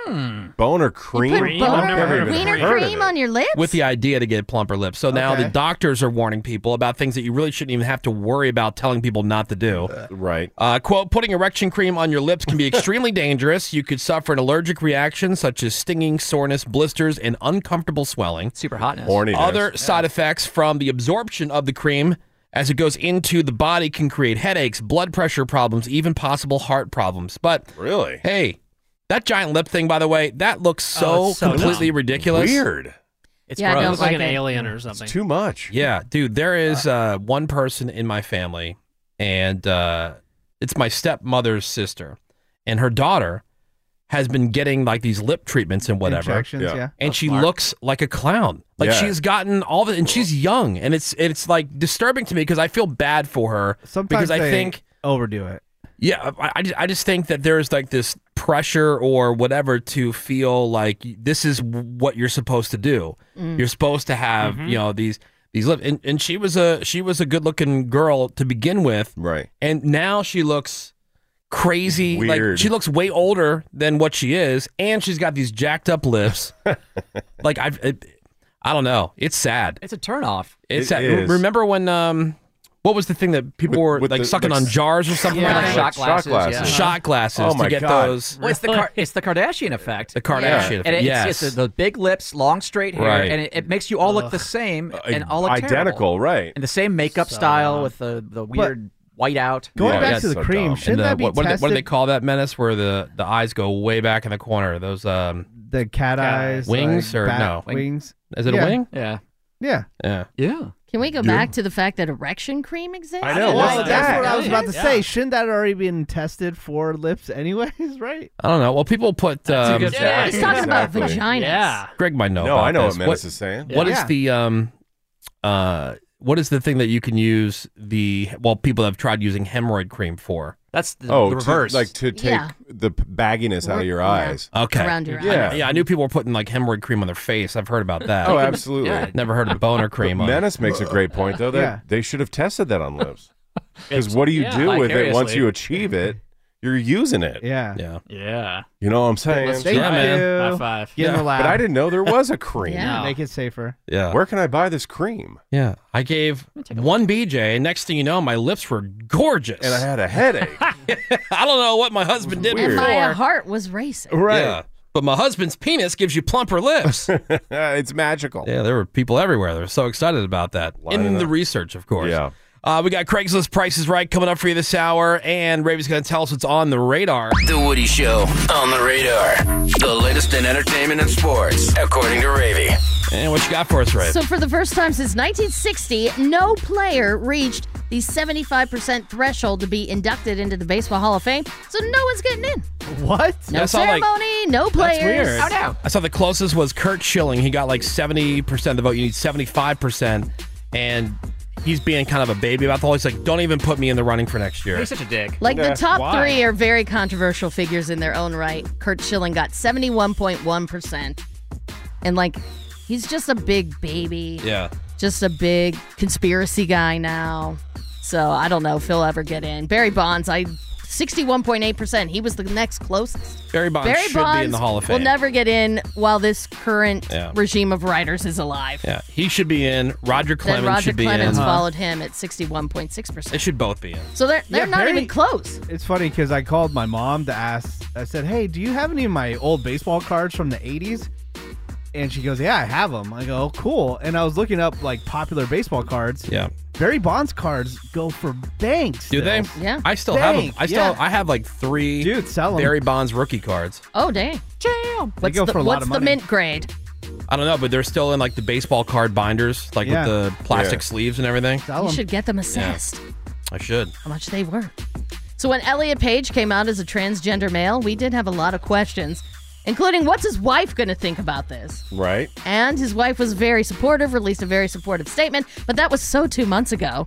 Speaker 2: Boner cream?
Speaker 7: Hmm. Put boner, wiener cream on your lips?
Speaker 2: With the idea to get plumper lips. So now the
Speaker 7: Okay.
Speaker 2: doctors are warning people about things that you really shouldn't even have to worry about telling people not to do. right. Uh, quote Putting erection cream on your lips can be extremely dangerous. You could suffer an allergic reaction such as stinging, soreness, blisters, and uncomfortable swelling.
Speaker 8: Super hotness.
Speaker 2: Other side effects from the absorption of the cream as it goes into the body can create headaches, blood pressure problems, even possible heart problems. But really, hey, that giant lip thing, by the way, that looks so,
Speaker 3: Oh, it's so
Speaker 2: completely
Speaker 3: dumb.
Speaker 2: ridiculous.
Speaker 3: Weird.
Speaker 2: It's
Speaker 3: Yeah, I gross. don't Looks like like an it. alien
Speaker 2: Mm.
Speaker 3: or something.
Speaker 2: too much. Yeah, dude. There is uh, one person in my family, and uh, it's my stepmother's sister, and her daughter has been getting like these lip treatments and whatever.
Speaker 4: Injections, Yeah. yeah.
Speaker 2: And she looks like a clown. Like
Speaker 4: Yeah.
Speaker 2: she's gotten all the, and she's young, and it's it's like disturbing to me because I feel bad for her.
Speaker 4: Sometimes
Speaker 2: because I
Speaker 4: they
Speaker 2: think
Speaker 4: overdo it.
Speaker 2: yeah, I, I, ju- I just think that there's like this pressure or whatever to feel like this is what you're supposed to do.
Speaker 21: Mm.
Speaker 2: You're supposed to have
Speaker 21: Mhm.
Speaker 2: you know these these lip and, and she was a she was a good looking girl to begin with, right? And now she looks crazy. Like
Speaker 6: Weird.
Speaker 2: she looks way older than what she is, and she's got these jacked up lips. like I've. It, I don't know. It's sad.
Speaker 8: It's a turnoff.
Speaker 2: It's
Speaker 8: It
Speaker 2: sad.
Speaker 8: is.
Speaker 2: Remember when um, what was the thing that people were like
Speaker 8: the-
Speaker 2: sucking
Speaker 8: like
Speaker 2: on
Speaker 8: s-
Speaker 2: jars or something like
Speaker 8: Yeah, like
Speaker 2: that?
Speaker 8: shot Shot glasses, glasses. yeah.
Speaker 2: Shot glasses
Speaker 8: Oh my
Speaker 2: to get
Speaker 8: God.
Speaker 2: those.
Speaker 8: Well, it's the Car- it's the Kardashian effect. The
Speaker 2: Kardashian effect,
Speaker 8: And it's,
Speaker 2: yes.
Speaker 8: it's the, the big lips, long straight hair,
Speaker 2: Right.
Speaker 8: and it, it makes you all look the same and all look terrible.
Speaker 6: Identical, right.
Speaker 8: And the same makeup
Speaker 6: So-
Speaker 8: style with the the weird white out.
Speaker 4: Going back to the cream,
Speaker 2: And
Speaker 4: shouldn't
Speaker 2: the-
Speaker 4: that be
Speaker 2: what, what, do they, what do they
Speaker 4: tested-
Speaker 2: call that menace where the, the eyes go way back in the corner? Those um
Speaker 4: The cat eyes,
Speaker 2: wings
Speaker 4: like,
Speaker 2: or
Speaker 4: bat
Speaker 2: no
Speaker 4: wings.
Speaker 2: Is it
Speaker 4: Yeah.
Speaker 2: a wing?
Speaker 8: Yeah.
Speaker 4: Yeah.
Speaker 2: Yeah.
Speaker 8: Yeah.
Speaker 7: Can we go
Speaker 2: Yeah.
Speaker 7: back to the fact that erection cream exists?
Speaker 2: I know, what's
Speaker 4: Well, that's
Speaker 2: that?
Speaker 4: what I was about to
Speaker 2: Yeah.
Speaker 4: say. Shouldn't that already been tested for lips, anyways? Right?
Speaker 2: I don't know. Well, people put.
Speaker 4: a
Speaker 2: Um,
Speaker 4: good point. Yeah, he's talking about Exactly. vaginas. Yeah.
Speaker 2: Ah. Greg might know.
Speaker 6: No,
Speaker 2: about
Speaker 6: I know what
Speaker 2: this.
Speaker 6: Menace is saying.
Speaker 2: What is
Speaker 6: Yeah.
Speaker 2: the um, uh, what is the thing that you can use the well people have tried using hemorrhoid cream for?
Speaker 8: That's
Speaker 6: oh, To, like to take
Speaker 2: Yeah.
Speaker 6: the p- bagginess out of your eyes.
Speaker 2: Okay.
Speaker 6: Yeah.
Speaker 2: I, yeah, I knew people were putting like hemorrhoid cream on their face. I've heard about that.
Speaker 6: Oh, absolutely.
Speaker 2: Never heard of boner cream.
Speaker 6: But
Speaker 2: on it.
Speaker 6: Menace makes a great point though that
Speaker 2: Yeah.
Speaker 6: they should have tested that on lips. Because what do you
Speaker 2: yeah,
Speaker 6: do with it once
Speaker 2: vicariously.
Speaker 6: you achieve it? You're using it.
Speaker 4: Yeah.
Speaker 2: Yeah.
Speaker 3: Yeah.
Speaker 6: You know what I'm saying?
Speaker 4: Let's thank Yeah, man. you. High five. Get in the lab.
Speaker 6: But I didn't know there was a cream.
Speaker 4: Yeah. Make it safer.
Speaker 2: Yeah.
Speaker 6: Where can I buy this cream?
Speaker 2: Yeah. I gave one BJ, and next thing you know, my lips were gorgeous. And
Speaker 6: I had a headache.
Speaker 2: I don't know what my husband did
Speaker 7: And
Speaker 2: before.
Speaker 7: my heart was racing.
Speaker 2: Yeah. But my husband's penis gives you plumper lips.
Speaker 6: it's magical.
Speaker 2: Yeah, there were people everywhere. They were so excited about that.
Speaker 6: it
Speaker 2: In
Speaker 6: up.
Speaker 2: the research, of course.
Speaker 6: Yeah.
Speaker 2: Uh, we got Craigslist Prices Right coming up for you this hour, and Ravi's going to tell us what's on the radar.
Speaker 10: The Woody Show on the radar. The latest in entertainment and sports, according to Ravy.
Speaker 2: And what you got for us, Ravi?
Speaker 7: So, for the first time since 1960, no player reached the 75% threshold to be inducted into the Baseball Hall of Fame. So, no one's getting in.
Speaker 4: What?
Speaker 7: No
Speaker 2: I saw, like-
Speaker 7: ceremony, no players.
Speaker 2: That's weird. I saw the closest was Kurt Schilling. He got like 70% of the vote. You need 75%. And he's being kind of a baby about the whole. He's like, don't even put me in the running for next year.
Speaker 8: He's such a dick.
Speaker 7: Like the top three are very controversial figures in their own right. Kurt Schilling got 71.1%. And like, he's just a big baby.
Speaker 2: Yeah.
Speaker 7: Just a big conspiracy guy now. So I don't know if he'll ever get in. Barry Bonds, I. 61.8%. He was the next closest.
Speaker 2: Barry Bonds
Speaker 7: Barry
Speaker 2: should be in
Speaker 7: Bonds
Speaker 2: the Hall of
Speaker 7: will
Speaker 2: Fame.
Speaker 7: never get in while this current
Speaker 2: Yeah.
Speaker 7: regime of writers is alive.
Speaker 2: Yeah. He should be in. Roger Clemens
Speaker 7: then Roger
Speaker 2: should be
Speaker 7: Clemens
Speaker 2: in.
Speaker 7: followed him at 61.6%.
Speaker 2: They should both be in.
Speaker 7: So they're, they're
Speaker 4: Yeah,
Speaker 7: not
Speaker 4: Barry-
Speaker 7: even close.
Speaker 4: It's funny because I called my mom to ask. I said, "Hey, do you have any of my old baseball cards from the '80s?" And she goes, "Yeah, I have them." I go, oh, "Cool." And I was looking up like popular baseball cards.
Speaker 2: Yeah.
Speaker 4: Barry Bonds cards go for banks.
Speaker 2: Do they?
Speaker 7: Yeah.
Speaker 2: I still have them. I still I have like three Dude,
Speaker 4: sell 'em.
Speaker 2: Barry Bonds rookie cards.
Speaker 7: Oh, dang. Damn. What's,
Speaker 2: go
Speaker 7: the,
Speaker 2: for a lot
Speaker 7: what's
Speaker 2: of
Speaker 7: the
Speaker 2: money.
Speaker 7: mint grade?
Speaker 2: I don't know, but they're still in like the baseball card binders, like
Speaker 7: Yeah.
Speaker 2: with the plastic
Speaker 7: Yeah.
Speaker 2: sleeves and everything.
Speaker 7: You should get them assessed.
Speaker 2: I should.
Speaker 7: How much they were. So when Elliot Page came out as a transgender male, we did have a lot of questions, including what's his wife going to think about this?
Speaker 6: Right?
Speaker 7: And his wife was very supportive, released a very supportive statement, but that was so two months ago,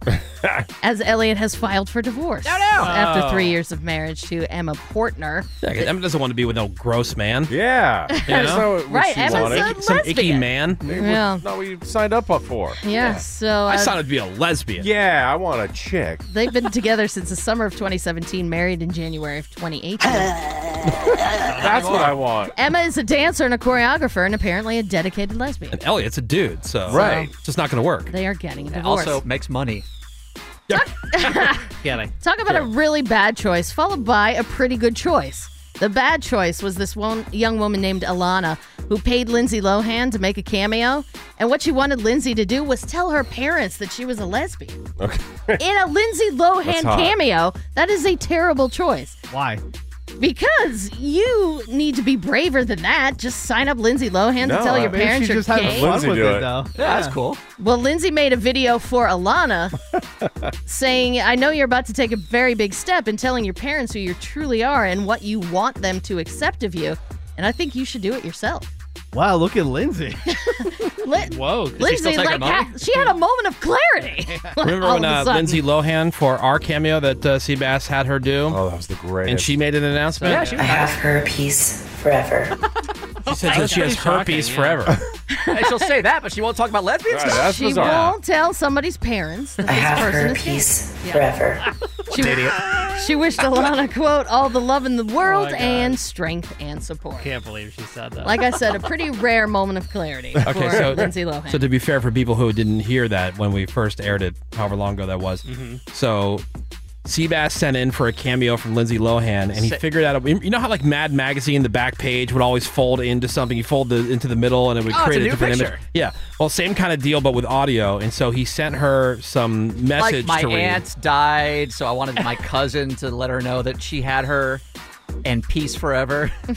Speaker 7: as Elliot has filed for divorce after
Speaker 2: Oh.
Speaker 7: three years of marriage to Emma Portner.
Speaker 2: Yeah, 'cause Emma doesn't want to be with no gross man.
Speaker 6: Yeah.
Speaker 2: You
Speaker 7: That's not
Speaker 2: know?
Speaker 7: what Right, she Emma's wanted. a
Speaker 2: Some icky
Speaker 7: lesbian.
Speaker 2: man.
Speaker 7: Yeah.
Speaker 6: Not what you signed up for.
Speaker 7: Yeah, so
Speaker 2: I
Speaker 7: uh,
Speaker 2: signed up to be a lesbian.
Speaker 6: Yeah, I want a chick.
Speaker 7: they've been together since the summer of 2017, married in January of 2018.
Speaker 6: That's what I want.
Speaker 7: Emma is a dancer and a choreographer, and apparently a dedicated lesbian.
Speaker 2: And Elliot's a dude, so
Speaker 7: Right.
Speaker 2: it's just not going to work.
Speaker 7: They are getting
Speaker 8: And
Speaker 7: divorced.
Speaker 8: also makes money. Yeah.
Speaker 7: Talk about a really bad choice, followed by a pretty good choice. The bad choice was this one young woman named Alana, who paid Lindsay Lohan to make a cameo. And what she wanted Lindsay to do was tell her parents that she was a lesbian.
Speaker 6: Okay.
Speaker 7: In a Lindsay Lohan
Speaker 6: That's hot.
Speaker 7: cameo, that is a terrible choice.
Speaker 4: Why?
Speaker 7: Because you need to be braver than that. Just sign up Lindsay Lohan to tell your parents you're gay.
Speaker 4: Lindsay with do it, it.
Speaker 8: though.
Speaker 4: though.
Speaker 8: Yeah, that's
Speaker 4: Yeah.
Speaker 8: cool.
Speaker 7: Well, Lindsay made a video for Alana saying, I know you're about to take a very big step in telling your parents who you truly are and what you want them to accept of you. And I think you should do it yourself.
Speaker 4: Wow, look at Lindsay.
Speaker 7: Lin-
Speaker 4: Whoa,
Speaker 7: Lindsay, like, ha- she had a moment of clarity. Like,
Speaker 2: Remember
Speaker 7: all
Speaker 2: when
Speaker 7: of a
Speaker 2: uh,
Speaker 7: sudden.
Speaker 2: Lindsay Lohan for our cameo that uh, Seabass had her do? Oh,
Speaker 6: that was the greatest.
Speaker 2: And she made an announcement.
Speaker 21: I have herpes forever.
Speaker 2: she said that she has herpes forever.
Speaker 8: And she'll say that, but she won't talk about lesbians.
Speaker 7: she won't tell somebody's parents that this person is gay. Yeah. She, she wished Alana, quote, all the love in the
Speaker 2: Oh
Speaker 7: world
Speaker 3: God.
Speaker 7: and strength and support.
Speaker 3: Can't believe she said that.
Speaker 7: Like I said, a pretty rare moment of clarity
Speaker 2: Okay,
Speaker 7: for
Speaker 2: so
Speaker 7: Lindsay Lohan.
Speaker 2: So to be fair for people who didn't hear that when we first aired it, however long ago that was,
Speaker 7: Mhm.
Speaker 2: so Seabass sent in for a cameo from Lindsay Lohan, and he
Speaker 8: Sick.
Speaker 2: figured out you know how like Mad Magazine the back page would always fold into something, you fold the, into the middle, and it would
Speaker 8: Oh, it's
Speaker 2: create
Speaker 8: a new
Speaker 2: different
Speaker 8: picture.
Speaker 2: image. Yeah, well, same kind of deal, but with audio. And so he sent her some message
Speaker 8: like my
Speaker 2: to read.
Speaker 8: aunt died, so I wanted my cousin to let her know that she had her and peace forever.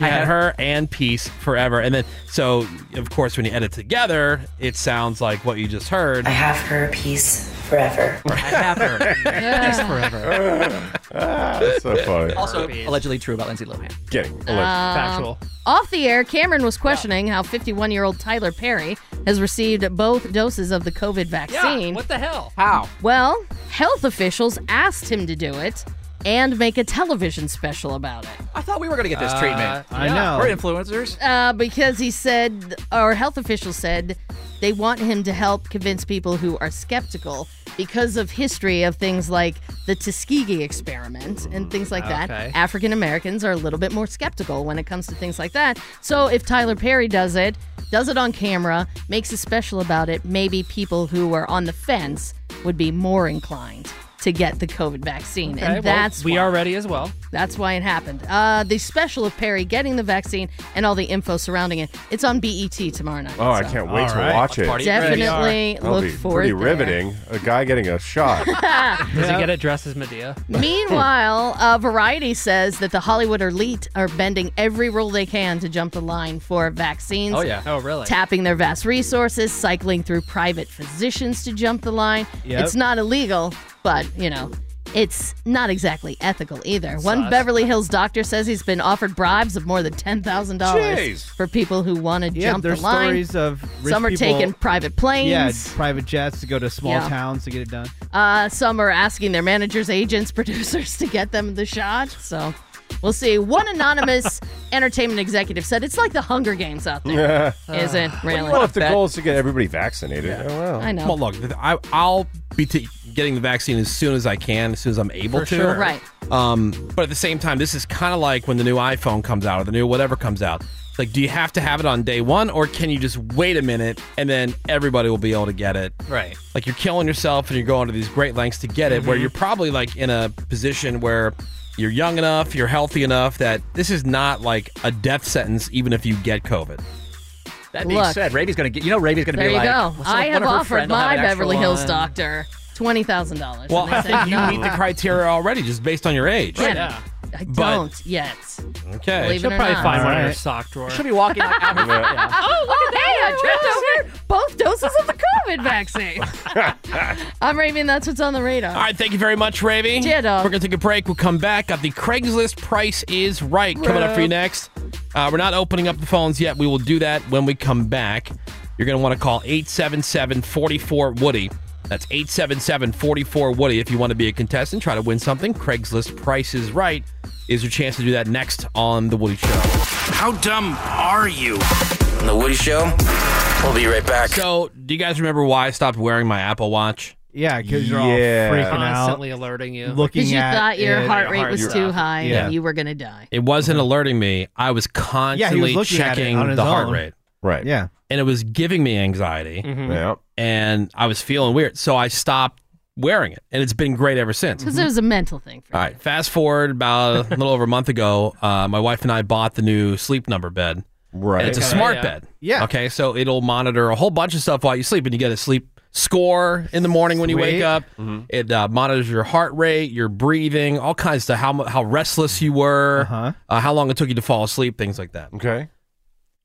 Speaker 2: I had her and peace forever. And then, so of course, when you edit together, it sounds like what you just heard. I
Speaker 21: have her peace forever.
Speaker 8: I have her. Peace forever.
Speaker 6: Ah, that's so funny.
Speaker 8: Also, allegedly true about Lindsay Lohan.
Speaker 6: Getting
Speaker 2: Uh,
Speaker 7: Um, Off the air, Cameron was questioning how 51 year old Tyler Perry has received both doses of the COVID vaccine.
Speaker 8: what the hell? How?
Speaker 7: Well, health officials asked him to do it, and make a television special about it.
Speaker 8: I thought we were going to get this
Speaker 3: Uh,
Speaker 8: treatment.
Speaker 3: I know.
Speaker 8: We're influencers.
Speaker 7: Uh, because he said, our health officials said, they want him to help convince people who are skeptical because of history of things like the Tuskegee experiment and things like that.
Speaker 22: Okay.
Speaker 7: African Americans are a little bit more skeptical when it comes to things like that. So if Tyler Perry does it, does it on camera, makes a special about it, maybe people who are on the fence would be more inclined to get the COVID vaccine.
Speaker 3: Okay, well,
Speaker 7: and that's
Speaker 3: we
Speaker 7: why.
Speaker 3: are ready as well.
Speaker 7: That's why it happened. Uh, the special of Perry getting the vaccine and all the info surrounding it. It's on BET tomorrow night.
Speaker 6: Oh, I
Speaker 7: so.
Speaker 6: can't wait to
Speaker 7: All right.
Speaker 6: watch it.
Speaker 7: Party Definitely
Speaker 6: That'll
Speaker 7: look
Speaker 6: be
Speaker 7: forward
Speaker 6: Pretty
Speaker 7: there.
Speaker 6: riveting. A guy getting a shot.
Speaker 3: Does he get a dress as Medea?
Speaker 7: Meanwhile, uh, Variety says that the Hollywood elite are bending every rule they can to jump the line for vaccines.
Speaker 3: Oh, yeah. Oh, really?
Speaker 7: Tapping their vast resources, cycling through private physicians to jump the line.
Speaker 22: Yep.
Speaker 7: It's not illegal, but, you know, it's not exactly ethical either. One
Speaker 22: Sus.
Speaker 7: Beverly Hills doctor says he's been offered bribes of more than $10,000
Speaker 4: Jeez.
Speaker 7: for people who want to
Speaker 4: Yeah,
Speaker 7: jump the
Speaker 4: there's
Speaker 7: line.
Speaker 4: stories of rich
Speaker 7: Some are
Speaker 4: people-
Speaker 7: taking private planes.
Speaker 4: Yeah, private jets to go to small
Speaker 7: Yeah.
Speaker 4: towns to get it done.
Speaker 7: Uh, some are asking their managers, agents, producers to get them the shot. So we'll see. One anonymous entertainment executive said it's like the Hunger Games out there.
Speaker 6: Uh,
Speaker 7: Isn't really.
Speaker 6: Well, if the goal is to get everybody vaccinated,
Speaker 7: Yeah.
Speaker 6: oh, well.
Speaker 7: I know.
Speaker 2: Well, look, I, I'll be t- getting the vaccine as soon as I can, as soon as I'm able
Speaker 7: For
Speaker 2: to.
Speaker 7: sure. Right.
Speaker 2: Um, but at the same time, this is kind of like when the new iPhone comes out or the new whatever comes out. It's Like, do you have to have it on day one, or can you just wait a minute and then everybody will be able to get it?
Speaker 8: Right.
Speaker 2: Like you're killing yourself and you're going to these great lengths to get it, where
Speaker 7: Mm-hmm.
Speaker 8: Mhm.
Speaker 2: you're probably like in a position where you're young enough, you're healthy enough that this is not like a death sentence, even if you get COVID.
Speaker 8: That being
Speaker 7: Look.
Speaker 8: said, Raby's going to get. You know, Raby's going to
Speaker 7: There
Speaker 8: be
Speaker 7: you
Speaker 8: like.
Speaker 7: go.
Speaker 8: "Well, some-
Speaker 7: I
Speaker 8: one
Speaker 7: have
Speaker 8: of her
Speaker 7: offered
Speaker 8: friend will have
Speaker 7: my
Speaker 8: an extra
Speaker 7: Beverly Hills
Speaker 8: one."
Speaker 7: doctor twenty thousand dollars.
Speaker 2: Well, I think you meet the criteria already just based on your age.
Speaker 7: I don't
Speaker 2: But-
Speaker 7: yet.
Speaker 2: Okay.
Speaker 7: Believe it
Speaker 3: She'll
Speaker 7: or
Speaker 3: probably
Speaker 7: not.
Speaker 3: find one in her
Speaker 2: Alright.
Speaker 3: sock drawer.
Speaker 8: She'll be walking like out of
Speaker 2: Yeah.
Speaker 7: Oh, look at that! I tripped over both doses of the COVID vaccine. I'm Raymond. That's what's on the radar.
Speaker 2: All right, thank you very much, Ravy.
Speaker 7: Yeah, dog.
Speaker 2: We're going to take a break. We'll come back. Got the Craigslist price is right coming up for you next. Uh, we're not opening up the phones yet. We will do that when we come back. You're going to want to call 877 44 Woody. That's 877 44 Woody. If you want to be a contestant, try to win something. Craigslist price is right is your chance to do that next on The Woody Show.
Speaker 15: How dumb are you? The Woody Show. We'll be right back.
Speaker 2: So, do you guys remember why I stopped wearing my Apple Watch?
Speaker 4: Yeah, 'cause you're all freaking out.
Speaker 3: Constantly alerting you.
Speaker 4: Looking
Speaker 7: Because you
Speaker 4: at
Speaker 7: thought your
Speaker 4: it.
Speaker 7: heart rate
Speaker 2: heart
Speaker 7: was
Speaker 2: rate.
Speaker 7: too high
Speaker 2: Yeah.
Speaker 7: and you were gonna die.
Speaker 2: It wasn't alerting me. I was constantly
Speaker 4: looking at it
Speaker 2: checking
Speaker 4: on his
Speaker 2: the heart
Speaker 4: own.
Speaker 2: rate.
Speaker 6: Right.
Speaker 4: Yeah.
Speaker 2: And it was giving me anxiety.
Speaker 4: Mhm.
Speaker 6: Yeah.
Speaker 2: And I was feeling weird. So I stopped wearing it. And it's been great ever since.
Speaker 7: Because it was a mental thing.
Speaker 2: All right. Fast forward about a little over a month ago, uh, my wife and I bought the new sleep number bed.
Speaker 6: Right.
Speaker 2: And it's a
Speaker 6: Okay.
Speaker 2: smart
Speaker 6: Yeah.
Speaker 2: bed.
Speaker 6: Yeah.
Speaker 2: Okay. So it'll monitor a whole bunch of stuff while you sleep, and you get a sleep score in the morning when you wake
Speaker 6: Sweet. Mm-hmm.
Speaker 2: up. It uh, monitors your heart rate, your breathing, all kinds of stuff, how, mu- how restless you were, uh how long it took you to fall asleep, things like that.
Speaker 6: Uh-huh. Okay.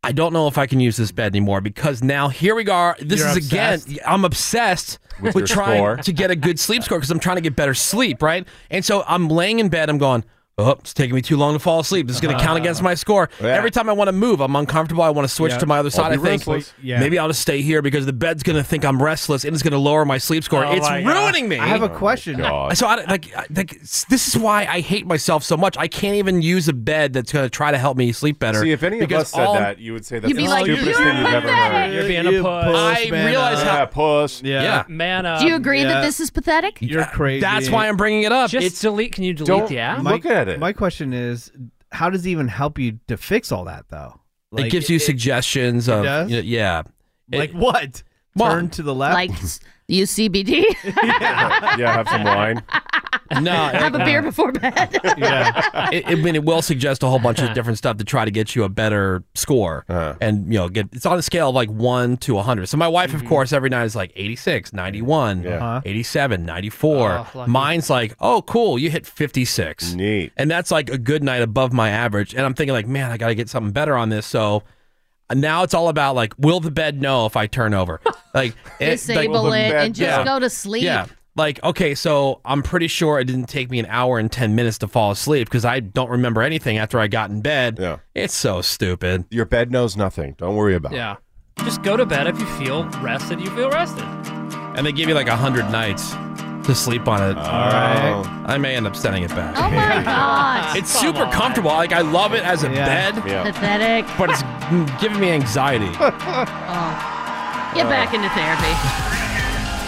Speaker 2: I don't know if I can use this bed anymore because now here we are. This
Speaker 6: You're
Speaker 2: is again,
Speaker 6: obsessed?
Speaker 2: I'm obsessed with,
Speaker 6: With your
Speaker 2: trying
Speaker 6: score.
Speaker 2: to get a good sleep score because I'm trying to get better sleep, right? And so I'm laying in bed, I'm going, oh, it's taking me too long to fall asleep. This is going to count against my score. Every time I want to move, I'm uncomfortable. I want to switch
Speaker 6: Yeah.
Speaker 2: to my other
Speaker 6: I'll
Speaker 2: side
Speaker 6: be
Speaker 2: of things.
Speaker 6: restless. Yeah.
Speaker 2: Maybe I'll just stay here because the bed's going to think I'm restless and it's going to lower my sleep score.
Speaker 4: Oh
Speaker 2: it's
Speaker 4: my God.
Speaker 2: ruining me.
Speaker 4: I have a
Speaker 6: Oh,
Speaker 4: question.
Speaker 2: So I, like, I- like s- this is why I hate myself so much. I can't even use a bed that's going to try to help me sleep better.
Speaker 6: See, if any of
Speaker 2: because
Speaker 6: us said
Speaker 2: all-
Speaker 6: that, you would say that's
Speaker 2: You'd be
Speaker 6: the
Speaker 2: like,
Speaker 6: stupidest
Speaker 2: "You're
Speaker 6: thing you've ever heard.
Speaker 2: pathetic. You're being a You puss. puss, I man, realize uh, how-
Speaker 6: Yeah, puss.
Speaker 2: Yeah.
Speaker 3: Man up.
Speaker 7: Do
Speaker 2: Um,
Speaker 7: you agree that this is pathetic?
Speaker 4: You're crazy.
Speaker 2: That's why I'm bringing it up.
Speaker 3: Just
Speaker 2: It's-
Speaker 3: delete. Can you delete
Speaker 4: Don't
Speaker 3: the app?
Speaker 4: My, My question is, how does it even help you to fix all that though?
Speaker 2: it gives you suggestions of
Speaker 4: does?
Speaker 2: y- yeah.
Speaker 4: like what?
Speaker 2: Well-
Speaker 4: Turn to the left.
Speaker 7: Like use CBD.
Speaker 6: yeah, have some wine.
Speaker 2: No,
Speaker 7: Have a beer before bed.
Speaker 2: yeah. It, I mean, it will suggest a whole bunch of different stuff to try to get you a better score, and you know, get it's on a scale of like one to hundred. So my wife,
Speaker 6: Mm-hmm.
Speaker 2: of course, every night is like 86, 91, 87, 94.
Speaker 6: Uh-huh. Oh, lucky.
Speaker 2: Mine's like, oh, cool, you hit fifty six,
Speaker 6: neat,
Speaker 2: and that's like a good night above my average. And I'm thinking like, man, I got to get something better on this. So. uh, Now it's all about like, will the bed know if I turn over? Like, it- like-
Speaker 7: Disable it and just
Speaker 2: Yeah.
Speaker 7: go to sleep.
Speaker 2: Yeah. Like, okay, so I'm pretty sure it didn't take me an hour and 10 minutes to fall asleep because I don't remember anything after I got in bed. Yeah. It's so stupid.
Speaker 6: Your bed knows nothing. Don't worry about
Speaker 3: Yeah. Just go to bed if you feel rested. You feel rested.
Speaker 6: Oh.
Speaker 2: it. And they give you like 100 nights to sleep on it. All
Speaker 6: right.
Speaker 2: I may end up sending it back.
Speaker 7: Oh my god.
Speaker 2: It's super comfortable. Like I love it as a bed.
Speaker 7: Pathetic.
Speaker 2: But it's giving me anxiety.
Speaker 7: oh.
Speaker 2: Uh,
Speaker 7: Get back into therapy.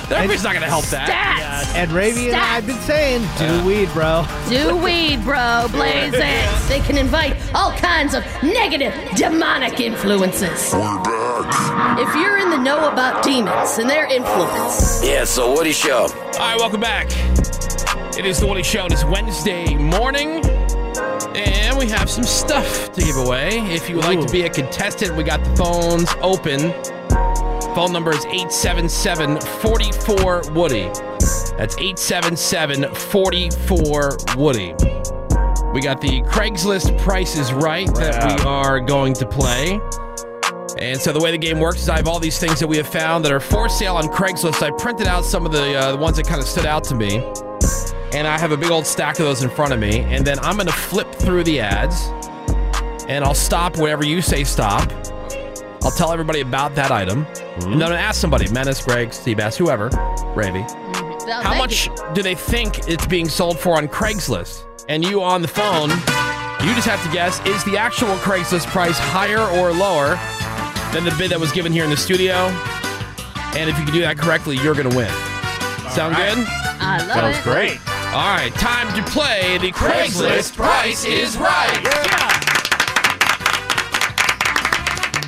Speaker 2: Therapy's not gonna help
Speaker 7: Stats.
Speaker 2: that.
Speaker 4: And Ravi and I've been saying, do weed, bro.
Speaker 7: Do weed, bro. Blaze it. They can invite all kinds of negative, demonic influences. If you're in the know about demons and their influence,
Speaker 10: Yeah, so Woody Show.
Speaker 2: All right, welcome back. It is the Woody Show. It's Wednesday morning, and we have some stuff to give away. If you would like to be a contestant, we got the phones open. Phone number is 877 44 Woody. That's 877 44 Woody. We got the Craigslist prices right that we are going to play. And so the way the game works is I have all these things that we have found that are for sale on Craigslist. I printed out some of the, uh, the ones that kind of stood out to me. And I have a big old stack of those in front of me. And then I'm going to flip through the ads. And I'll stop whenever you say stop. I'll tell everybody about that item. And then I'm going to ask somebody Menace, Greg, Seabass, whoever, Ravy.
Speaker 7: Mm-hmm.
Speaker 2: How much do they think it's being sold for on Craigslist? And you on the phone, you just have to guess is the actual Craigslist price higher or lower than the bid that was given here in the studio? And if you can do that correctly, you're going to win. Sound good?
Speaker 7: I love it.
Speaker 2: All right, time to play the
Speaker 14: Craigslist
Speaker 2: Craigslist Price is Right.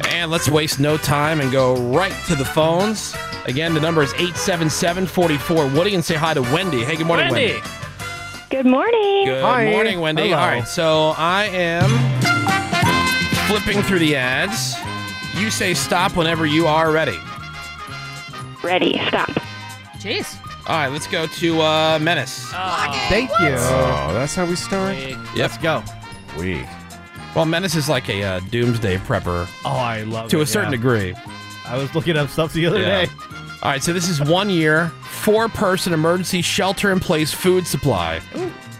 Speaker 2: And let's waste no time and go right to the phones. Again, the number is 877-44 Woody and say hi to Wendy. Hey, good morning, Wendy.
Speaker 22: Good morning.
Speaker 2: Good morning, Wendy. All right, so I am flipping through the ads. You say stop whenever you are ready.
Speaker 22: Ready. Stop.
Speaker 7: Jeez.
Speaker 2: All right, let's go to uh, Menace.
Speaker 4: Thank you.
Speaker 6: Oh, that's how we start.
Speaker 2: Let's go.
Speaker 6: Weak.
Speaker 2: Well, Menace is like a uh, doomsday prepper.
Speaker 4: Oh, I love
Speaker 2: to
Speaker 4: it,
Speaker 2: a certain
Speaker 4: yeah.
Speaker 2: degree.
Speaker 4: I was looking up stuff the other
Speaker 2: Yeah.
Speaker 4: day.
Speaker 2: All right, so this is one year, four person emergency shelter in place food supply.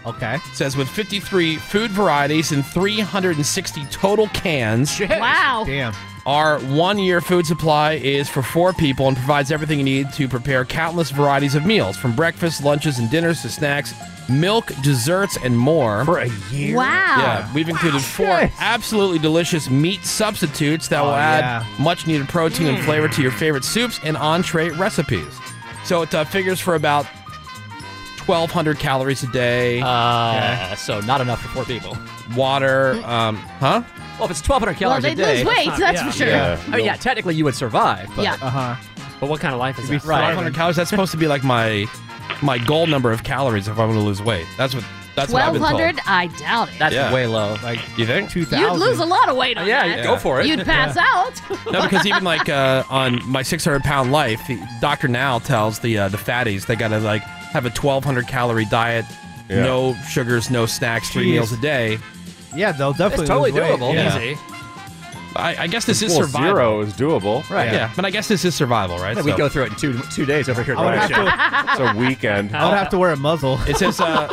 Speaker 4: Okay.
Speaker 2: Says with 53 food varieties and 360 total cans.
Speaker 7: Wow.
Speaker 4: Damn.
Speaker 2: Our one year food supply is for four people and provides everything you need to prepare countless varieties of meals from breakfast, lunches, and dinners to snacks, milk, desserts, and more. For a year?
Speaker 14: Wow.
Speaker 2: Yeah, we've included four absolutely delicious meat substitutes that will add
Speaker 4: yeah.
Speaker 2: much needed protein
Speaker 8: Mm.
Speaker 2: and flavor to your favorite soups and entree recipes. So it uh, figures for about 1,200 calories a day.
Speaker 8: Uh, So not enough for four people. Mm.
Speaker 2: Water, um, huh?
Speaker 8: Well, if it's 1,200
Speaker 2: Well,
Speaker 8: calories a
Speaker 2: they'd lose
Speaker 8: day,
Speaker 2: weight,
Speaker 8: not-
Speaker 2: that's for sure. Yeah.
Speaker 8: I mean, yeah, technically you would survive. But,
Speaker 2: Yeah.
Speaker 8: Uh huh. But what kind of life is that?
Speaker 2: Right. 500 calories. That's supposed to be like my my goal number of calories if I want to lose weight. That's what that's what I've been told.
Speaker 7: 1200? I doubt it.
Speaker 2: way low. Like you think? Two
Speaker 7: You'd lose a lot of weight on
Speaker 2: Yeah,
Speaker 7: that.
Speaker 2: you go for it.
Speaker 7: You'd pass
Speaker 2: Yeah.
Speaker 7: out.
Speaker 2: No, because even like uh, on my 600 pound life, the Doctor Now tells the uh, the fatties they gotta like have a 1200 calorie diet,
Speaker 4: Yeah.
Speaker 2: no sugars, no snacks, three
Speaker 4: Jeez.
Speaker 2: meals a day.
Speaker 4: Yeah, they'll definitely.
Speaker 2: totally
Speaker 4: lose weight.
Speaker 2: doable.
Speaker 4: Yeah.
Speaker 2: Easy. I, I guess this is
Speaker 6: Well,
Speaker 2: survival.
Speaker 6: zero is doable.
Speaker 2: Right. Yeah. but I guess this is survival, right?
Speaker 6: Yeah, we go through
Speaker 2: it in two two days over here.
Speaker 6: at I would Riot have It's a weekend.
Speaker 4: I would have to wear a muzzle.
Speaker 2: It says uh,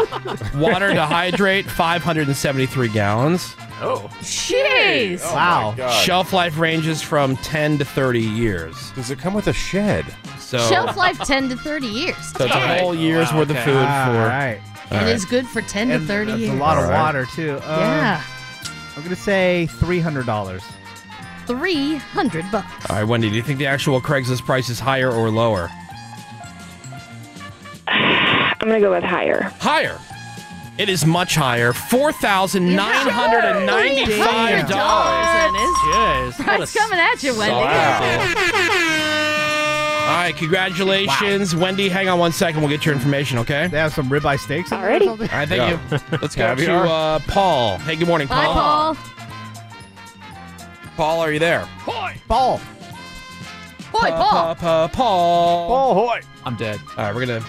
Speaker 2: water to hydrate, 573 gallons.
Speaker 8: Oh.
Speaker 7: Jeez.
Speaker 6: Oh
Speaker 2: Shelf life ranges from 10 to 30 years.
Speaker 6: Does it come with a shed?
Speaker 2: So,
Speaker 7: Shelf life 10 to 30 years.
Speaker 2: so it's a
Speaker 7: Dang.
Speaker 2: whole year's worth of
Speaker 4: okay.
Speaker 2: food
Speaker 4: All
Speaker 2: for.
Speaker 4: right.
Speaker 2: All
Speaker 7: It
Speaker 2: right.
Speaker 7: is good for 10
Speaker 4: And
Speaker 7: to 30
Speaker 4: that's
Speaker 7: years.
Speaker 4: a lot of
Speaker 2: All right.
Speaker 4: water too. Um,
Speaker 7: Yeah.
Speaker 4: I'm gonna say three hundred dollars.
Speaker 7: 300 bucks.
Speaker 2: All right, Wendy, do you think the actual Craigslist price is higher or lower?
Speaker 22: I'm gonna go with higher.
Speaker 2: Higher. It is much higher. Four thousand nine hundred and ninety-five dollars.
Speaker 7: Jeez.
Speaker 2: what
Speaker 7: Price
Speaker 2: a
Speaker 7: coming at you, Wendy.
Speaker 2: All right, congratulations, Wendy. Hang on one second. We'll get your information, okay? They
Speaker 4: have some ribeye steaks.
Speaker 2: All
Speaker 4: Alrighty.
Speaker 2: All right, thank
Speaker 4: Yeah.
Speaker 2: you. Let's go to
Speaker 4: Caviar.
Speaker 2: uh, Paul. Hey, good morning,
Speaker 7: Bye,
Speaker 2: Paul.
Speaker 7: Paul.
Speaker 2: Paul, are you there?
Speaker 4: Paul.
Speaker 7: Boy, Paul.
Speaker 2: Paul. Paul.
Speaker 4: Hoy.
Speaker 2: I'm dead. All right, we're gonna.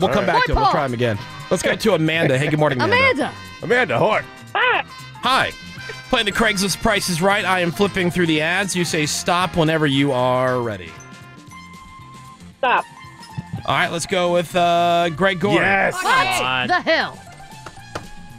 Speaker 2: We'll
Speaker 7: All
Speaker 2: come
Speaker 7: right.
Speaker 2: back to
Speaker 7: Boy,
Speaker 2: him. We'll
Speaker 7: Paul.
Speaker 2: try him again. Let's go to Amanda. Hey, good morning, Amanda.
Speaker 7: Amanda.
Speaker 2: Amanda Hort. Hi. Playing the Craigslist Price is Right. I am flipping through the ads. You say stop whenever you are ready.
Speaker 22: Stop.
Speaker 2: All right, let's go with uh, Greg Gore.
Speaker 7: What the hell?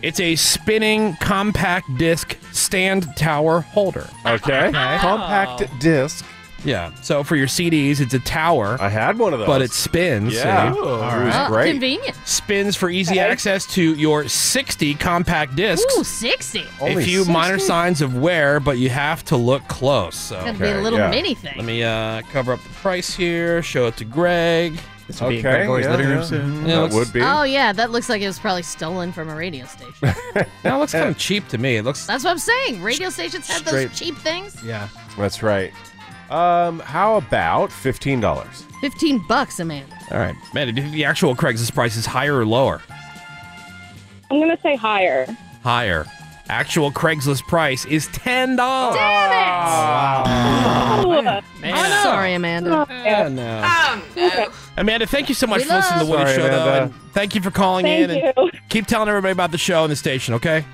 Speaker 2: It's a spinning compact disc stand tower holder.
Speaker 6: Okay. Compact disc
Speaker 2: Yeah. So for your CDs, it's a tower. I
Speaker 6: had one of those.
Speaker 2: But it spins.
Speaker 6: Yeah.
Speaker 2: see?
Speaker 6: Ooh. All right. It was great.
Speaker 7: Convenient.
Speaker 2: Spins for easy access to your 60 compact discs.
Speaker 7: Ooh, 60.
Speaker 2: a few minor signs of wear, but you have to look close. So
Speaker 7: It's gonna be a little Okay, yeah. mini thing.
Speaker 2: Let me uh, cover up the price here. Show it to Greg. This
Speaker 6: will be in Okay, Greg's yeah, living room yeah. soon. That would
Speaker 7: Oh, yeah, that looks like it was probably stolen from a radio station.
Speaker 2: That looks kind of cheap to me. It looks.
Speaker 7: That's what I'm saying. Radio stations have
Speaker 6: Straight-
Speaker 7: those cheap things.
Speaker 6: Yeah. That's right. Um, how about fifteen dollars?
Speaker 7: 15 bucks, Amanda.
Speaker 2: All right, man. The actual Craigslist price is higher or lower?
Speaker 22: I'm going to say higher.
Speaker 2: Higher. Actual Craigslist price is ten dollars. Oh,
Speaker 7: I'm sorry,
Speaker 22: Oh,
Speaker 7: Amanda.
Speaker 2: Yeah, no. Amanda, thank you so much
Speaker 7: We
Speaker 2: for listening to the
Speaker 7: love-
Speaker 2: Woody
Speaker 7: Sorry,
Speaker 2: Show, though.
Speaker 6: Amanda.
Speaker 2: And thank you for calling
Speaker 22: Thank
Speaker 2: in and keep telling everybody about the show and the station, okay?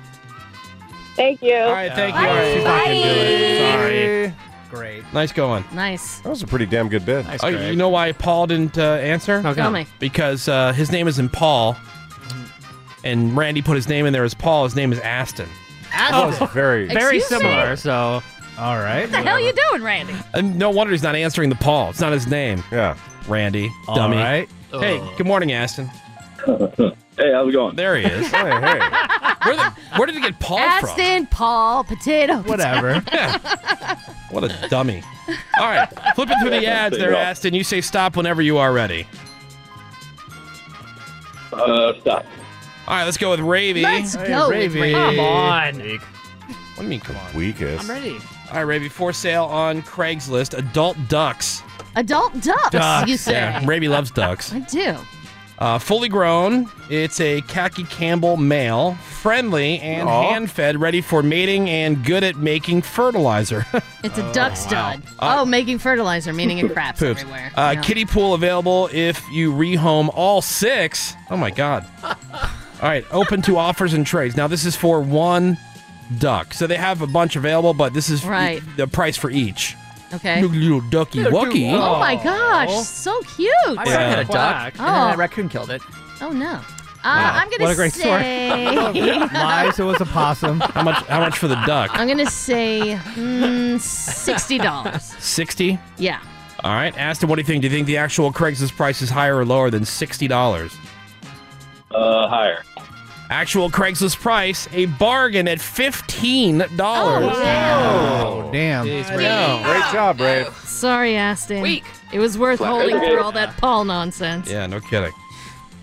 Speaker 22: Thank you. All
Speaker 2: right, thank you. All right, she's not gonna do it. Sorry. Great. Nice going.
Speaker 7: Nice.
Speaker 6: That was a pretty damn good bid.
Speaker 2: Oh, you know why Paul didn't uh, answer?
Speaker 7: Tell me.
Speaker 2: Because uh, his name isn't Paul, and Randy put his name in there as Paul. His name is Aston.
Speaker 6: Oh,
Speaker 7: Aston.
Speaker 2: That was very,
Speaker 7: Very Excuse similar, me?
Speaker 2: So, all right.
Speaker 7: What the hell are you doing, Randy?
Speaker 2: And Uh, no wonder he's not answering the Paul. It's not his name.
Speaker 6: Yeah.
Speaker 2: Randy,
Speaker 11: All
Speaker 2: dummy.
Speaker 11: right.
Speaker 2: Hey, good morning, Aston.
Speaker 11: hey, how's it going?
Speaker 2: There he is. hey, hey. Where, the, where did he get Paul from?
Speaker 7: Aston, Paul, potato.
Speaker 2: Whatever. What a dummy. All right, flipping through the ads there, Aston. You say stop whenever you are ready.
Speaker 11: Uh, stop.
Speaker 2: All right, let's go with Ravy.
Speaker 11: Let's Hey, go with Ravy. Ravy. Come on.
Speaker 2: What do you mean, come on?
Speaker 6: Weakest. I'm
Speaker 2: ready. All right, Ravy, for sale on Craigslist, adult ducks.
Speaker 7: Adult ducks, you say.
Speaker 2: Yeah, Ravy loves ducks.
Speaker 7: I do.
Speaker 2: Uh, fully grown, it's a khaki Campbell male, friendly and
Speaker 7: Aw.
Speaker 2: hand fed, ready for mating and good at making fertilizer.
Speaker 7: It's a duck stud.
Speaker 2: Uh,
Speaker 7: oh, making fertilizer, meaning it craps
Speaker 2: Poops.
Speaker 7: everywhere.
Speaker 2: Uh,
Speaker 7: Yeah.
Speaker 2: Kitty pool available if you rehome all six. Oh my god! all right, open to offers and trades. Now this is for one duck, so they have a bunch available, but this is
Speaker 7: Right.
Speaker 2: the price for each.
Speaker 7: Okay.
Speaker 2: Look, little ducky wucky.
Speaker 7: Oh my gosh, so cute.
Speaker 2: My son had a duck,
Speaker 8: and then a
Speaker 7: Oh,
Speaker 8: raccoon killed it.
Speaker 7: oh no. Uh,
Speaker 2: Wow.
Speaker 7: I'm gonna
Speaker 2: What a great
Speaker 7: say.
Speaker 2: story.
Speaker 7: I'm
Speaker 2: it was a possum. how much? How much for the duck?
Speaker 7: gonna say mm, sixty dollars.
Speaker 2: Sixty.
Speaker 7: Yeah.
Speaker 2: All right, Aston. What do you think? Do you think the actual Craigslist price is higher or lower than sixty dollars?
Speaker 11: Uh, higher.
Speaker 2: Actual Craigslist price, a bargain at fifteen dollars.
Speaker 4: Oh, damn.
Speaker 6: Great job, Brave.
Speaker 7: Sorry, Aston. Weak. It was worth
Speaker 2: Flat
Speaker 7: holding
Speaker 2: headed.
Speaker 7: through all that Paul nonsense.
Speaker 2: Yeah, no kidding.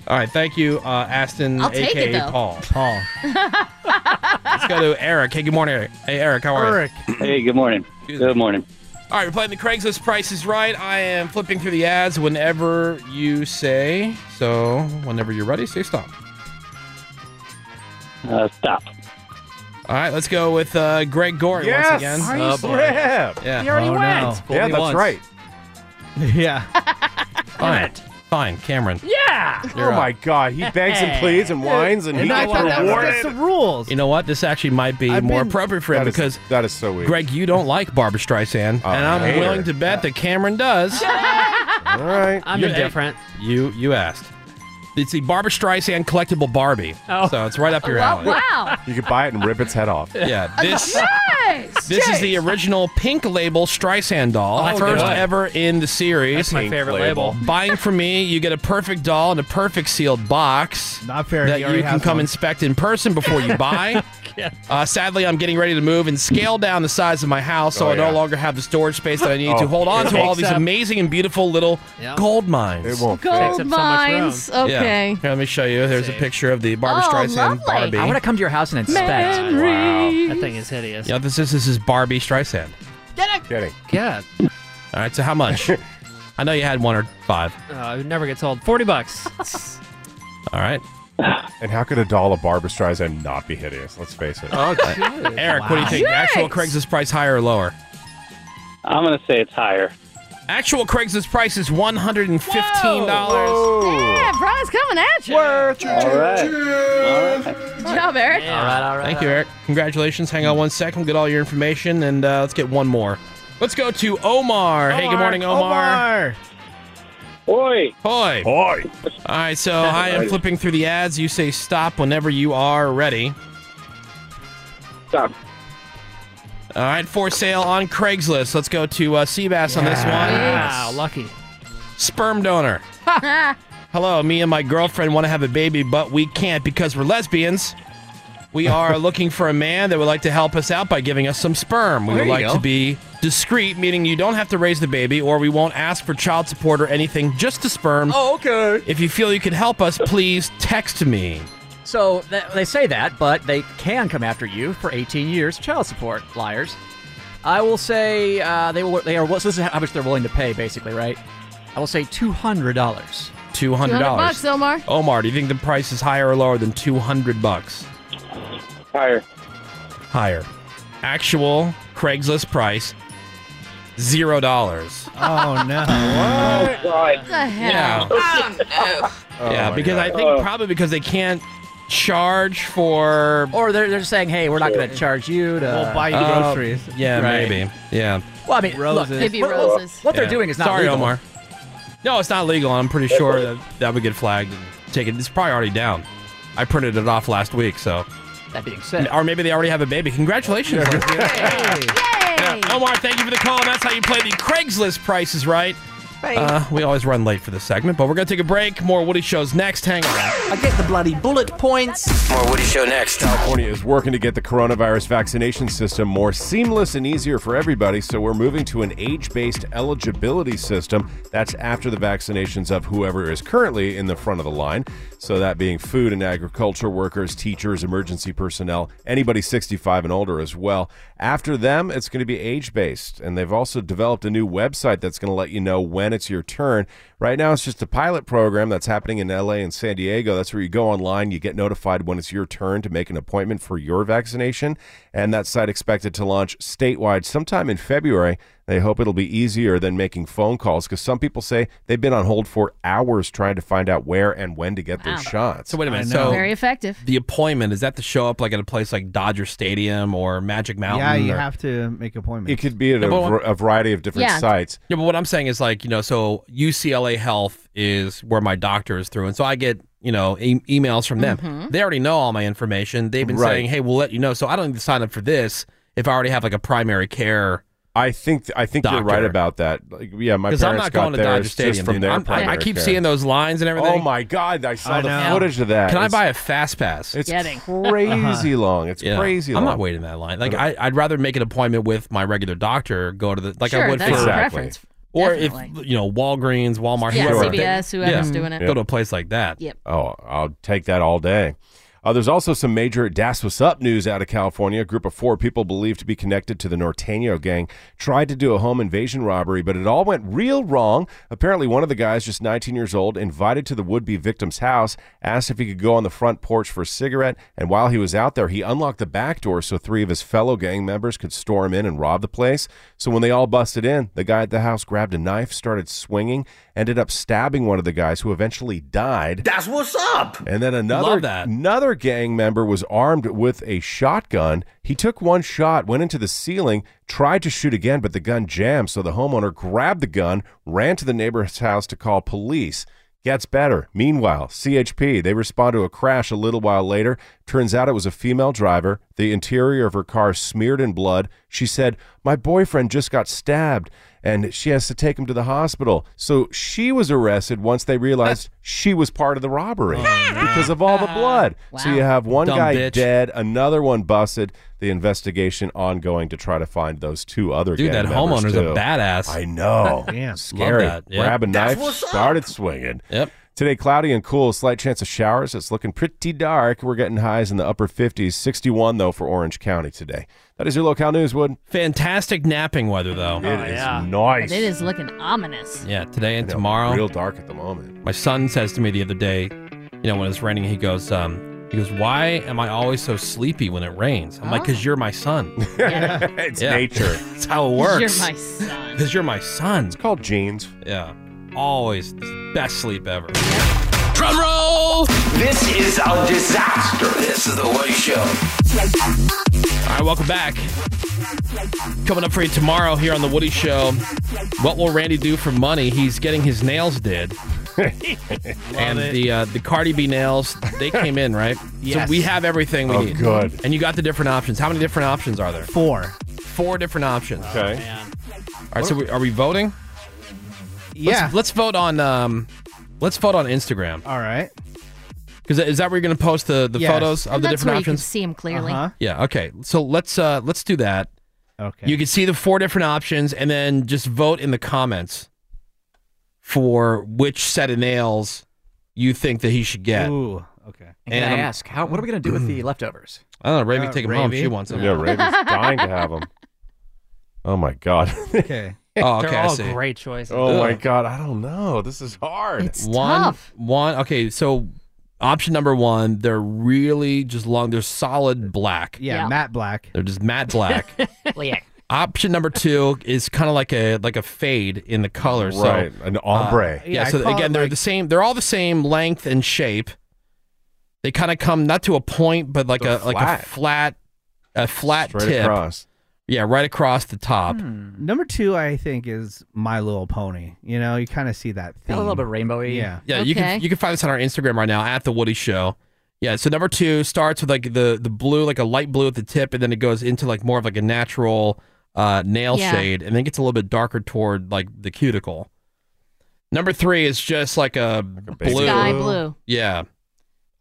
Speaker 2: All right, thank you, uh, Aston,
Speaker 7: I'll take
Speaker 2: aka
Speaker 7: it, though.
Speaker 2: Paul. Paul. Let's go to Eric. Hey, good morning, Eric. Hey, Eric, how are
Speaker 4: Eric.
Speaker 11: Hey, good morning. Good morning.
Speaker 2: you? All right, we're playing the Craigslist Price is Right. I am flipping through the ads whenever you say so. Whenever you're ready, say stop.
Speaker 11: Uh, stop.
Speaker 2: All right, let's go with uh, Greg Gore
Speaker 6: Yes!
Speaker 2: once again. Oh,
Speaker 6: Are you serious?
Speaker 2: Yeah.
Speaker 6: He already Oh, no. went. Yeah,
Speaker 2: Only
Speaker 6: that's
Speaker 2: once.
Speaker 6: right.
Speaker 2: Yeah. Fine. Fine, Cameron.
Speaker 8: Yeah.
Speaker 6: oh
Speaker 2: You're up.
Speaker 6: my God, he begs and pleads and whines and,
Speaker 4: And
Speaker 6: he
Speaker 4: I
Speaker 6: gets
Speaker 4: thought that was
Speaker 6: rewarded.
Speaker 4: just the rules.
Speaker 2: You know what? This actually might be
Speaker 4: I've
Speaker 2: more
Speaker 4: been-
Speaker 2: appropriate for him
Speaker 6: That is-
Speaker 2: because
Speaker 6: that is so weird. Oh,
Speaker 2: Greg, you don't like Barbara Streisand, and
Speaker 6: hate
Speaker 2: I'm
Speaker 6: her.
Speaker 2: willing to bet that Cameron does.
Speaker 6: All right.
Speaker 2: I'm indifferent. You you asked. It's the Barbara Streisand collectible Barbie. Oh. So it's right up your alley.
Speaker 7: wow.
Speaker 6: You could buy it and rip its head off.
Speaker 2: Yeah, this
Speaker 7: Nice.
Speaker 2: this is the original pink label Streisand doll,
Speaker 8: Oh, that's
Speaker 2: first
Speaker 8: good.
Speaker 2: ever in the series.
Speaker 8: That's my Pink favorite label. label.
Speaker 2: Buying from me, you get a perfect doll in a perfect sealed box. Not fair. That
Speaker 4: he
Speaker 2: you
Speaker 4: already
Speaker 2: can
Speaker 4: has
Speaker 2: come
Speaker 4: one.
Speaker 2: inspect in person before you buy. Uh, sadly, I'm getting ready to move and scale down the size of my house, so
Speaker 6: Oh,
Speaker 2: I no
Speaker 6: yeah.
Speaker 2: longer have the storage space that I need to
Speaker 6: Oh.
Speaker 2: hold on
Speaker 6: It
Speaker 2: to all
Speaker 6: takes
Speaker 2: these
Speaker 6: up-
Speaker 2: amazing and beautiful little gold mines.
Speaker 6: It won't
Speaker 7: Gold Takes up so much mines, room.
Speaker 2: Yeah.
Speaker 7: okay.
Speaker 2: Here, let me show you. There's a picture of the Barbara
Speaker 7: Oh,
Speaker 2: Streisand
Speaker 7: lovely.
Speaker 2: Barbie.
Speaker 7: I wanna
Speaker 8: come to your house and
Speaker 7: inspect.
Speaker 8: Memories. Wow. That
Speaker 2: thing is hideous. Yeah, this is this is Barbie Streisand.
Speaker 7: Get it.
Speaker 6: Kidding.
Speaker 3: Yeah.
Speaker 2: All right, so how much? I know you had one or five.
Speaker 3: Uh, it never gets old. 40 bucks.
Speaker 2: All right.
Speaker 6: And how could a doll of Barbara Streisand not be hideous? Let's face it.
Speaker 2: Oh, Eric, what do you
Speaker 6: Wow.
Speaker 2: think? Actual Craigslist price higher or lower?
Speaker 11: I'm going to say it's higher.
Speaker 2: Actual Craigslist price is one hundred and fifteen dollars.
Speaker 7: Yeah, Brian's coming at you.
Speaker 2: All right.
Speaker 7: Good job, Eric.
Speaker 2: all right. Thank you, Eric. Congratulations. Hang on one second. We'll get all your information, and uh, let's get one more. Let's go to Omar. Hey, good
Speaker 4: Omar.
Speaker 2: morning, Omar.
Speaker 11: Oi.
Speaker 2: Hoi.
Speaker 6: Oi.
Speaker 2: All right, so I am flipping through the ads. You say stop whenever you are ready.
Speaker 11: Stop.
Speaker 2: All right, for sale on Craigslist. Let's go to uh, Seabass on this one.
Speaker 3: Wow,
Speaker 2: lucky. Sperm donor. Hello, me and my girlfriend want to have a baby, but we can't because we're lesbians. We are looking for a man that would like to help us out by giving us some sperm. We
Speaker 12: There
Speaker 2: would
Speaker 12: you
Speaker 2: like
Speaker 12: go.
Speaker 2: to be discreet, meaning you don't have to raise the baby, or we won't ask for child support or anything, just the sperm.
Speaker 8: Oh, okay.
Speaker 2: If you feel you can help us, please text me.
Speaker 8: So th- they say that, but they can come after you for 18 years of child support. Liars. I will say uh, they will. They are. So this is how much they're willing to pay, basically, right? I will say two hundred dollars.
Speaker 2: Two hundred
Speaker 7: bucks,
Speaker 2: dollars.
Speaker 7: Omar.
Speaker 2: Omar, do you think the price is higher or lower than two hundred bucks?
Speaker 11: Higher.
Speaker 2: Higher. Actual Craigslist price. Zero dollars.
Speaker 4: Oh no!
Speaker 11: Oh, God.
Speaker 7: What the hell?
Speaker 2: Yeah.
Speaker 7: Oh,
Speaker 2: yeah,
Speaker 8: my
Speaker 2: because
Speaker 8: God.
Speaker 2: I think
Speaker 8: Oh.
Speaker 2: probably because they can't charge for.
Speaker 8: Or they're, they're saying, hey, we're not going to charge you to.
Speaker 2: We'll buy you groceries. uh, Yeah, maybe. Yeah.
Speaker 8: Well, I mean,
Speaker 2: Roses.
Speaker 8: Look,
Speaker 2: Maybe
Speaker 8: what- what-
Speaker 2: roses.
Speaker 8: What, they're
Speaker 2: Yeah.
Speaker 8: doing is not
Speaker 2: Sorry,
Speaker 8: legal.
Speaker 2: Omar. No, it's not legal. I'm pretty sure that, that would get flagged and taken. It's probably already down. I printed it off last week, so.
Speaker 8: That being said.
Speaker 2: Or maybe they already have a baby. Congratulations. Leslie. Yeah, Omar, thank you for the call. That's how you play the Craigslist prices, right? Uh, we always run late for this segment, but we're going to take a break. More Woody shows next. Hang on.
Speaker 15: I get the bloody bullet points. More Woody Show next.
Speaker 6: California is working to get the coronavirus vaccination system more seamless and easier for everybody, so we're moving to an age based eligibility system. That's after the vaccinations of whoever is currently in the front of the line. So, that being food and agriculture workers, teachers, emergency personnel, anybody 65 and older as well. After them, it's going to be age based. And they've also developed a new website that's going to let you know when it's your turn. Right now, it's just a pilot program that's happening in LA and San Diego. That's where you go online, you get notified when it's your turn to make an appointment for your vaccination. And that site expected to launch statewide sometime in February. They hope it'll be easier than making phone calls because some people say they've been on hold for hours trying to find out where and when to get their
Speaker 7: Wow.
Speaker 6: shots.
Speaker 2: So, wait a minute. So,
Speaker 7: Very effective.
Speaker 2: the appointment is that to show up like at a place like Dodger Stadium or Magic Mountain?
Speaker 4: yeah, you
Speaker 2: or-
Speaker 4: have to make appointments.
Speaker 6: it could be at
Speaker 2: Yeah,
Speaker 6: a,
Speaker 2: but
Speaker 6: var- a variety of different
Speaker 4: Yeah.
Speaker 6: sites.
Speaker 2: Yeah, but what I'm saying is like, you know, so UCLA Health is where my doctor is through. And so I get, you know, e- emails from them.
Speaker 12: Mhm.
Speaker 2: They already know all my information. They've been
Speaker 6: Right.
Speaker 2: saying, hey, we'll let you know. So I don't need to sign up for this if I already have like a primary care.
Speaker 6: I think I think you're right about that. Like, yeah, my
Speaker 2: Because
Speaker 6: parents
Speaker 2: I'm not
Speaker 6: got
Speaker 2: going to
Speaker 6: theirs
Speaker 2: Dodger
Speaker 6: just
Speaker 2: Stadium.
Speaker 6: from
Speaker 2: dude.
Speaker 6: their
Speaker 2: I'm- I- I
Speaker 6: primary
Speaker 2: keep
Speaker 6: care.
Speaker 2: seeing those lines and everything.
Speaker 6: Oh my god, I saw
Speaker 2: I
Speaker 6: the
Speaker 2: know.
Speaker 6: footage of that.
Speaker 2: Can I
Speaker 6: It's
Speaker 2: buy a fast pass?
Speaker 6: It's
Speaker 2: Getting.
Speaker 6: crazy long. It's
Speaker 2: Uh-huh. Yeah.
Speaker 6: crazy
Speaker 2: I'm
Speaker 6: long.
Speaker 2: not waiting that line. Like I, I'd rather make an appointment with my regular doctor. Go to the like I
Speaker 7: Sure,
Speaker 2: would
Speaker 7: that's
Speaker 2: for
Speaker 7: your Exactly. preference.
Speaker 2: Or if
Speaker 7: Definitely.
Speaker 2: you know Walgreens, Walmart,
Speaker 7: Yeah,
Speaker 2: whoever.
Speaker 7: CVS, whoever's doing it.
Speaker 2: Go to a place like that.
Speaker 7: Yep.
Speaker 6: Oh, I'll take that all day. Uh, there's also some major Das What's Up news out of California. A group of four people believed to be connected to the Norteño gang tried to do a home invasion robbery, but it all went real wrong. Apparently, one of the guys, just 19 years old, invited to the would be victim's house, asked if he could go on the front porch for a cigarette, and while he was out there, he unlocked the back door so three of his fellow gang members could storm in and rob the place. So when they all busted in, the guy at the house grabbed a knife, started swinging, ended up stabbing one of the guys who eventually died.
Speaker 15: That's what's up.
Speaker 6: And then another
Speaker 15: Love that.
Speaker 6: another gang member was armed with a shotgun. He took one shot, went into the ceiling, tried to shoot again, but the gun jammed, so the homeowner grabbed the gun, ran to the neighbor's house to call police. Gets better. Meanwhile, CHP, they respond to a crash a little while later. Turns out it was a female driver, the interior of her car smeared in blood. She said, My boyfriend just got stabbed and she has to take him to the hospital. So she was arrested once they realized she was part of the robbery because of all the blood. So you have one
Speaker 2: Oh. Dumb
Speaker 6: guy
Speaker 2: bitch.
Speaker 6: dead, another one busted. The investigation ongoing to try to find those two other
Speaker 2: Dude,
Speaker 6: gang
Speaker 2: that
Speaker 6: members,
Speaker 2: homeowner's a
Speaker 6: too.
Speaker 2: badass.
Speaker 6: I know.
Speaker 2: Damn.
Speaker 6: Scary.
Speaker 2: Love that, yeah.
Speaker 6: Grab a
Speaker 2: That's
Speaker 6: knife,
Speaker 2: what's up.
Speaker 6: started swinging.
Speaker 2: Yep.
Speaker 6: Today, cloudy and cool, slight chance of showers. It's looking pretty dark. We're getting highs in the upper 50s, 61 though for Orange County today. That is your locale news, Wood.
Speaker 2: Fantastic napping weather though.
Speaker 6: It is nice.
Speaker 7: Oh, It is looking ominous.
Speaker 2: Yeah, today and tomorrow.
Speaker 6: Real dark at the moment.
Speaker 2: My son says to me the other day, you know, when it's raining, he goes, um, he goes, why am I always so sleepy when it rains? I'm like,
Speaker 7: Oh.
Speaker 2: because you're my son.
Speaker 6: it's nature.
Speaker 2: That's how it works.
Speaker 7: You're my son.
Speaker 2: Because you're my son. It's
Speaker 6: called jeans.
Speaker 2: Yeah. Always the best sleep ever.
Speaker 15: Drum roll. This is a disaster. This is the Woody Show.
Speaker 2: All right, welcome back. Coming up for you tomorrow here on The Woody Show. What will Randy do for money? He's getting his nails did. and
Speaker 12: it.
Speaker 2: the uh, the Cardi B nails, they came in, right?
Speaker 12: Yes.
Speaker 2: So we have everything we
Speaker 12: Oh,
Speaker 2: need.
Speaker 12: good.
Speaker 2: And you got the different options. How many different options are there?
Speaker 4: Four.
Speaker 2: four different options.
Speaker 6: Okay.
Speaker 2: All right. So we, are we voting?
Speaker 4: Yeah.
Speaker 2: Let's, let's vote on. Um, let's vote on Instagram.
Speaker 4: All right.
Speaker 2: Because is that where you're going to post the, the
Speaker 7: Yes.
Speaker 2: photos of
Speaker 7: And
Speaker 2: the
Speaker 7: that's
Speaker 2: different
Speaker 7: where you can
Speaker 2: options?
Speaker 7: see them clearly.
Speaker 2: Yeah. Okay. So let's uh let's do that.
Speaker 4: Uh-huh. Okay.
Speaker 2: You can see the four different options, and then just vote in the comments for which set of nails you think that he should get.
Speaker 4: Ooh. Okay.
Speaker 8: And can I
Speaker 2: I'm-
Speaker 8: ask, how, what are we going to do with the leftovers?
Speaker 2: um, Hmm. I don't know. Ravi,
Speaker 8: Uh,
Speaker 2: take him home.
Speaker 8: Ravi?
Speaker 2: She wants him.
Speaker 8: Yeah,
Speaker 6: Ravi's dying to have them. Oh my god.
Speaker 4: Okay.
Speaker 2: Oh, okay.
Speaker 3: They're
Speaker 2: I
Speaker 3: all
Speaker 2: see.
Speaker 3: great choices.
Speaker 6: Oh my
Speaker 2: Ugh.
Speaker 6: god, I don't know. This is hard.
Speaker 2: one, One. Okay. So option number one, they're really just long. They're solid black.
Speaker 4: Yeah, Yeah. matte black.
Speaker 2: They're just matte black.
Speaker 7: yeah.
Speaker 2: Option number two is kind of like a like a fade in the color, so-
Speaker 6: Right, an ombre.
Speaker 2: Uh, yeah.
Speaker 6: Yeah, I
Speaker 2: so
Speaker 6: call
Speaker 2: again,
Speaker 6: it
Speaker 2: they're the same. They're all the same length and shape. They kind of come not to a point, but like a like
Speaker 4: flat.
Speaker 2: a flat, a flat
Speaker 6: Straight
Speaker 2: tip.
Speaker 6: across.
Speaker 2: Yeah, right across the top.
Speaker 4: Number two, I think, is My Little Pony. You know, you kind of see that theme.
Speaker 2: A little
Speaker 8: bit rainbowy.
Speaker 4: Yeah.
Speaker 2: Yeah, you can you can find this on our Instagram right now at the Woody Show. Yeah, so number two starts with like the the blue, like a light blue at the tip, and then it goes into like more of like a natural uh, nail
Speaker 12: Yeah.
Speaker 2: shade, and then gets a little bit darker toward like the cuticle. Number three is just like a, blue,
Speaker 7: Sky blue.
Speaker 2: Yeah,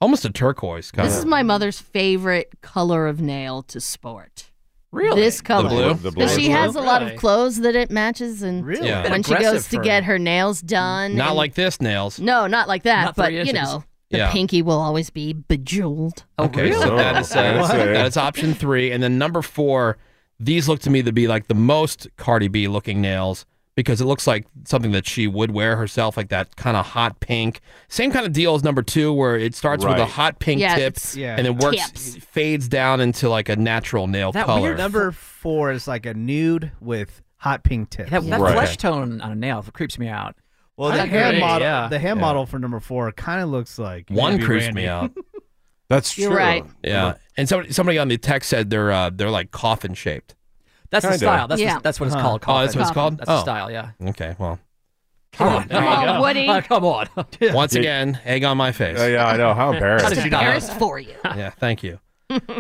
Speaker 2: almost a turquoise kind
Speaker 7: This
Speaker 2: of.
Speaker 7: is my mother's favorite color of nail to sport. Really? This color.
Speaker 2: blue? The blue.
Speaker 7: 'Cause She
Speaker 2: Blue?
Speaker 7: has a lot of
Speaker 2: Really?
Speaker 7: clothes that it matches, and
Speaker 2: Really? Yeah.
Speaker 7: when she
Speaker 2: Aggressive
Speaker 7: goes to
Speaker 2: for-
Speaker 7: get her nails done,
Speaker 2: Not
Speaker 7: and-
Speaker 2: like this nails.
Speaker 7: no, not like that,
Speaker 2: Not
Speaker 7: but
Speaker 2: three
Speaker 7: you
Speaker 2: inches.
Speaker 7: know, the
Speaker 2: Yeah.
Speaker 7: pinky will always be bejeweled.
Speaker 2: Okay, so
Speaker 6: really?
Speaker 2: Oh, that is,
Speaker 6: Okay,
Speaker 2: uh,
Speaker 6: I see.
Speaker 2: that is option three. And then number four, these look to me to be like the most Cardi B looking nails because it looks like something that she would wear herself, like that kind of hot pink. Same kind of deal as number two, where it starts with a
Speaker 4: Right.
Speaker 2: hot pink
Speaker 4: Yeah,
Speaker 2: tip
Speaker 4: it's Yeah.
Speaker 2: and then works,
Speaker 4: tips.
Speaker 2: fades down into like a natural nail color.
Speaker 8: uh,
Speaker 4: number four is like a nude with hot pink tips.
Speaker 8: That, that flesh tone on a nail creeps me out.
Speaker 4: Well, the hand model, the hand model for number four kind of looks like
Speaker 2: One creased me out.
Speaker 6: That's
Speaker 4: You're true. right.
Speaker 2: Yeah, and somebody somebody on the text said they're uh, they're like coffin shaped.
Speaker 8: That's the Kinda. style. That's the- Yeah. that's what it's called,
Speaker 2: Oh, that's what it's called.
Speaker 8: coffin. That's the
Speaker 2: Oh.
Speaker 8: style, yeah.
Speaker 2: Okay. Well.
Speaker 8: Come on,
Speaker 2: There you
Speaker 8: come on,
Speaker 2: go.
Speaker 8: Woody. Oh, come on.
Speaker 2: Once
Speaker 8: Yeah.
Speaker 2: again, egg on my face.
Speaker 6: Uh, Yeah, yeah, I know. How embarrassed.
Speaker 2: How did you not know?
Speaker 7: Embarrassed for you.
Speaker 2: Yeah, thank you.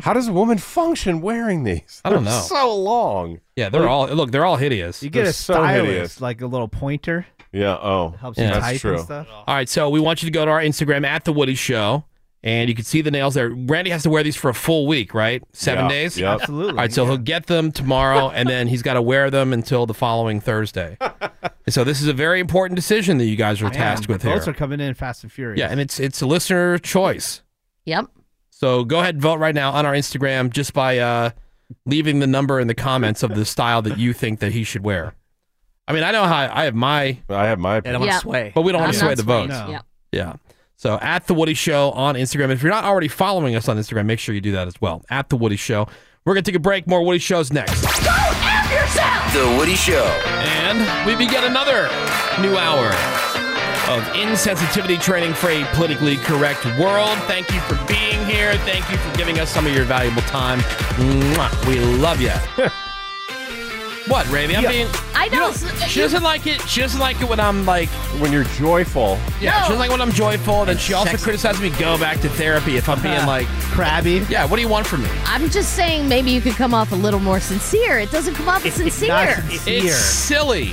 Speaker 6: How does a woman function wearing these?
Speaker 2: I don't
Speaker 6: They're
Speaker 2: know.
Speaker 6: So long.
Speaker 2: Yeah, they're all look. They're all hideous.
Speaker 4: You get
Speaker 6: They're
Speaker 4: a
Speaker 6: so
Speaker 4: stylist,
Speaker 6: hideous.
Speaker 4: like a little pointer.
Speaker 6: Yeah. Oh,
Speaker 4: Helps
Speaker 2: Yeah.
Speaker 4: you
Speaker 2: That's
Speaker 4: type
Speaker 2: true.
Speaker 4: and stuff.
Speaker 2: All right, so we want you to go to our Instagram at the Woody Show, and you can see the nails there. Randy has to wear these for a full week, right? Seven
Speaker 6: Yeah,
Speaker 2: days.
Speaker 6: yep.
Speaker 4: Absolutely,
Speaker 2: All right, so he'll get them tomorrow, and then he's got to wear them until the following Thursday. And so this is a very important decision that you guys are tasked
Speaker 4: Man,
Speaker 2: with
Speaker 4: the
Speaker 2: here.
Speaker 4: votes are coming in fast and furious.
Speaker 2: yeah, and it's it's a listener choice.
Speaker 7: Yep.
Speaker 2: So go ahead and vote right now on our Instagram just by uh, leaving the number in the comments of the style that you think that he should wear. I mean, I know how I have my
Speaker 6: I have my
Speaker 8: don't wanna Yeah. sway.
Speaker 2: but we don't want to
Speaker 8: I'm
Speaker 2: sway
Speaker 8: not
Speaker 2: the
Speaker 8: swayed,
Speaker 2: votes.
Speaker 8: no. Yeah.
Speaker 2: Yeah. So at the Woody Show on Instagram. If you're not already following us on Instagram, make sure you do that as well. At the Woody Show. We're gonna take a break. More Woody shows next.
Speaker 15: The Woody Show.
Speaker 2: And we begin another new hour of insensitivity training for a politically correct world. Thank you for being here. Thank you for giving us some of your valuable time. Mwah. We love you. what, Ravi? I'm
Speaker 7: Yeah.
Speaker 2: being.
Speaker 7: I know.
Speaker 2: She doesn't like it. She doesn't like it when I'm like
Speaker 6: when you're joyful.
Speaker 2: Yeah, she doesn't like when I'm joyful. Then she also criticizes me. Go back to therapy if I'm being
Speaker 7: Uh-huh.
Speaker 2: like
Speaker 4: crabby.
Speaker 2: Yeah, what do you want from me?
Speaker 7: I'm just saying, maybe you could come off a little more sincere. It doesn't come off as sincere.
Speaker 2: It's silly.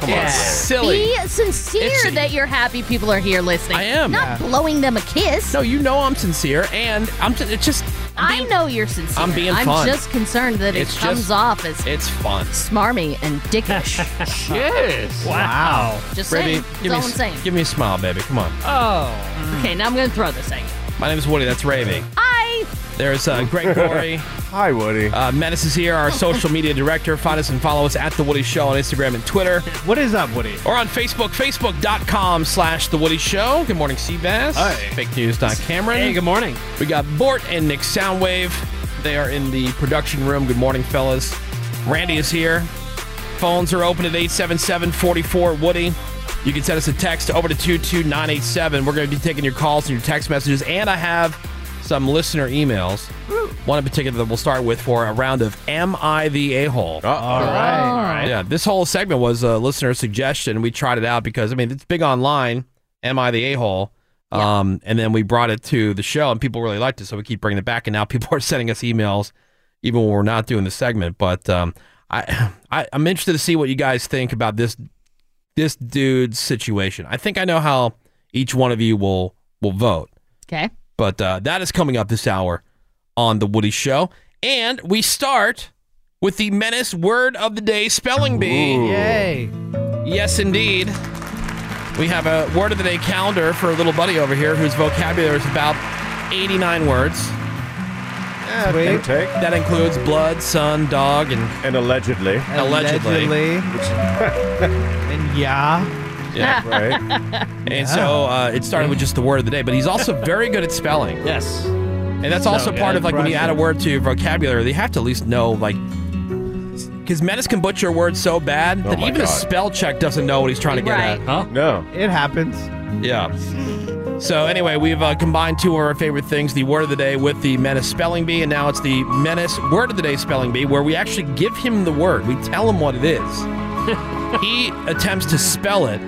Speaker 2: Come
Speaker 7: Yeah.
Speaker 2: it's silly.
Speaker 7: Be sincere that you're happy people are here listening. I
Speaker 2: am.
Speaker 7: Not
Speaker 2: Yeah.
Speaker 7: blowing them a kiss.
Speaker 2: No, you know I'm sincere, and I'm just, it's just.
Speaker 7: I know you're sincere.
Speaker 2: I'm being
Speaker 7: I'm
Speaker 2: fun.
Speaker 7: just concerned that
Speaker 2: It's
Speaker 7: it
Speaker 2: just-
Speaker 7: comes off as
Speaker 2: It's fun.
Speaker 7: smarmy and dickish.
Speaker 2: Yes.
Speaker 7: Wow. Just
Speaker 2: Raby,
Speaker 7: saying. That's
Speaker 2: Give
Speaker 7: all
Speaker 2: me,
Speaker 7: I'm
Speaker 2: s-
Speaker 7: saying.
Speaker 2: Give me a smile, baby. Come on.
Speaker 7: Oh. Okay, now I'm going to throw this at you.
Speaker 2: My name is Woody. That's Ravy.
Speaker 7: Hi.
Speaker 2: There's uh, Greg Gorey.
Speaker 6: Hi, Woody.
Speaker 2: Uh, Menace is here, our social media director. Find us and follow us at The Woody Show on Instagram and Twitter.
Speaker 4: What is up, Woody?
Speaker 2: Or on Facebook, facebook.com slash The Woody Show. Good morning, Seabass.
Speaker 3: Hi.
Speaker 2: Fake News. Don Cameron.
Speaker 3: Hey, good morning.
Speaker 2: We got Bort and Nick Soundwave. They are in the production room. Good morning, fellas. Randy is here. Phones are open at 877-44-WOODY. You can send us a text over to 22987. We're going to be taking your calls and your text messages. And I have some listener emails. One in particular that we'll start with for a round of Am I the A-Hole?
Speaker 6: All
Speaker 4: right. All right.
Speaker 2: Yeah, this whole segment was a listener suggestion. We tried it out because I mean it's big online. Am I the a hole? Um, and then we brought it to the show, and people really liked it, so we keep bringing it back. And now people are sending us emails even when we're not doing the segment. But um, I, I I'm interested to see what you guys think about this this dude's situation. I think I know how each one of you will will vote.
Speaker 7: Okay.
Speaker 2: But uh, that is coming up this hour on the Woody Show, and we start with the menace word of the day spelling bee.
Speaker 3: Yay.
Speaker 2: Yes, indeed. We have a word of the day calendar for a little buddy over here whose vocabulary is about 89 words.
Speaker 6: give or take.
Speaker 2: That includes blood, sun, dog, and
Speaker 6: and allegedly,
Speaker 2: allegedly,
Speaker 4: and yeah,
Speaker 2: Yeah.
Speaker 6: Right.
Speaker 2: And so uh, it started with just the word of the day, but he's also very good at spelling.
Speaker 8: Yes.
Speaker 2: And that's
Speaker 8: So
Speaker 2: also part
Speaker 8: good.
Speaker 2: of like when you add a word to your vocabulary, they have to at least know like because Menace can butcher a word so bad that
Speaker 4: my
Speaker 2: even a
Speaker 4: God.
Speaker 2: spell check doesn't know what he's trying to get
Speaker 4: Right.
Speaker 2: at. Huh?
Speaker 6: Oh No.
Speaker 4: it happens.
Speaker 2: Yeah. So anyway, we've uh, combined two of our favorite things, the word of the day with the Menace spelling bee, and now it's the Menace word of the day spelling bee where we actually give him the word. We tell him what it is. he attempts to spell it.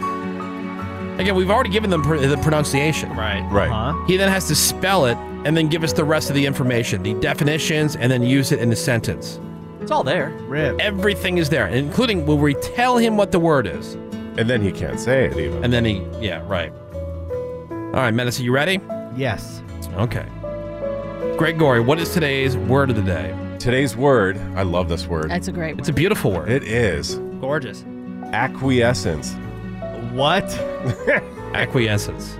Speaker 2: Again, we've already given them pr- the pronunciation. Right.
Speaker 6: Right.
Speaker 2: He then has to spell it and then give us the rest of the information, the definitions, and then use it in a sentence.
Speaker 8: It's all there.
Speaker 2: Everything is there, including will we tell him what the word is.
Speaker 6: And then he can't say it even.
Speaker 2: And then he, yeah, right. All right, Menace, are you ready?
Speaker 4: Yes.
Speaker 2: Okay. Greg Gory, what is today's word of the day?
Speaker 6: Today's word, I love this word.
Speaker 7: That's a great
Speaker 2: It's a beautiful word.
Speaker 6: It is
Speaker 3: Gorgeous.
Speaker 6: acquiescence.
Speaker 4: What?
Speaker 2: Acquiescence.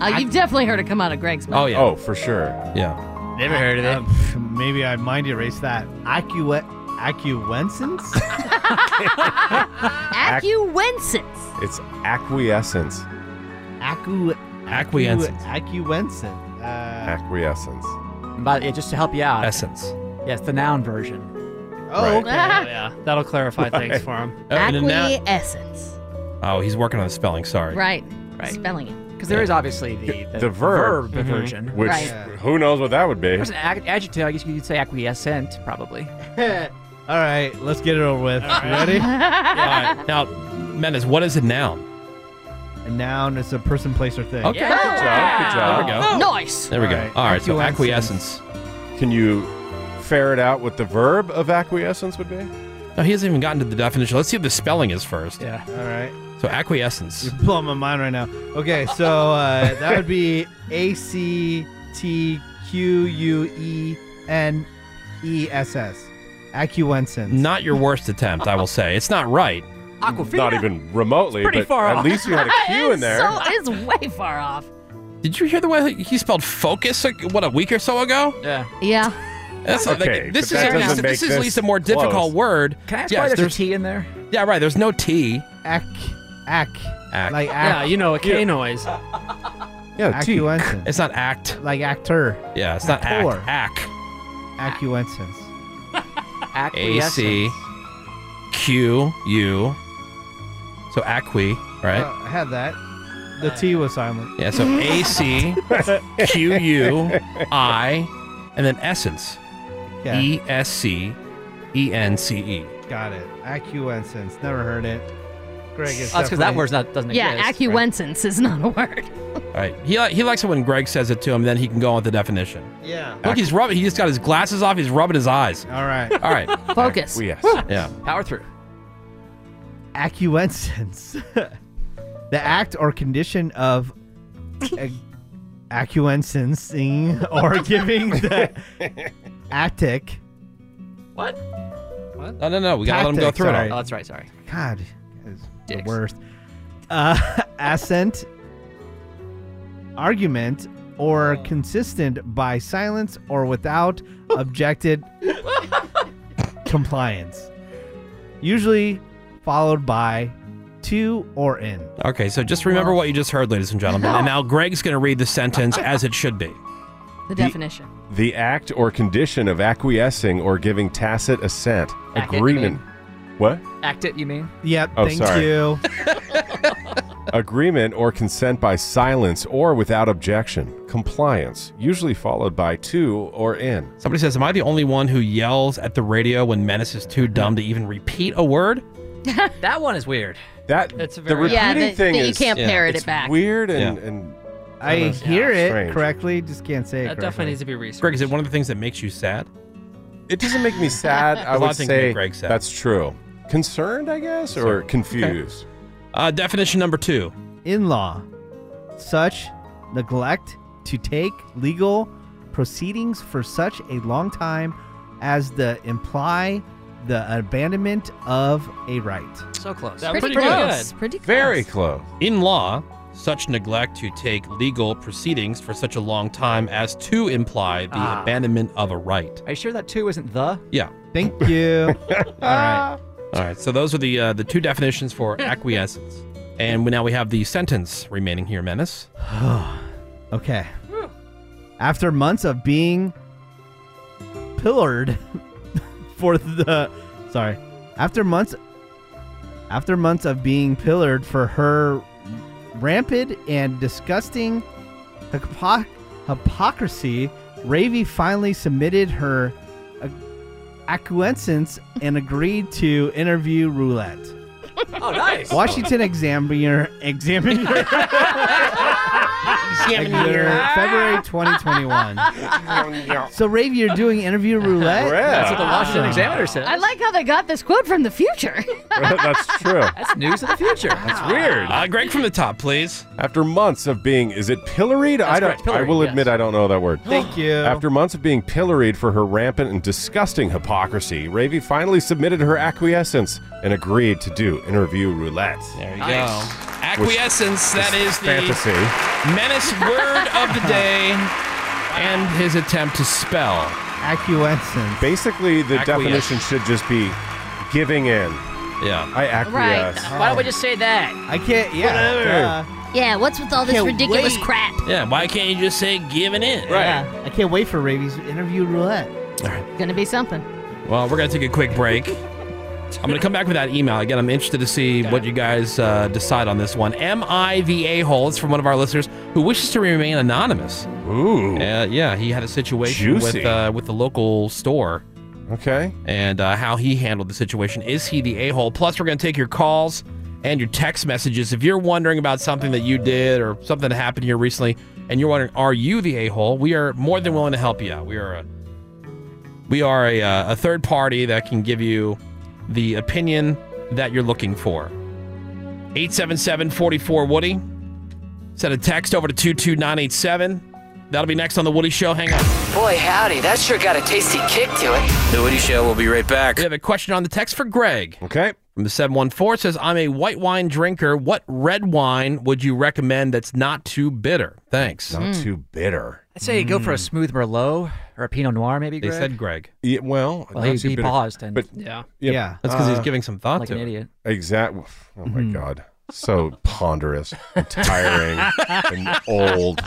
Speaker 7: Uh, you've definitely heard it come out of Greg's mouth.
Speaker 6: Oh, for sure.
Speaker 2: Yeah.
Speaker 4: Never heard of it. Um, maybe I mind erased that. Accu- acquiescence?
Speaker 7: Acquiescence.
Speaker 6: It's acquiescence.
Speaker 4: Accu-
Speaker 2: Acquiescence.
Speaker 4: Acquiescence. Uh,
Speaker 6: Acquiescence.
Speaker 8: But yeah, just to help you out.
Speaker 2: Essence.
Speaker 8: Yes, the noun version.
Speaker 4: Oh,
Speaker 6: Right.
Speaker 3: okay. yeah, that'll clarify things for him.
Speaker 2: Oh, and then that-
Speaker 7: Acquiescence.
Speaker 2: oh, he's working on the spelling. Sorry.
Speaker 7: Right. Spelling it.
Speaker 8: Because there is obviously the, the,
Speaker 6: The verb, Mm-hmm.
Speaker 8: verb version.
Speaker 6: Which
Speaker 7: Right.
Speaker 6: who knows what that would be?
Speaker 8: There's an ad- adjective. I guess you could say acquiescent, probably.
Speaker 4: All right, let's get it over with. You ready?
Speaker 2: All right. Now, Menace, what is a noun?
Speaker 4: A noun is a person, place, or thing.
Speaker 2: Okay. Good job. Good job. There we go.
Speaker 7: Nice.
Speaker 2: There we go.
Speaker 4: Alright,
Speaker 2: All right. So
Speaker 4: acquiescence.
Speaker 2: acquiescence.
Speaker 6: Can you ferret out what the verb of acquiescence would be?
Speaker 2: No, he hasn't even gotten to the definition. Let's see what the spelling is first.
Speaker 4: Yeah. All right.
Speaker 2: So acquiescence.
Speaker 4: You're blowing my mind right now. Okay, so uh, that would be A C T Q U E N E S S. Acquiescence.
Speaker 2: Not your worst attempt, I will say. It's not right.
Speaker 6: Not even remotely,
Speaker 2: pretty
Speaker 6: but
Speaker 2: far
Speaker 6: at
Speaker 2: off.
Speaker 6: least you had a Q in there.
Speaker 7: So it's way far off.
Speaker 2: Did you hear the way he spelled focus? Like, what a week or so ago.
Speaker 8: Yeah.
Speaker 7: Yeah.
Speaker 2: That's like,
Speaker 6: Okay,
Speaker 2: this
Speaker 6: but
Speaker 2: is
Speaker 6: that
Speaker 2: at least,
Speaker 6: doesn't
Speaker 2: this
Speaker 6: make
Speaker 2: is at
Speaker 6: this
Speaker 2: least a more difficult
Speaker 6: close.
Speaker 2: word.
Speaker 8: Can I ask
Speaker 2: Yes,
Speaker 8: why there's
Speaker 2: there's
Speaker 8: a T in there?
Speaker 2: Yeah, right. There's no T.
Speaker 4: Ac. Ac.
Speaker 2: Act.
Speaker 4: Like
Speaker 3: Yeah,
Speaker 4: act.
Speaker 3: you know, a K noise.
Speaker 6: Yeah, T.
Speaker 4: Acquiescence.
Speaker 2: It's not act.
Speaker 4: Like actor.
Speaker 2: Yeah, it's not act.
Speaker 4: Actor.
Speaker 2: Ack.
Speaker 4: Acquiescence.
Speaker 2: A
Speaker 8: Acquiescent.
Speaker 2: C Q U. So acqui, right?
Speaker 4: Uh, I had that. The T was silent.
Speaker 2: yeah. So A C Q U I, and then essence.
Speaker 4: Yeah.
Speaker 2: E S C E N C E.
Speaker 4: Got it. Acquiescence. Never heard it. Greg is.
Speaker 8: Oh, that's because that
Speaker 4: definitely-
Speaker 8: word's not doesn't
Speaker 7: Yeah,
Speaker 8: exist.
Speaker 7: acquiescence is not a word.
Speaker 2: All right. He li- he likes it when Greg says it to him. Then he can go on with the definition.
Speaker 4: Yeah.
Speaker 2: Look, he's rubbing. He just got his glasses off. He's rubbing his eyes.
Speaker 4: All right.
Speaker 2: All right.
Speaker 7: Focus.
Speaker 6: Yes.
Speaker 2: Yeah.
Speaker 8: Power through.
Speaker 4: Acquiescence. the act or condition of ac- acquiescencing or giving the attic.
Speaker 8: What?
Speaker 2: No, no, no. We gotta let him go
Speaker 4: Tactics,
Speaker 2: through it.
Speaker 4: alright.
Speaker 8: Oh, that's right. Sorry.
Speaker 4: God, is the
Speaker 8: Dicks.
Speaker 4: worst. Uh, assent, argument, or consistent by silence or without objected compliance. Usually followed by to or in.
Speaker 2: Okay, so just remember what you just heard, ladies and gentlemen. And now Greg's going to read the sentence as it should be.
Speaker 7: The definition.
Speaker 6: The act or condition of acquiescing or giving tacit assent,
Speaker 8: Act it, you
Speaker 6: agreement. What?
Speaker 8: Act it. You mean?
Speaker 4: Yep,
Speaker 6: Oh,
Speaker 4: thank
Speaker 6: sorry.
Speaker 4: you.
Speaker 6: Agreement or consent by silence or without objection. Compliance, usually followed by to or in.
Speaker 2: Somebody says, Am I the only one who yells at the radio when Menace is too dumb to even repeat a word?
Speaker 8: That one is weird.
Speaker 6: That
Speaker 3: That's a
Speaker 6: the
Speaker 3: very-
Speaker 6: repeating
Speaker 7: Yeah, that-
Speaker 6: thing
Speaker 7: that you
Speaker 6: is
Speaker 7: can't
Speaker 2: Yeah.
Speaker 7: parrot
Speaker 6: it's
Speaker 7: it back.
Speaker 6: weird and, and
Speaker 4: I
Speaker 6: Yeah,
Speaker 4: hear it
Speaker 6: strange.
Speaker 4: correctly, just can't say it
Speaker 3: That
Speaker 4: correctly.
Speaker 3: definitely needs to be researched.
Speaker 2: Greg, is it one of the things that makes you sad?
Speaker 6: It doesn't make me sad. I
Speaker 2: A lot
Speaker 6: would
Speaker 2: of things make
Speaker 6: say
Speaker 2: Greg sad.
Speaker 6: that's true. Concerned, I guess, or confused.
Speaker 2: Uh, definition number two.
Speaker 4: in law, such neglect to take legal proceedings for such a long time as the imply the abandonment of a right.
Speaker 8: So close.
Speaker 2: That was
Speaker 7: Pretty
Speaker 2: pretty
Speaker 7: close.
Speaker 2: good.
Speaker 7: Pretty close.
Speaker 2: Very
Speaker 6: close.
Speaker 2: In law, such neglect to take legal proceedings for such a long time as to imply the
Speaker 8: Ah.
Speaker 2: abandonment of a right.
Speaker 8: Are you sure that two isn't the?
Speaker 2: Yeah.
Speaker 4: Thank you.
Speaker 2: All right. So those are the uh, the two definitions for acquiescence, and we, now we have the sentence remaining here, menace.
Speaker 4: okay. After months of being pillared for the sorry, after months after months of being pillared for her rampant and disgusting hypo- hypocrisy, Ravi finally submitted her uh, acquiescence and agreed to interview roulette.
Speaker 8: Oh, nice.
Speaker 4: Washington Examiner Examiner Examiner February 2021. so Ravi, you're doing interview roulette.
Speaker 8: That's what the Washington Examiner said.
Speaker 7: I like how they got this quote from the future.
Speaker 6: That's true.
Speaker 8: That's news of the future.
Speaker 6: That's weird.
Speaker 2: Uh, Greg from the top, please.
Speaker 6: After months of being, is it pilloried? I don't.
Speaker 2: correct, pilloried,
Speaker 6: I will
Speaker 2: yes.
Speaker 6: admit I don't know that word.
Speaker 4: Thank you.
Speaker 6: After months of being pilloried for her rampant and disgusting hypocrisy, Ravi finally submitted her acquiescence and agreed to do interview roulette.
Speaker 2: There you
Speaker 6: go.
Speaker 2: Acquiescence. that is the
Speaker 6: fantasy.
Speaker 2: menace word of the day, and his attempt to spell
Speaker 4: acquiescence.
Speaker 6: Basically, the
Speaker 2: Acquiesce.
Speaker 6: definition should just be giving in.
Speaker 2: Yeah.
Speaker 6: I acquiesce.
Speaker 8: Why don't we just say that?
Speaker 4: I can't. Yeah.
Speaker 6: Whatever.
Speaker 7: yeah, what's with all this
Speaker 4: Can't
Speaker 7: ridiculous
Speaker 4: wait.
Speaker 7: crap?
Speaker 2: Yeah. Why can't you just say giving in?
Speaker 4: Yeah. I can't wait for Ravi's interview roulette.
Speaker 7: Gonna be something.
Speaker 2: Well, we're gonna take a quick break. I'm gonna come back with that email again. I'm interested to see what you guys uh, decide on this one. M I V A hole. It's from one of our listeners who wishes to remain anonymous.
Speaker 6: Ooh.
Speaker 2: Uh, yeah, he had a situation
Speaker 6: Juicy.
Speaker 2: with uh, with the local store.
Speaker 6: Okay.
Speaker 2: And uh, how he handled the situation. Is he the a hole? Plus, we're gonna take your calls and your text messages. If you're wondering about something that you did or something that happened here recently, and you're wondering, are you the a hole? We are more than willing to help you out. We are. A, we are a, uh, a third party that can give you the opinion that you're looking for. 877 44 Woody. Send a text over to 22987. That'll be next on The Woody Show. Hang on.
Speaker 12: Boy, howdy, that sure got a tasty kick to it.
Speaker 2: The Woody Show will be right back. We have a question on the text for Greg.
Speaker 6: Okay.
Speaker 2: From the 714 says, I'm a white wine drinker. What red wine would you recommend that's not too bitter? Thanks.
Speaker 6: Not too bitter.
Speaker 8: I'd say go for a smooth Merlot or a Pinot Noir, maybe.
Speaker 2: They
Speaker 8: Greg.
Speaker 2: said Greg.
Speaker 6: Yeah, well,
Speaker 8: Well,
Speaker 6: not
Speaker 8: he-
Speaker 6: too
Speaker 8: he
Speaker 6: bitter,
Speaker 8: paused and-
Speaker 6: but
Speaker 8: Yeah.
Speaker 6: yeah,
Speaker 2: That's because
Speaker 6: uh,
Speaker 2: he's giving some thought
Speaker 8: like
Speaker 2: to
Speaker 8: an
Speaker 2: it.
Speaker 8: idiot.
Speaker 6: Exactly. Oh my god, so ponderous, and tiring, and old.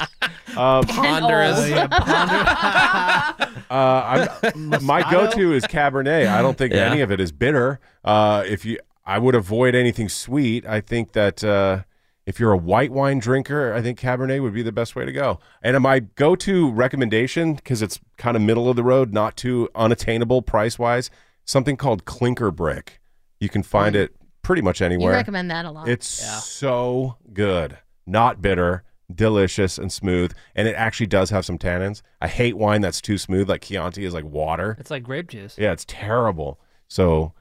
Speaker 6: Uh,
Speaker 2: Ponderous.
Speaker 4: Oh, yeah,
Speaker 6: Uh, I'm, my go-to is Cabernet. I don't think
Speaker 2: Yeah.
Speaker 6: any of it is bitter. Uh, if you, I would avoid anything sweet. I think that uh, if you're a white wine drinker, I think Cabernet would be the best way to go. And my go-to recommendation, because it's kind of middle of the road, not too unattainable price-wise, something called Clinker Brick. You can find it pretty much
Speaker 7: Mm. You
Speaker 6: anywhere.
Speaker 7: recommend that a lot.
Speaker 6: It's so good. Not bitter, delicious and smooth, and it actually does have some tannins. I hate wine that's too smooth, like Chianti is like water.
Speaker 3: It's like grape juice.
Speaker 6: Yeah, it's terrible. So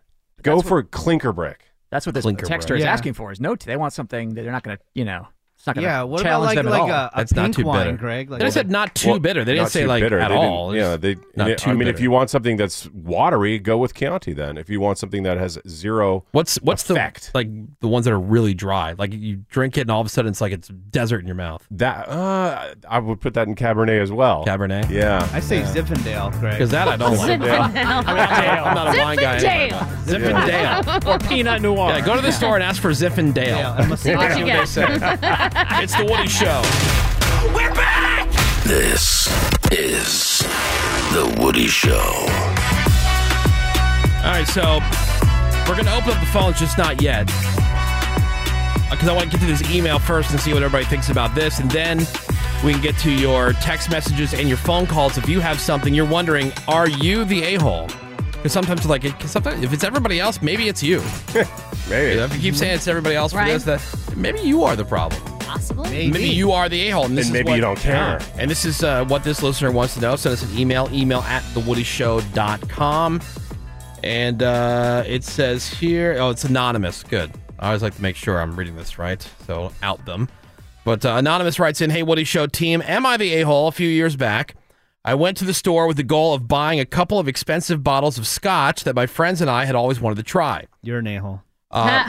Speaker 6: go for clinker brick.
Speaker 8: That's what this
Speaker 6: Clinker
Speaker 8: texter
Speaker 6: bread.
Speaker 8: is
Speaker 6: Yeah.
Speaker 8: asking for. Is no, they want something that they're not going to, you know, it's not going to
Speaker 4: Yeah, what about
Speaker 8: challenge
Speaker 4: like-
Speaker 8: them at
Speaker 4: like
Speaker 8: all.
Speaker 4: a- a That's not pink too wine, bitter. Greg, like-
Speaker 2: they said not too
Speaker 6: Well,
Speaker 2: bitter. They didn't
Speaker 6: not
Speaker 2: say
Speaker 6: too
Speaker 2: like
Speaker 6: bitter.
Speaker 2: at
Speaker 6: They didn't-
Speaker 2: all.
Speaker 6: Yeah,
Speaker 2: It's
Speaker 6: they.
Speaker 2: not
Speaker 6: I
Speaker 2: too
Speaker 6: mean, if
Speaker 2: bitter.
Speaker 6: you want something that's watery, go with Chianti. Then, if you want something that has zero,
Speaker 2: What's what's
Speaker 6: effect,
Speaker 2: the like the ones that are really dry? Like you drink it and all of a sudden it's like it's desert in your mouth.
Speaker 6: that uh, I would put that in Cabernet as well.
Speaker 2: Cabernet.
Speaker 6: Yeah,
Speaker 4: I say
Speaker 6: yeah.
Speaker 4: Zinfandel, Greg.
Speaker 2: 'Cause that I don't like. I'm not a wine guy. Zinfandel.
Speaker 3: or Pinot Noir.
Speaker 2: Yeah, go to the store and ask for Zinfandel. and see what they say. it's the Woody Show.
Speaker 1: This is The Woody Show.
Speaker 2: All right, so we're going to open up the phones, just not yet. Because I want to get to this email first and see what everybody thinks about this. And then we can get to your text messages and your phone calls. If you have something you're wondering, are you the a hole? Because sometimes, like, it, 'cause sometimes if it's everybody else, maybe it's you.
Speaker 6: maybe.
Speaker 2: If you keep saying it's everybody else for
Speaker 7: Right.
Speaker 2: this, that maybe you are the problem.
Speaker 7: Possibly.
Speaker 2: Maybe, you are the a hole, and this
Speaker 6: And
Speaker 2: is
Speaker 6: maybe
Speaker 2: what-
Speaker 6: you don't care.
Speaker 2: Yeah. And this is uh, what this listener wants to know. Send us an email, email at thewoodyshow.com. And uh, it says here, oh, it's anonymous. Good. I always like to make sure I'm reading this right, so out them. But uh, anonymous writes in, "Hey Woody Show team, am I the a hole? A few years back, I went to the store with the goal of buying a couple of expensive bottles of scotch that my friends and I had always wanted to try.
Speaker 4: You're an a hole.
Speaker 2: Uh,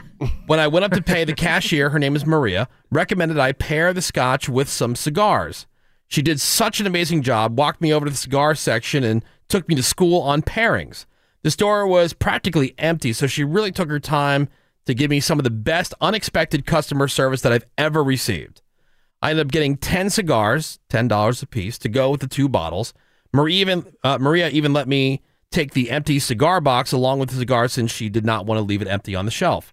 Speaker 2: when I went up to pay, the cashier, her name is Maria, recommended I pair the scotch with some cigars. She did such an amazing job, walked me over to the cigar section, and took me to school on pairings. The store was practically empty, so she really took her time to give me some of the best unexpected customer service that I've ever received. I ended up getting 10 cigars, $10 a piece, to go with the two bottles. Maria even, uh, Maria even let me take the empty cigar box along with the cigar since she did not want to leave it empty on the shelf.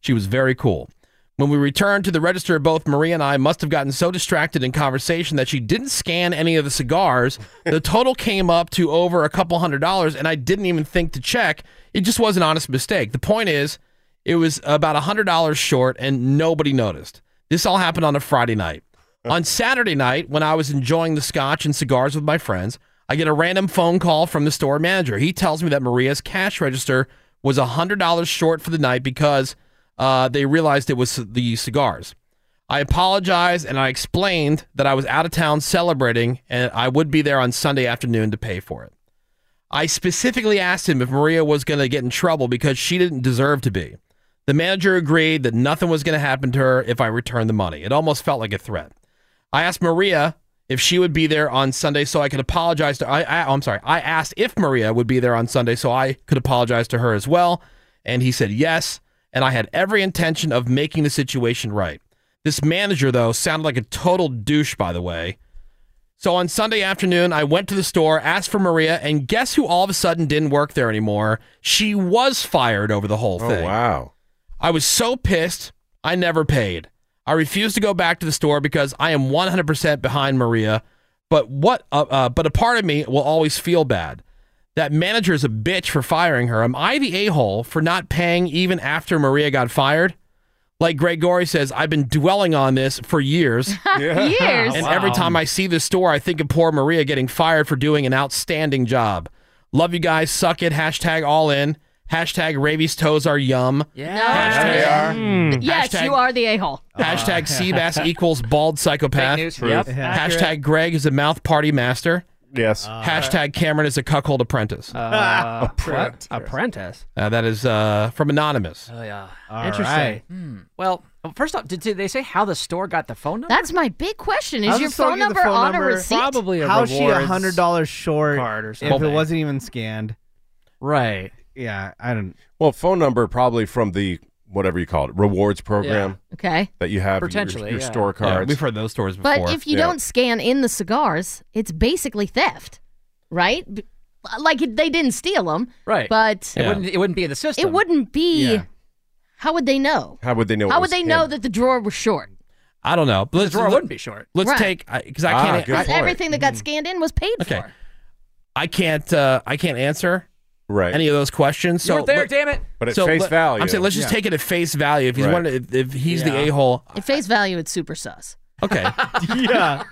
Speaker 2: She was very cool. When we returned to the register, both Maria and I must have gotten so distracted in conversation that she didn't scan any of the cigars. the total came up to over a couple hundred dollars, and I didn't even think to check. It just was an honest mistake. The point is, it was about $100 short and nobody noticed. This all happened on a Friday night. on Saturday night, when I was enjoying the scotch and cigars with my friends, I get a random phone call from the store manager. He tells me that Maria's cash register was $100 short for the night because uh, they realized it was the cigars. I apologized and I explained that I was out of town celebrating and I would be there on Sunday afternoon to pay for it. I specifically asked him if Maria was going to get in trouble because she didn't deserve to be. The manager agreed that nothing was going to happen to her if I returned the money. It almost felt like a threat. I asked Maria if she would be there on Sunday so I could apologize to I, I I'm sorry. I asked if Maria would be there on Sunday so I could apologize to her as well, and he said yes, and I had every intention of making the situation right. This manager though sounded like a total douche by the way. So on Sunday afternoon, I went to the store, asked for Maria, and guess who all of a sudden didn't work there anymore? She was fired over the whole
Speaker 6: Oh,
Speaker 2: thing.
Speaker 6: wow.
Speaker 2: I was so pissed, I never paid. I refused to go back to the store because I am 100% behind Maria, but what uh, uh, but a part of me will always feel bad. That manager is a bitch for firing her. Am I the a-hole for not paying even after Maria got fired? Like Gregory says, I've been dwelling on this for years.
Speaker 7: Yeah. Years?
Speaker 2: And every
Speaker 7: Wow.
Speaker 2: time I see this store, I think of poor Maria getting fired for doing an outstanding job. Love you guys. Suck it. Hashtag all in. Hashtag rabies toes are yum.
Speaker 7: No.
Speaker 2: Hashtag- Mm.
Speaker 7: Yes,
Speaker 2: Hashtag-
Speaker 7: you are the a hole.
Speaker 2: Hashtag
Speaker 6: Oh.
Speaker 2: Seabass equals bald psychopath.
Speaker 7: Fake news. Truth. Yep.
Speaker 2: Hashtag Greg is a mouth party master.
Speaker 6: Yes.
Speaker 7: Uh,
Speaker 2: Hashtag Cameron is a cuckold apprentice.
Speaker 3: Uh,
Speaker 6: apprentice.
Speaker 3: apprentice.
Speaker 2: Uh, that is uh, from Anonymous.
Speaker 8: Oh yeah.
Speaker 2: All
Speaker 8: Interesting.
Speaker 2: right.
Speaker 8: Hmm. Well, first off, did, did they say how the store got the phone number?
Speaker 7: That's my big question.
Speaker 8: I'll
Speaker 7: Is your
Speaker 8: just tell
Speaker 7: phone
Speaker 8: you the
Speaker 7: number
Speaker 8: phone
Speaker 7: on a
Speaker 8: number.
Speaker 7: receipt?
Speaker 8: Probably a
Speaker 4: How's she a
Speaker 8: rewards
Speaker 4: hundred dollars short
Speaker 8: card or
Speaker 4: if it
Speaker 8: something.
Speaker 4: wasn't even scanned?
Speaker 8: Right.
Speaker 4: Yeah, I don't.
Speaker 6: Well, phone number probably from the whatever you call it rewards program.
Speaker 7: Okay.
Speaker 6: That you have your-
Speaker 7: Potentially,
Speaker 6: your,
Speaker 7: yeah.
Speaker 6: store
Speaker 2: Yeah,
Speaker 6: cards.
Speaker 2: we've heard those stories
Speaker 7: But if you don't scan in the cigars, it's basically theft, right? B- Like it- they didn't steal them,
Speaker 8: Right.
Speaker 7: But
Speaker 8: it wouldn't it wouldn't be in the system.
Speaker 7: it wouldn't be.
Speaker 6: Yeah.
Speaker 7: How would they know?
Speaker 6: how would they know? it
Speaker 7: How
Speaker 6: was
Speaker 7: would they
Speaker 6: him?
Speaker 7: know that the drawer was short?
Speaker 2: I don't know. Let's,
Speaker 8: drawer wouldn't be short.
Speaker 2: Let's
Speaker 7: Right.
Speaker 2: take because I
Speaker 6: Ah,
Speaker 2: can't.
Speaker 6: good Mm-hmm.
Speaker 2: I,
Speaker 7: Because everything that got scanned in was paid
Speaker 2: Okay.
Speaker 7: for.
Speaker 2: I can't. Uh, I can't answer.
Speaker 6: Right.
Speaker 2: Any of those questions. So
Speaker 8: you were there,
Speaker 2: let-
Speaker 8: damn it.
Speaker 6: But at
Speaker 2: so
Speaker 6: face
Speaker 2: let-
Speaker 6: value.
Speaker 2: I'm saying let's just
Speaker 6: Yeah.
Speaker 2: take it at face value. If he's
Speaker 6: Right.
Speaker 2: one, if, if he's the
Speaker 6: Yeah.
Speaker 2: a hole,
Speaker 7: At face value, it's super sus.
Speaker 2: Okay. yeah.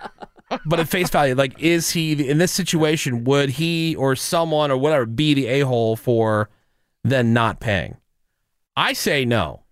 Speaker 2: But at face value, like, is he in this situation? Would he or someone or whatever be the a hole for then not paying? I say no.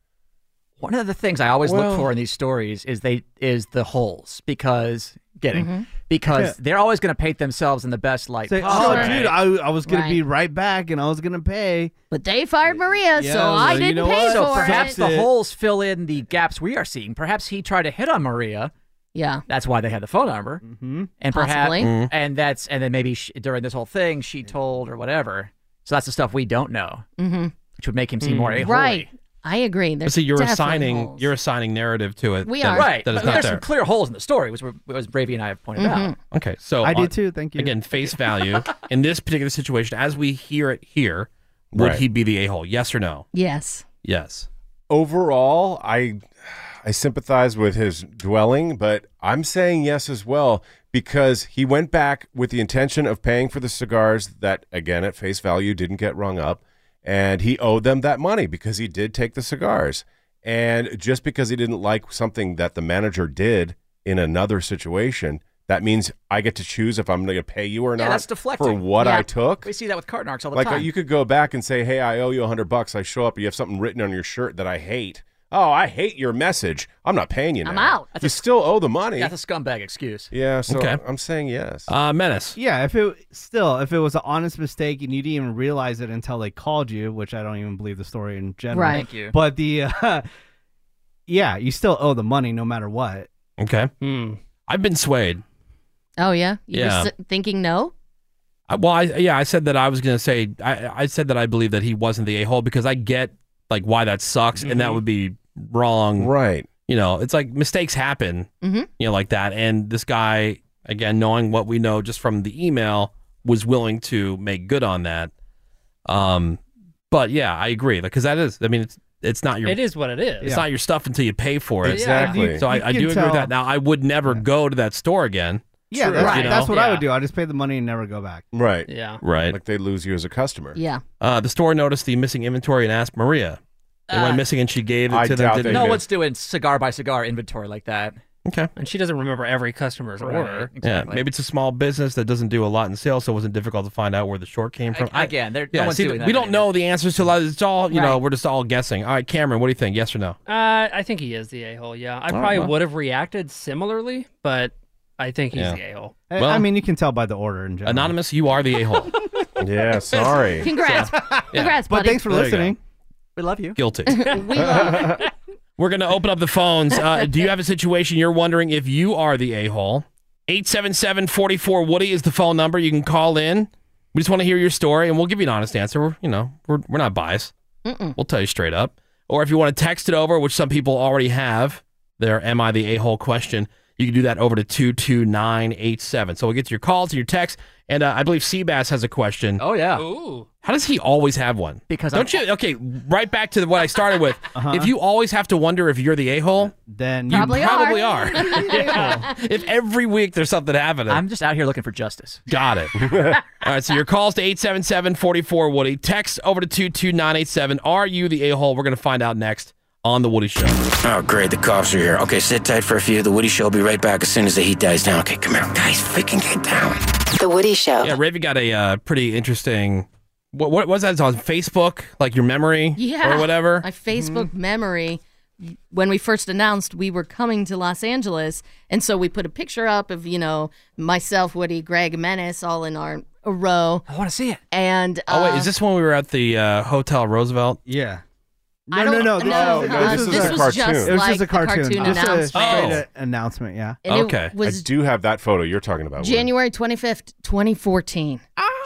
Speaker 8: One of the things I always
Speaker 2: Well-
Speaker 8: look for in these stories is they is the holes because getting
Speaker 7: Mm-hmm.
Speaker 4: Mhm.
Speaker 8: because
Speaker 4: Yeah.
Speaker 8: they're always going to paint themselves in the best light.
Speaker 4: Say, oh,
Speaker 8: possible.
Speaker 4: dude, I, I was gonna
Speaker 8: Right.
Speaker 4: be right back, and I was gonna pay.
Speaker 7: But they fired Maria,
Speaker 4: Yeah,
Speaker 7: so
Speaker 4: well,
Speaker 7: I
Speaker 4: you
Speaker 7: didn't
Speaker 4: know
Speaker 7: pay
Speaker 4: what?
Speaker 7: for
Speaker 4: So
Speaker 7: it.
Speaker 8: Perhaps the
Speaker 4: That's it.
Speaker 8: holes fill in the gaps we are seeing. Perhaps he tried to hit on Maria.
Speaker 7: Yeah.
Speaker 8: That's why they had the phone number. Mm-hmm. And perhaps,
Speaker 7: Possibly. Mhm.
Speaker 8: and that's, and then maybe she, during this whole thing, she told or whatever. So that's the stuff we don't know,
Speaker 7: Mhm.
Speaker 8: which would make him seem more a
Speaker 7: Mm. Mm-hmm. Right. I agree. There's
Speaker 2: so you're
Speaker 7: definitely
Speaker 2: assigning
Speaker 7: holes.
Speaker 2: you're assigning narrative to it.
Speaker 7: We
Speaker 2: that-
Speaker 7: are.
Speaker 8: Right.
Speaker 2: That is
Speaker 8: But
Speaker 2: not
Speaker 8: there's
Speaker 2: there.
Speaker 8: some clear holes in the story, was, was Bravey and I have pointed out.
Speaker 7: Mm-hmm.
Speaker 2: Okay. So
Speaker 4: I
Speaker 2: on-
Speaker 4: did too. Thank you.
Speaker 2: Again, face value in this particular situation, as we hear it here, would
Speaker 6: Right.
Speaker 2: he be the a hole? Yes or no?
Speaker 7: Yes.
Speaker 2: Yes.
Speaker 6: Overall, I I sympathize with his dwelling, but I'm saying yes as well because he went back with the intention of paying for the cigars that again at face value didn't get rung up and he owed them that money because he did take the cigars. And just because he didn't like something that the manager did in another situation, that means I get to choose if I'm going to pay you or
Speaker 8: yeah,
Speaker 6: not
Speaker 8: that's deflecting.
Speaker 6: for what
Speaker 8: Yeah.
Speaker 6: I took.
Speaker 8: We see that with card narcs all the
Speaker 6: Like uh,
Speaker 8: time.
Speaker 6: you could go back and say, "Hey, I owe you a hundred bucks." I show up, you have something written on your shirt that I hate. Oh, I hate your message. I'm not paying you.
Speaker 8: I'm
Speaker 6: now.
Speaker 8: out. That's
Speaker 6: You still owe the money.
Speaker 8: that's a scumbag excuse.
Speaker 6: Yeah, so
Speaker 4: Okay.
Speaker 6: I'm saying yes.
Speaker 2: Uh, Menace.
Speaker 4: Yeah, if it still if it was an honest mistake and you didn't even realize it until they called you, which I don't even believe the story in general.
Speaker 7: Right. Thank you.
Speaker 4: But the uh, yeah, you still owe the money no matter what.
Speaker 2: Okay.
Speaker 7: Hmm.
Speaker 2: I've been swayed.
Speaker 7: Oh yeah. You
Speaker 2: Yeah.
Speaker 7: were s- thinking no.
Speaker 2: I, well, I, yeah, I said that I was going to say, I, I said that I believe that he wasn't the a hole because I get like why that sucks and
Speaker 4: Mm-hmm.
Speaker 2: that would be wrong.
Speaker 6: Right.
Speaker 2: You know, it's like mistakes happen,
Speaker 4: Mm-hmm.
Speaker 7: Mhm.
Speaker 2: you know, like that. And this guy, again, knowing what we know just from the email, was willing to make good on that. Um, but yeah, I agree. Because that is, I mean, it's, it's not your.
Speaker 3: It is what it is.
Speaker 2: It's
Speaker 3: Yeah.
Speaker 2: not your stuff until you pay for it.
Speaker 4: Exactly. You-
Speaker 2: So
Speaker 4: you
Speaker 2: I, I
Speaker 4: can
Speaker 2: do agree with
Speaker 4: tell-
Speaker 2: that. Now I would never go to that store again.
Speaker 4: Yeah, that's,
Speaker 2: You know?
Speaker 4: that's what I would do. I just pay the money and never go back.
Speaker 6: Right.
Speaker 8: Yeah.
Speaker 2: Right.
Speaker 6: Like they lose you as a customer.
Speaker 7: Yeah.
Speaker 2: Uh, the store noticed the missing inventory and asked Maria. It
Speaker 8: Uh,
Speaker 2: went missing and she gave it
Speaker 6: I
Speaker 2: to
Speaker 6: doubt
Speaker 2: them.
Speaker 6: they
Speaker 2: didn't-
Speaker 8: no one's doing cigar by cigar inventory like that.
Speaker 2: Okay.
Speaker 3: And she doesn't remember every customer's order.
Speaker 2: Yeah, maybe it's a small business that doesn't do a lot in sales, so it wasn't difficult to find out where the short came from. I-
Speaker 8: Again, there,
Speaker 2: yeah,
Speaker 8: no one's
Speaker 2: see,
Speaker 8: doing that.
Speaker 2: we don't know the answers to a lot. of- It's all you know.
Speaker 3: Right.
Speaker 2: We're just all guessing. All right, Cameron, what do you think? Yes or no?
Speaker 3: Uh, I think he is the a hole. Yeah, I
Speaker 2: Oh,
Speaker 3: probably
Speaker 2: well.
Speaker 3: would have reacted similarly, but I think he's
Speaker 2: Yeah.
Speaker 3: the a hole.
Speaker 4: I- I mean, you can tell by the order in general.
Speaker 2: Anonymous, you are the a hole.
Speaker 6: yeah, sorry.
Speaker 7: Congrats. Congrats, buddy.
Speaker 2: There you go.
Speaker 8: We love you.
Speaker 2: Guilty.
Speaker 7: we love.
Speaker 2: We're going to open up the phones. Uh, do you have a situation you're wondering if you are the a hole? 877 44 Woody is the phone number. You can call in. We just want to hear your story and we'll give you an honest answer. We're, you know, we're, we're not biased. We'll tell you straight up. Or if you want to text it over, which some people already have, their Am I the a hole question, you can do that over to 22987. So we'll get to your calls and your texts. And uh, I believe Seabass has a question.
Speaker 8: Oh, yeah.
Speaker 3: Ooh.
Speaker 2: How does he always have one?
Speaker 8: Because
Speaker 2: don't you? Okay, right back to what I started with.
Speaker 8: Uh-huh.
Speaker 2: If you always have to wonder if you're the a hole,
Speaker 4: then
Speaker 2: you
Speaker 8: Probably
Speaker 2: probably,
Speaker 8: are.
Speaker 2: are. Yeah. If every week there's something happening,
Speaker 8: I'm just out here looking for justice.
Speaker 2: got it. All right, so your calls to 877-44 Woody, text over to 22987. Are you the a hole? We're gonna find out next on the Woody Show.
Speaker 15: Oh, great. The cops are here. Okay, sit tight for a few. The Woody Show will be right back as soon as the heat dies down. Okay, come here. Guys, freaking get down.
Speaker 2: The Woody Show. Yeah, Raven got a uh, pretty interesting. What what was that It's on Facebook? Like your memory
Speaker 7: Yeah.
Speaker 2: or whatever.
Speaker 7: My Facebook memory. When we first announced we were coming to Los Angeles, and so we put a picture up of you know myself, Woody, Greg, Menace, all in our a row.
Speaker 8: I want to see it.
Speaker 7: And
Speaker 2: oh wait,
Speaker 7: uh,
Speaker 2: is this when we were at the uh, Hotel Roosevelt?
Speaker 4: Yeah.
Speaker 7: I
Speaker 4: No, no,
Speaker 7: don't-
Speaker 4: no,
Speaker 7: no,
Speaker 4: this,
Speaker 7: no,
Speaker 4: was-
Speaker 7: this was a cartoon.
Speaker 4: It was
Speaker 7: like
Speaker 4: just
Speaker 7: the
Speaker 4: a cartoon.
Speaker 7: cartoon
Speaker 4: just a
Speaker 7: announcement.
Speaker 4: straight
Speaker 7: Oh.
Speaker 4: uh, announcement, yeah.
Speaker 7: And it Okay. was-
Speaker 6: I do have that photo you're talking about. Woody.
Speaker 7: January twenty fifth, twenty fourteen.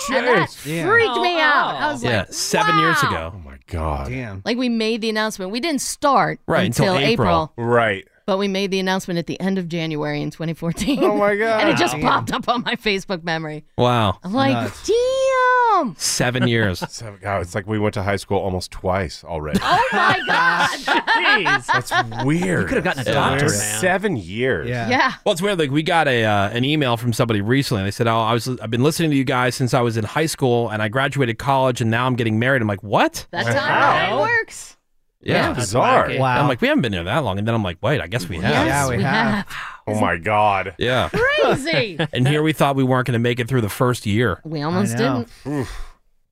Speaker 7: And that
Speaker 6: Jeez. Yeah.
Speaker 7: freaked me out. I was
Speaker 2: yeah,
Speaker 7: like,
Speaker 2: seven years ago. Oh
Speaker 6: my god.
Speaker 4: Damn.
Speaker 7: like we made the announcement. We didn't start
Speaker 2: Right
Speaker 7: until, April.
Speaker 6: Right.
Speaker 7: But we made the announcement at the end of January in 2014.
Speaker 6: Oh my God.
Speaker 7: and it just
Speaker 6: Damn.
Speaker 7: popped up on my Facebook memory.
Speaker 2: Wow.
Speaker 7: I'm like,
Speaker 6: Nuts.
Speaker 7: damn.
Speaker 2: Seven years.
Speaker 6: Seven, God, it's like we went to high school almost twice already.
Speaker 7: Oh my God.
Speaker 6: That's weird.
Speaker 2: You could have gotten a doctor, man.
Speaker 6: Seven years.
Speaker 7: Yeah.
Speaker 2: Well, it's weird. Like we got a uh, an email from somebody recently. And they said, "Oh, I was I've been listening to you guys since I was in high school, and I graduated college, and now I'm getting married." I'm like, "What?"
Speaker 7: That's how it works.
Speaker 2: yeah,
Speaker 7: yeah.
Speaker 6: bizarre.
Speaker 7: wacky.
Speaker 2: Wow. I'm like, we haven't been there that long, and then I'm like, wait, I guess we have.
Speaker 7: Yes, we have.
Speaker 6: Oh my god.
Speaker 2: Yeah.
Speaker 7: Crazy.
Speaker 2: and here we thought we weren't going to make it through the first year.
Speaker 7: We almost didn't.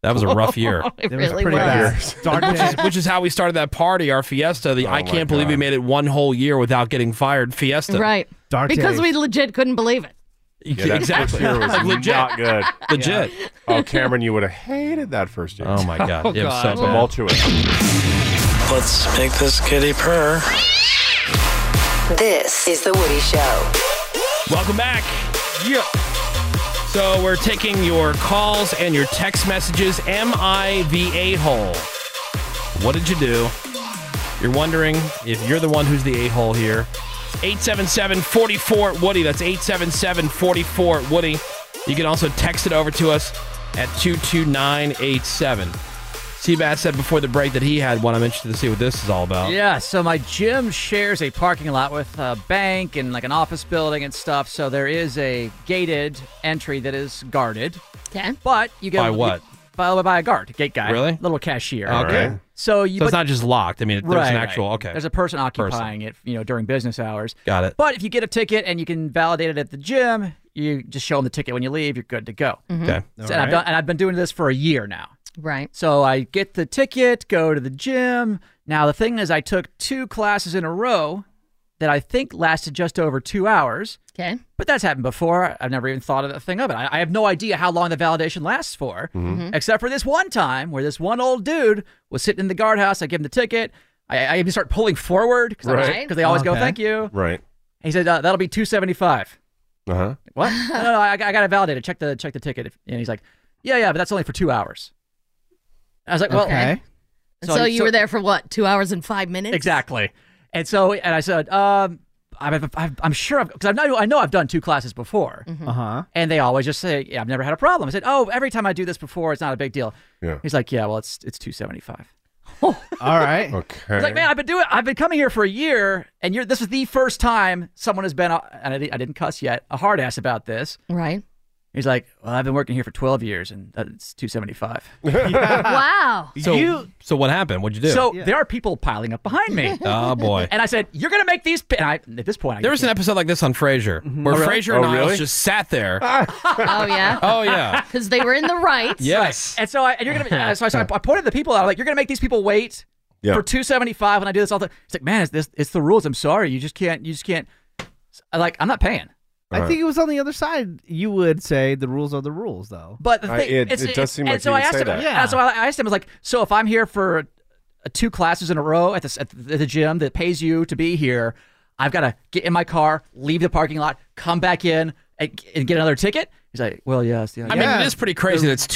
Speaker 2: That was a rough year.
Speaker 7: It It was really pretty was. bad. Oh Dark
Speaker 2: which, is,
Speaker 7: day.
Speaker 2: which is how we started that party, our fiesta. The I can't believe we made it one whole year without getting fired fiesta.
Speaker 7: Right. because we legit couldn't believe it.
Speaker 6: Yeah, that
Speaker 2: exactly.
Speaker 6: first year was
Speaker 2: Like, legit.
Speaker 6: not good.
Speaker 2: Legit.
Speaker 6: Oh, Cameron, you would have hated that first year.
Speaker 2: Oh my God. Oh, It was God. so bad.
Speaker 6: tumultuous.
Speaker 13: Let's make this kitty purr.
Speaker 23: This is The Woody Show.
Speaker 2: Welcome back. Yeah. So we're taking your calls and your text messages. Am I the a hole? What did you do? You're wondering if you're the one who's the a hole here. 877 44 Woody. That's 877 44 Woody. You can also text it over to us at 22987. Seabass said before the break that he had one. I'm interested to see what this is all
Speaker 6: Oh.
Speaker 2: about.
Speaker 8: Yeah, so my gym shares a parking lot with a bank and like an office building and stuff. So there is a gated entry that is guarded.
Speaker 7: Okay.
Speaker 8: But you get
Speaker 2: By what?
Speaker 8: by, oh, by a guard, gate guy,
Speaker 2: Really?
Speaker 8: little cashier.
Speaker 2: Okay. Alright.
Speaker 8: So Oh, you.
Speaker 2: So it's
Speaker 8: but-
Speaker 2: not just locked. I mean, there's
Speaker 8: Right,
Speaker 2: an
Speaker 8: right.
Speaker 2: actual. Okay.
Speaker 8: There's a person occupying it, you know, during business hours.
Speaker 2: Got it.
Speaker 8: But if you get a ticket and you can validate it at the gym, you just show them the ticket when you leave. You're good to go.
Speaker 7: Mhm.
Speaker 2: Okay.
Speaker 8: So- and, I've done, and I've been doing this for a year now.
Speaker 7: Right.
Speaker 8: So I get the ticket, go to the gym. Now the thing is, I took two classes in a row that I think lasted just over two hours.
Speaker 7: Okay.
Speaker 8: But that's happened before. I've never even thought of the thing of it. I, I have no idea how long the validation lasts for,
Speaker 2: Mm-hmm.
Speaker 7: Mhm. Mhm.
Speaker 8: except for this one time where this one old dude was sitting in the guardhouse. I give him the ticket. I, I even start pulling forward because
Speaker 6: Right.
Speaker 8: they always go,
Speaker 6: Okay.
Speaker 8: "Thank you."
Speaker 6: Right.
Speaker 8: He said, uh, "That'll be two seventy five.
Speaker 6: Uh
Speaker 2: Uh-huh.
Speaker 6: huh.
Speaker 8: What? no, no, no, I, I got to validate it. Check the check the ticket. And he's like, "Yeah, yeah, but that's only for two hours." I was like, "Well,
Speaker 7: Okay. So, you were there for what? Two hours and five minutes.
Speaker 8: eh, Exactly. And so, and I said, um, I'm, I'm, I'm sure, because I've, not- I know I've done two classes before.
Speaker 6: Mm-hmm.
Speaker 4: Uh huh.
Speaker 8: And they always just say, yeah, I've never had a problem. I said, oh, every time I do this before, it's not a big deal.
Speaker 6: Yeah.
Speaker 8: He's like, yeah, well, it's it's 275.
Speaker 4: All right.
Speaker 6: okay.
Speaker 8: He's like, man, I've been doing, I've been coming here for a year, and you're, this is the first time someone has been, uh, and I, di- I didn't cuss yet, a hard ass about this.
Speaker 7: Right.
Speaker 8: He's like, well, I've been working here for 12 years, and uh, it's 275.
Speaker 7: Wow.
Speaker 2: So, so what happened? What'd you do?
Speaker 8: So there are people piling up behind me.
Speaker 2: Oh, boy.
Speaker 8: And I said, "You're gonna make these." P-. And I, at this point, I
Speaker 2: there was an episode like this on Frasier
Speaker 4: Mm-hmm.
Speaker 2: where
Speaker 8: Oh, really?
Speaker 2: Frasier
Speaker 8: Oh,
Speaker 2: and Niles
Speaker 8: really?
Speaker 2: just sat there.
Speaker 4: Ah.
Speaker 7: oh yeah.
Speaker 2: Oh, yeah.
Speaker 7: Because they were in the right.
Speaker 2: Yes.
Speaker 8: And so I and you're gonna. uh, so I, so I I pointed the people out. I'm like, "You're gonna make these people wait
Speaker 2: Yeah.
Speaker 8: for 275 when I do this all the." It's like, man, it's this. It's the rules. I'm sorry. You just can't. You just can't. I Like, I'm not paying.
Speaker 4: I think it was on the other side. You would say the rules are the rules, though.
Speaker 8: But the thing, it's- and so I asked him, Yeah. So I I asked him, I was like, so if I'm here for uh, two classes in a row at the, at the at the gym that pays you to be here, I've got to get in my car, leave the parking lot, come back in, and, and get another ticket. He's like, well, yeah, it's the
Speaker 2: I mean, it is pretty crazy that it's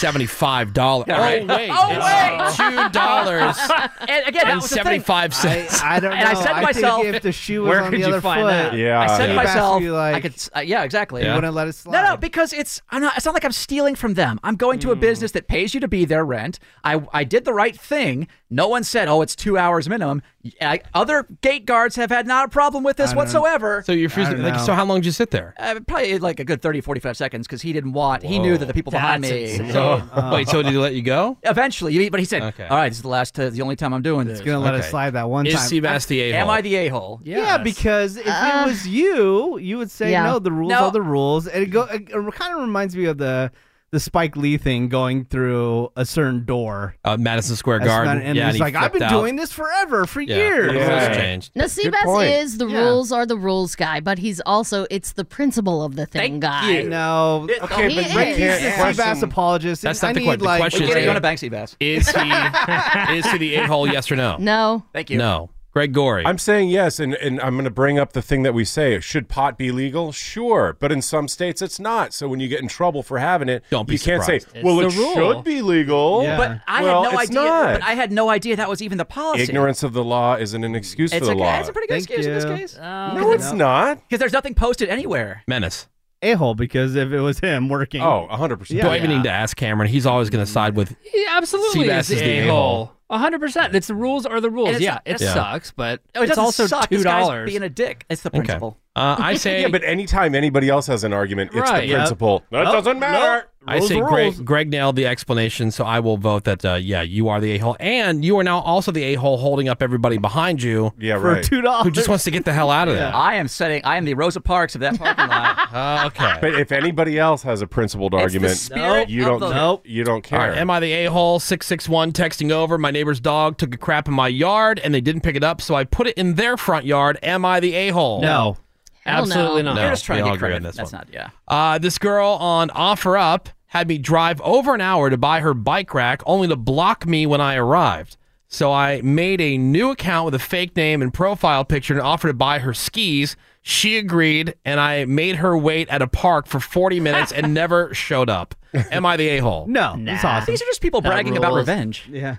Speaker 2: $275.
Speaker 8: Yeah, right.
Speaker 2: Oh, wait.
Speaker 8: Oh,
Speaker 2: It's $2.
Speaker 8: and again, that
Speaker 2: and
Speaker 8: was the thing.
Speaker 2: 75 cents.
Speaker 4: I don't know.
Speaker 8: And I said to
Speaker 4: think
Speaker 8: myself,
Speaker 4: if the shoe was on the other foot,
Speaker 8: I said to
Speaker 4: Back
Speaker 8: myself,
Speaker 4: you,
Speaker 8: I
Speaker 4: like,
Speaker 8: could, s- uh, yeah, exactly.
Speaker 4: You Yeah. wouldn't let it slide.
Speaker 8: No, no, because it's, I'm not. It's not like I'm stealing from them. I'm going
Speaker 2: Mm.
Speaker 8: to a business that pays you to be their rent. I, I did the right thing. No one said, oh, it's two hours minimum. I, other gate guards have had not a problem with this whatsoever.
Speaker 2: So you're freezing, like, so how long did you sit there?
Speaker 8: Uh, probably like a good 30, 45 seconds because he didn't want. He knew that the people behind
Speaker 2: That's
Speaker 8: me.
Speaker 2: insane. Oh. Wait, so did he let you go?
Speaker 8: Eventually, but he said,
Speaker 2: Okay.
Speaker 8: "All right, this is the last, uh, the only time I'm doing this."
Speaker 4: gonna let us Okay. slide that one Is time. Seabass the
Speaker 8: Am
Speaker 4: a-hole?
Speaker 8: I the a hole?
Speaker 4: Yeah, because if it was you, you would say
Speaker 8: Uh, Yeah.
Speaker 4: no. The rules
Speaker 8: No.
Speaker 4: are the rules, and it go. It, kind of reminds me of the the Spike Lee thing going through a certain door.
Speaker 2: Uh, Madison Square
Speaker 4: That's
Speaker 2: Garden.
Speaker 4: not- and
Speaker 2: yeah,
Speaker 4: it's
Speaker 2: he
Speaker 4: like I've
Speaker 2: flipped
Speaker 4: been
Speaker 2: out.
Speaker 4: doing this forever for
Speaker 2: Yeah,
Speaker 4: years.
Speaker 2: the rules changed.
Speaker 7: Now,
Speaker 2: Good point.
Speaker 7: Seabass is the
Speaker 4: Yeah.
Speaker 7: rules are the rules guy, but he's also it's the principle of the thing guy.
Speaker 4: No.
Speaker 7: okay,
Speaker 4: okay,
Speaker 7: but
Speaker 4: but
Speaker 7: you
Speaker 4: Rick, he's
Speaker 7: can't
Speaker 4: the
Speaker 7: ask
Speaker 4: Seabass
Speaker 7: him-
Speaker 4: apologist. and
Speaker 2: That's not
Speaker 4: I
Speaker 2: the
Speaker 4: need,
Speaker 2: question. The
Speaker 4: like,
Speaker 2: question is,
Speaker 8: We're
Speaker 2: Hey.
Speaker 8: going to Banksy Bass.
Speaker 2: Is he is he the a hole? Yes or no?
Speaker 7: No.
Speaker 8: Thank
Speaker 2: you. No. Greg Gorey.
Speaker 6: I'm saying yes, and, and I'm going to bring up the thing that we say. Should pot be legal? Sure. But in some states, it's not. So when you get in trouble for having it, Don't
Speaker 2: be
Speaker 6: you can't say,
Speaker 2: surprised.
Speaker 6: well, it
Speaker 2: It's the rule.
Speaker 6: should be legal.
Speaker 8: But I
Speaker 6: well,
Speaker 8: had no
Speaker 6: it's
Speaker 8: idea.
Speaker 6: Not.
Speaker 8: But I had no idea that was even the policy.
Speaker 6: Ignorance of the law isn't an excuse
Speaker 8: It's
Speaker 6: for the
Speaker 8: a,
Speaker 6: law.
Speaker 8: it's a pretty good excuse in this case.
Speaker 4: Oh,
Speaker 6: no, it's not.
Speaker 8: Because there's nothing posted anywhere.
Speaker 2: Menace.
Speaker 4: A hole because if it was him working.
Speaker 2: Oh,
Speaker 6: 100%.
Speaker 2: Do I even need to ask Cameron? He's always going to side with.
Speaker 3: He absolutely
Speaker 2: Seabass
Speaker 3: is the a-hole. A hundred percent. It's the rules are the rules.
Speaker 8: And it's
Speaker 3: yeah,
Speaker 8: not-
Speaker 3: it
Speaker 2: Yeah.
Speaker 3: sucks, but
Speaker 8: No, it
Speaker 3: it's
Speaker 8: doesn't
Speaker 3: also
Speaker 8: suck.
Speaker 3: two
Speaker 8: This guy's
Speaker 3: dollars.
Speaker 8: Being a dick. It's the
Speaker 2: Okay.
Speaker 8: principle.
Speaker 2: Uh, I say.
Speaker 6: Yeah, but anytime anybody else has an argument, it's
Speaker 2: Right.
Speaker 6: the
Speaker 2: Yep.
Speaker 6: principle. That
Speaker 2: Nope,
Speaker 6: doesn't matter.
Speaker 2: I say Greg, Greg nailed the explanation, so I will vote that, uh, yeah, you are the a hole. And you are now also the a hole holding up everybody behind you
Speaker 6: yeah,
Speaker 8: For right. $2.
Speaker 2: Who just wants to get the hell out of there. Uh,
Speaker 8: I am setting. I am the Rosa Parks of that parking lot.
Speaker 2: okay.
Speaker 6: But if anybody else has a principled argument,
Speaker 8: spirit
Speaker 6: you
Speaker 8: of
Speaker 6: don't
Speaker 8: the-
Speaker 2: Nope.
Speaker 6: you don't care.
Speaker 2: All right, am I the a hole? 661 texting over. My neighbor's dog took a crap in my yard and they didn't pick it up, so I put it in their front yard. Am I the a hole?
Speaker 4: No.
Speaker 3: Hell no. Absolutely not.
Speaker 8: You're just trying
Speaker 2: we
Speaker 8: to
Speaker 2: all
Speaker 8: get
Speaker 2: agree
Speaker 8: credit.
Speaker 2: on this
Speaker 8: That's
Speaker 2: one.
Speaker 8: not. Yeah.
Speaker 2: Uh, this girl on OfferUp had me drive over an hour to buy her bike rack, only to block me when I arrived. So I made a new account with a fake name and profile picture and offered to buy her skis. She agreed, and I made her wait at a park for 40 minutes and never showed up. Am I the a hole?
Speaker 4: No, that's awesome.
Speaker 8: These are just people
Speaker 2: That
Speaker 8: bragging about
Speaker 2: rules.
Speaker 8: revenge.
Speaker 4: Yeah.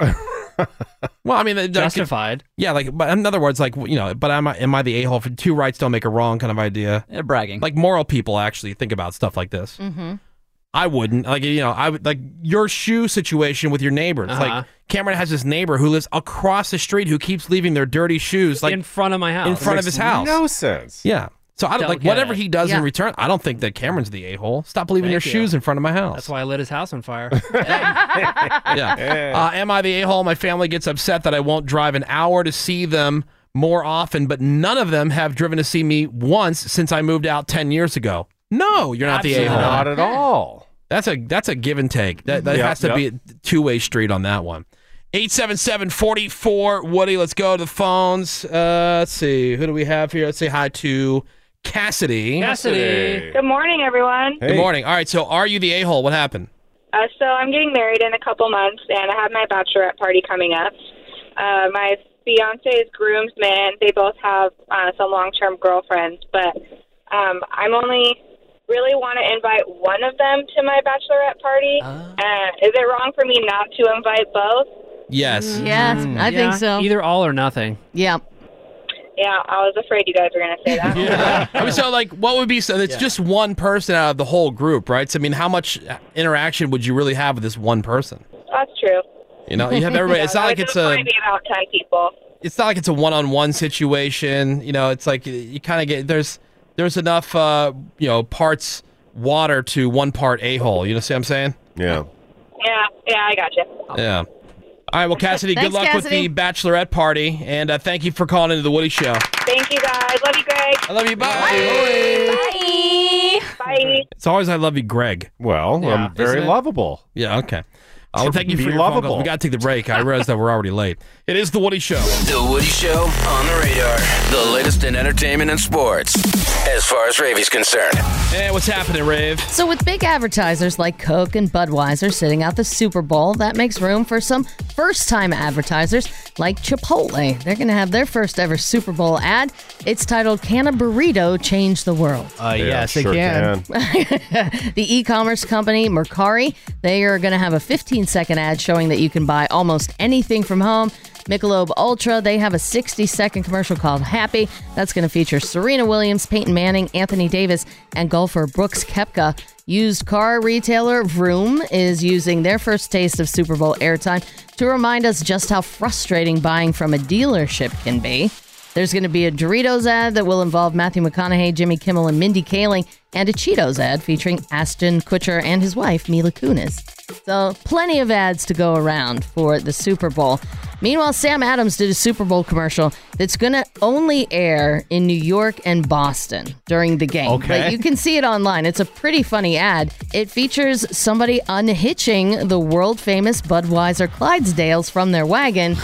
Speaker 2: Well, I mean, that- that could-
Speaker 3: Justified.
Speaker 2: yeah, like, but in other words, like, you know, but am I, am I the a hole for two rights don't make a wrong kind of idea?
Speaker 8: They're bragging.
Speaker 2: Like, moral people actually think about stuff like this.
Speaker 7: Mm-hmm.
Speaker 2: I wouldn't. Like, you know, I would like your shoe situation with your neighbors.
Speaker 3: Uh-huh.
Speaker 2: Like, Cameron has this neighbor who lives across the street who keeps leaving their dirty shoes like
Speaker 3: in front of my house.
Speaker 2: in front of his house.
Speaker 6: No sense.
Speaker 2: Yeah. So I don't,
Speaker 3: Don't
Speaker 2: like
Speaker 3: get
Speaker 2: whatever
Speaker 3: it.
Speaker 2: he does
Speaker 3: Yeah.
Speaker 2: in return. I don't think that Cameron's the a hole. Stop leaving your
Speaker 3: Thank you.
Speaker 2: shoes in front of my house.
Speaker 3: That's why I lit his house on fire.
Speaker 2: yeah. Uh, am I the a hole? My family gets upset that I won't drive an hour to see them more often, but none of them have driven to see me once since I moved out 10 years ago. No, you're not the a
Speaker 6: Absolutely
Speaker 2: hole.
Speaker 6: not at all.
Speaker 2: That's a that's a give and take. That, that
Speaker 6: Yep,
Speaker 2: has to
Speaker 6: yep.
Speaker 2: be a two way street on that one. 877 44 Woody. Let's go to the phones. Uh, let's see. Who do we have here? Let's say hi to Cassidy.
Speaker 22: Good morning, everyone.
Speaker 2: Good morning. All right. So, are you the a hole? What happened?
Speaker 22: Uh, so I'm getting married in a couple months, and I have my bachelorette party coming up. Uh, my fiance's groomsmen, they both have uh, some long-term girlfriends, but um, I'm only really want to invite one of them to my bachelorette party. Uh, is it wrong for me not to invite both?
Speaker 2: Yes.
Speaker 7: Yes, I think so.
Speaker 3: Mm-hmm. Either all or nothing.
Speaker 7: Yeah.
Speaker 22: Yeah, I was afraid you guys were going to say that.
Speaker 2: I mean, so like, what would be so? It's just one person out of the whole group, right? So, I mean, how much interaction would you really have with this one person?
Speaker 22: That's true.
Speaker 2: You know, you have everybody.
Speaker 22: Yeah,
Speaker 2: It's not
Speaker 22: it
Speaker 2: like
Speaker 22: would
Speaker 2: it's um, a.
Speaker 22: probably be about ten people.
Speaker 2: It's not like it's a one-on-one situation. You know, it's like you, kind of get there's there's enough uh you know parts water to one part a hole. You know, see what I'm saying?
Speaker 6: Yeah.
Speaker 22: Yeah, yeah, I got you.
Speaker 2: Yeah. All right. Well, Cassidy, good
Speaker 22: Thanks,
Speaker 2: luck
Speaker 22: Cassidy.
Speaker 2: with the bachelorette party, and uh, thank you for calling into the Woody Show.
Speaker 22: Thank you guys. Love you, Greg.
Speaker 2: I love you.
Speaker 22: Bye. Bye. Bye.
Speaker 2: It's always I love you, Greg.
Speaker 6: Well, I'm very lovable.
Speaker 2: Yeah. Okay. Uh, well, thank you
Speaker 6: Be
Speaker 2: for your phone
Speaker 6: lovable.
Speaker 2: calls. We got to take the break. I realize that we're already late. It is the Woody Show.
Speaker 1: The Woody Show on the radar. The latest in entertainment and sports, as far as Ravi's concerned.
Speaker 2: Hey, what's happening, Rave?
Speaker 7: So, with big advertisers like Coke and Budweiser sitting out the Super Bowl, that makes room for some first time advertisers like Chipotle. They're going to have their first ever Super Bowl ad. It's titled Can a Burrito Change the World?
Speaker 4: Uh, yes, they can.
Speaker 7: the e-commerce company Mercari. They are going to have a 15-second ad showing that you can buy almost anything from home. Michelob Ultra, they have a 60-second commercial called Happy. That's going to feature Serena Williams, Peyton Manning, Anthony Davis, and golfer Brooks Kepka. Used car retailer Vroom is using their first taste of Super Bowl airtime to remind us just how frustrating buying from a dealership can be. There's going to be a Doritos ad that will involve Matthew McConaughey, Jimmy Kimmel, and Mindy Kaling, and a Cheetos ad featuring Ashton Kutcher and his wife, Mila Kunis. So, plenty of ads to go around for the Super Bowl. Meanwhile, Sam Adams did a Super Bowl commercial that's going to only air in New York and Boston during the game.
Speaker 18: Okay.
Speaker 7: But you can see it online. It's a pretty funny ad. It features somebody unhitching the world famous Budweiser Clydesdales from their wagon,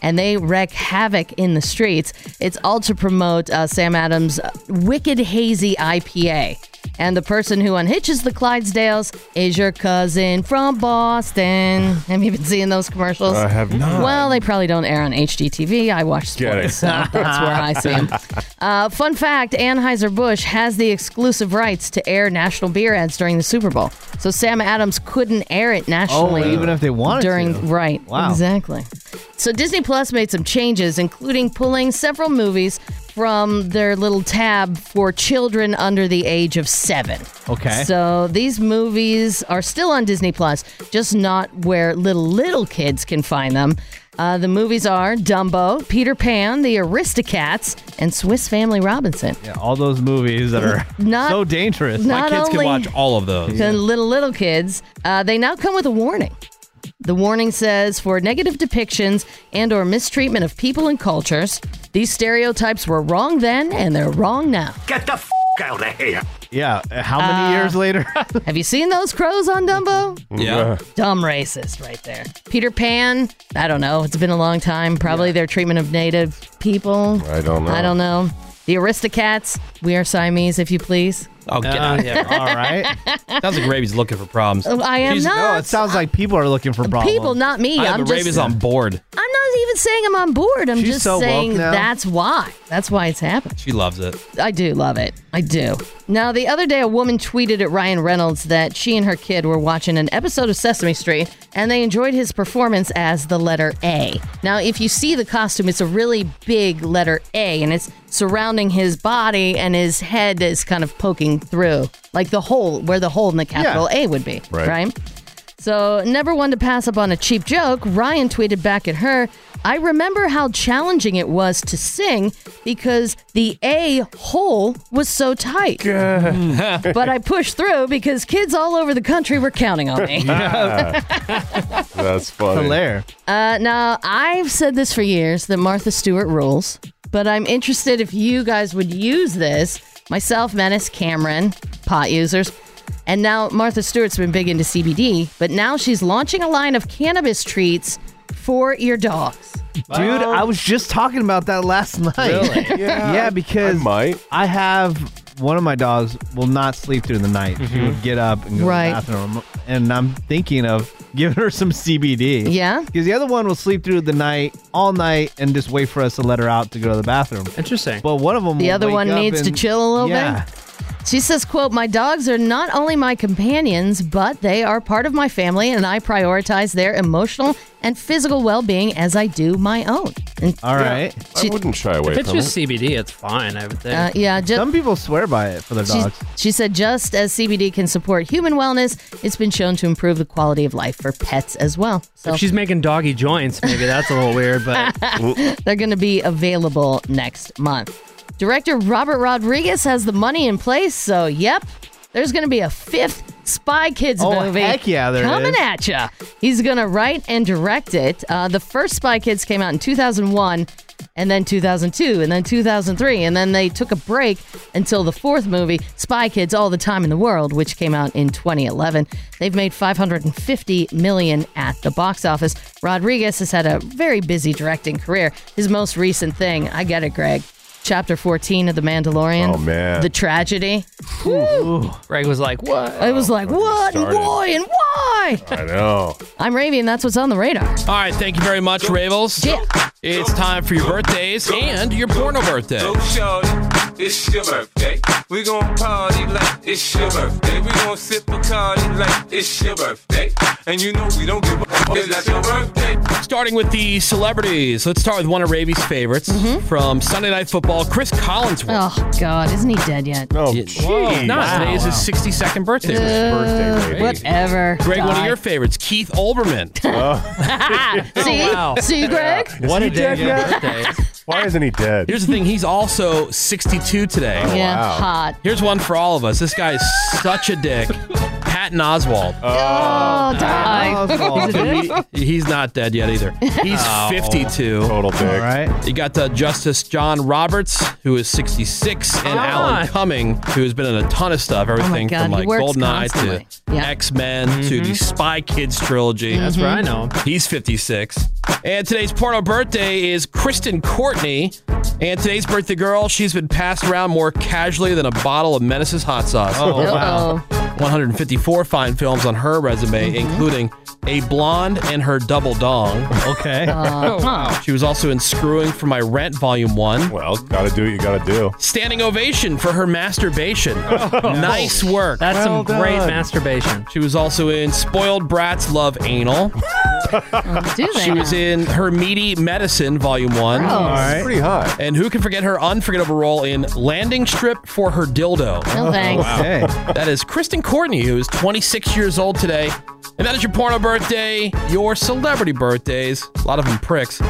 Speaker 7: and they wreak havoc in the streets. It's all to promote uh, Sam Adams' Wicked Hazy IPA. And the person who unhitches the Clydesdales is your cousin from Boston. Have you been seeing those commercials?
Speaker 6: I have not.
Speaker 7: Well, they probably don't air on HGTV. I watch sports, so that's where I see them. Uh, fun fact Anheuser-Busch has the exclusive rights to air national beer ads during the Super Bowl. So Sam Adams couldn't air it nationally.
Speaker 4: Oh, even if they wanted
Speaker 7: during,
Speaker 4: to.
Speaker 7: Right.
Speaker 4: Wow.
Speaker 7: Exactly. So Disney Plus made some changes, including pulling several movies from their little tab for children under the age of seven.
Speaker 4: Okay.
Speaker 7: So these movies are still on Disney Plus, just not where little little kids can find them. Uh, the movies are Dumbo, Peter Pan, The Aristocats, and Swiss Family Robinson.
Speaker 4: Yeah, all those movies that are
Speaker 7: Not-
Speaker 4: so dangerous.
Speaker 7: not only-
Speaker 2: all of those.
Speaker 7: to little little kids uh, they now come with a warning the warning says for negative depictions and or mistreatment of people and cultures these stereotypes were wrong then and they're wrong now
Speaker 15: Get the f out of here.
Speaker 4: Yeah. How many
Speaker 7: Uh,
Speaker 4: years later?
Speaker 7: have you seen those crows on dumbo
Speaker 2: Yeah.
Speaker 7: dumb racist right there peter pan i don't know it's been a long time probably their treatment of native people
Speaker 6: I don't know.
Speaker 7: i don't know the aristocats we are siamese if you please
Speaker 2: Oh,
Speaker 6: Uh,
Speaker 2: get out of here.
Speaker 4: Uh, All right.
Speaker 2: Sounds like Ravy's looking for problems.
Speaker 7: Oh, I am
Speaker 4: No,
Speaker 7: not. Uh,
Speaker 4: it sounds like people are looking for problems.
Speaker 7: People, not me.
Speaker 2: I know,
Speaker 7: I'm
Speaker 2: but
Speaker 7: just
Speaker 2: Ravy's on board.
Speaker 7: I'm not even saying I'm on board. I'm
Speaker 2: She's
Speaker 7: just
Speaker 2: so woke
Speaker 7: saying
Speaker 2: now.
Speaker 7: that's why. That's why it's happening.
Speaker 2: She loves it.
Speaker 7: I do love it. I do. Now, the other day, a woman tweeted at Ryan Reynolds that she and her kid were watching an episode of Sesame Street and they enjoyed his performance as the letter A. Now, if you see the costume, it's a really big letter A and it's surrounding his body and his head is kind of poking through, like the hole where the hole in the capital A would be.
Speaker 18: Right.
Speaker 7: right? So, never one to pass up on a cheap joke, Ryan tweeted back at her I remember how challenging it was to sing because the A hole was so tight. but I pushed through because kids all over the country were counting on me.
Speaker 6: That's funny.
Speaker 4: Hilaire.
Speaker 7: Uh, now, I've said this for years that Martha Stewart rules, but I'm interested if you guys would use this. Myself, Menace, Cameron, pot users. And now Martha Stewart's been big into CBD, but now she's launching a line of cannabis treats for your dogs.
Speaker 4: Dude, I was just talking about that last night.
Speaker 7: Really?
Speaker 4: Yeah,
Speaker 7: Yeah.
Speaker 4: because I,
Speaker 6: might.
Speaker 4: I have one of my dogs will not sleep through the night. She would get up and go
Speaker 7: Mm-hmm. Right.
Speaker 4: to the bathroom. And I'm thinking of giving her some CBD.
Speaker 7: Yeah?
Speaker 4: Because the other one will sleep through the night, all night, and just wait for us to let her out to go to the bathroom. Interesting. But one of them
Speaker 7: The
Speaker 4: will
Speaker 7: other
Speaker 4: wake
Speaker 7: one
Speaker 4: up
Speaker 7: needs to
Speaker 4: and-
Speaker 7: chill a little
Speaker 4: yeah.
Speaker 7: bit. She says, quote, My dogs are not only my companions, but they are part of my family, and I prioritize their emotional and physical well being as I do my own. And
Speaker 4: All right.
Speaker 6: I wouldn't shy away
Speaker 3: If it's
Speaker 6: from
Speaker 3: just
Speaker 6: it.
Speaker 3: CBD, it's fine. I would think.
Speaker 7: Uh, yeah, ju-
Speaker 4: Some people swear by it for their
Speaker 7: she,
Speaker 4: dogs.
Speaker 7: she said, just as CBD can support human wellness, it's been shown to improve the quality of life for pets as well. So
Speaker 3: If she's making doggy joints, maybe that's a little weird, but
Speaker 7: They're going to be available next month. Director Robert Rodriguez has the money in place, so yep, there's going to be a fifth Spy Kids
Speaker 4: Oh,
Speaker 7: movie.
Speaker 4: heck yeah, there
Speaker 7: coming
Speaker 4: is.
Speaker 7: at ya. He's going to write and direct it. Uh, the first Spy Kids came out in 2001, and then 2002, and then 2003, and then they took a break until the fourth movie, Spy Kids: All the Time in the World, which came out in 2011. They've made 550 million at the box office. Rodriguez has had a very busy directing career. His most recent thing, I get it, Greg. Chapter 14 of The Mandalorian.
Speaker 6: Oh, man.
Speaker 7: The tragedy.
Speaker 3: Greg was like, "What?"
Speaker 7: I was like, what and
Speaker 6: started.
Speaker 7: why and why?
Speaker 6: I know.
Speaker 7: I'm Ravi, and that's what's on the radar.
Speaker 2: All right, thank you very much, Ravels. It's time for your birthdays and your porno birthday.
Speaker 18: Go, shawty, it's your birthday. We gon' party like it's your birthday. We gon' sip a party like it's your birthday. And you know we don't give a fuck. It's not your birthday.
Speaker 2: Starting with the celebrities, let's start with one of Ravi's favorites
Speaker 7: Mm-hmm.
Speaker 2: from Sunday Night Football, Chris Collinsworth.
Speaker 7: Oh, God, isn't he dead yet?
Speaker 6: Oh,
Speaker 2: Whoa, no, today is his 62nd birthday.
Speaker 7: Ugh,
Speaker 2: Ravi.
Speaker 7: whatever.
Speaker 2: Greg, one of
Speaker 7: Die.
Speaker 2: your favorites, Keith Olbermann.
Speaker 6: Oh.
Speaker 7: See?
Speaker 2: Oh, wow.
Speaker 7: See, Greg?
Speaker 2: What a day
Speaker 6: dead yet?
Speaker 2: birthday.
Speaker 6: Why isn't he dead?
Speaker 2: Here's the thing, he's also 62 today.
Speaker 7: Yeah, wow. hot.
Speaker 2: Here's one for all of us. This guy is such a dick. Patton Oswald.
Speaker 7: Oh, die.
Speaker 2: He's not dead yet either. He's
Speaker 6: Oh.
Speaker 2: 52.
Speaker 6: Total dick. All
Speaker 4: right.
Speaker 2: You got uh, Justice John Roberts, who is 66, and Alan Cumming, who has been in a ton of stuff. Everything
Speaker 7: Oh God,
Speaker 2: from
Speaker 7: he
Speaker 2: like
Speaker 7: works
Speaker 2: Goldeneye to
Speaker 7: constantly. Yeah. Mm-hmm.
Speaker 2: X Men to the Spy Kids trilogy.
Speaker 3: That's where I Mhm. know him.
Speaker 2: He's 56. And today's porno birthday is Kristen Courtney. And today's birthday girl, she's been passed around more casually than a bottle of Menace's hot sauce.
Speaker 7: Oh, wow. Uh-oh.
Speaker 2: 154 fine films on her resume, including A Blonde and Her Double Dong.
Speaker 4: Okay.
Speaker 7: Uh-huh.
Speaker 2: She was also in Screwing for My Rent Volume 1.
Speaker 6: Well, gotta do what you gotta do.
Speaker 2: Standing ovation for her masturbation. nice work.
Speaker 3: That's some Well great done.
Speaker 2: masturbation. She was also in Spoiled Brats Love Anal.
Speaker 7: Do they
Speaker 2: She was in her meaty medicine, volume one.
Speaker 7: Gross. All right.
Speaker 6: Pretty hot.
Speaker 2: And who can forget her unforgettable role in landing strip for her dildo?
Speaker 7: No thanks.
Speaker 4: Okay.
Speaker 2: That is Kristen Courtney, who is 26 years old today. And that is your porno birthday, your celebrity birthdays. A lot of them pricks.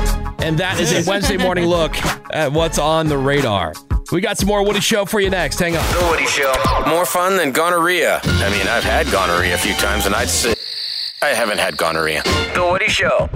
Speaker 2: And that is a Wednesday morning look at what's on the radar. We got some more Woody Show for you next. Hang on.
Speaker 15: The Woody Show. More fun than gonorrhea. I mean, I've had gonorrhea a few times, and I'd say I haven't had gonorrhea. The Woody Show.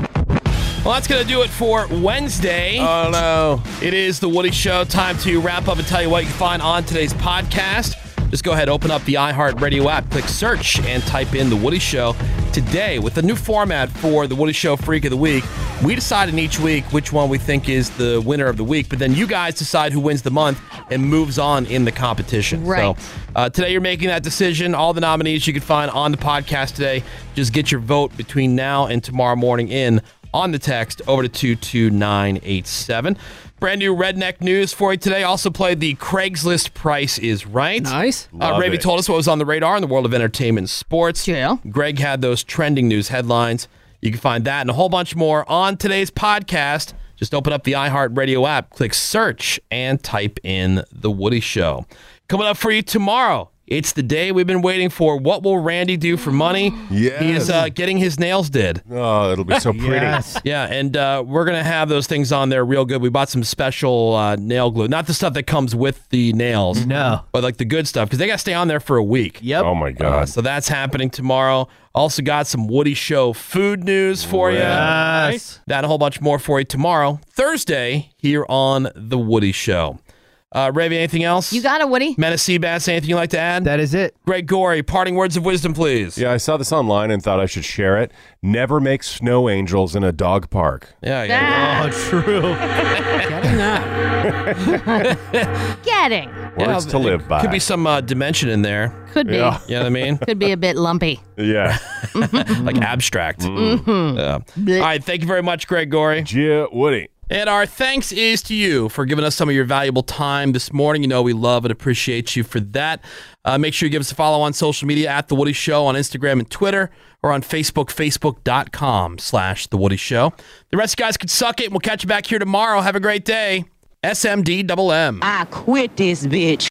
Speaker 2: Well, that's going to do it for Wednesday. Oh, no. It is The Woody Show. Time to wrap up and tell you what you can find on today's podcast. Just go ahead, open up the iHeartRadio app, click search, and type in The Woody Show today with a new format for The Woody Show Freak of the Week. We decide in each week which one we think is the winner of the week, but then you guys decide who wins the month and moves on in the competition.
Speaker 7: Right.
Speaker 2: So, uh, today, you're making that decision. All the nominees you can find on the podcast today. Just get your vote between now and tomorrow morning in on the text over to 22987. Brand new redneck news for you today. Also played the Craigslist Price is Right.
Speaker 3: Nice.
Speaker 2: Uh,
Speaker 6: Love
Speaker 2: Ravi
Speaker 6: it.
Speaker 2: told us what was on the radar in the world of entertainment and sports.
Speaker 7: Yeah.
Speaker 2: Greg had those trending news headlines. You can find that and a whole bunch more on today's podcast. Just open up the iHeartRadio app, click search, and type in The Woody Show. Coming up for you tomorrow, It's the day we've been waiting for. What will Randy do for money?
Speaker 6: Yes.
Speaker 2: He is uh, getting his nails did.
Speaker 6: Oh, it'll be so pretty. Yes.
Speaker 2: Yeah, and uh, we're going to have those things on there real good. We bought some special uh, nail glue. Not the stuff that comes with the nails.
Speaker 4: No.
Speaker 2: But like the good stuff because they got to stay on there for a week. Yep.
Speaker 6: Oh, my God.
Speaker 2: so that's happening tomorrow. Also got some Woody Show food news for you.
Speaker 4: Yes.
Speaker 2: That and a whole bunch more for you tomorrow, Thursday, here on The Woody Show. Uh, Ravi, anything else? You
Speaker 7: got it, Woody.
Speaker 2: Menace Bass, anything you'd like to add?
Speaker 4: That is it.
Speaker 2: Greg Gory, parting words of wisdom, please.
Speaker 6: Yeah, I saw this online and thought I should share it. Never make snow angels in a dog park.
Speaker 2: Yeah, yeah.
Speaker 4: Oh, true.
Speaker 3: Getting that.
Speaker 7: Getting.
Speaker 6: Words to live by.
Speaker 2: Could be some uh, dimension in there.
Speaker 7: Could be.
Speaker 6: Yeah.
Speaker 2: You know what I mean?
Speaker 7: Could be a bit lumpy.
Speaker 6: Yeah. Mm.
Speaker 2: like abstract. Yeah. All right. Thank you very much, Greg Gory.
Speaker 6: Yeah, Woody.
Speaker 2: And our thanks is to you for giving us some of your valuable time this morning. You know, we love and appreciate you for that. Uh, make sure you give us a follow on social media at The Woody Show on Instagram and Twitter or on Facebook, facebook.com slash The Woody Show. The rest of you guys could suck it. and We'll catch you back here tomorrow. Have a great day. SMD double M.
Speaker 16: I quit this bitch.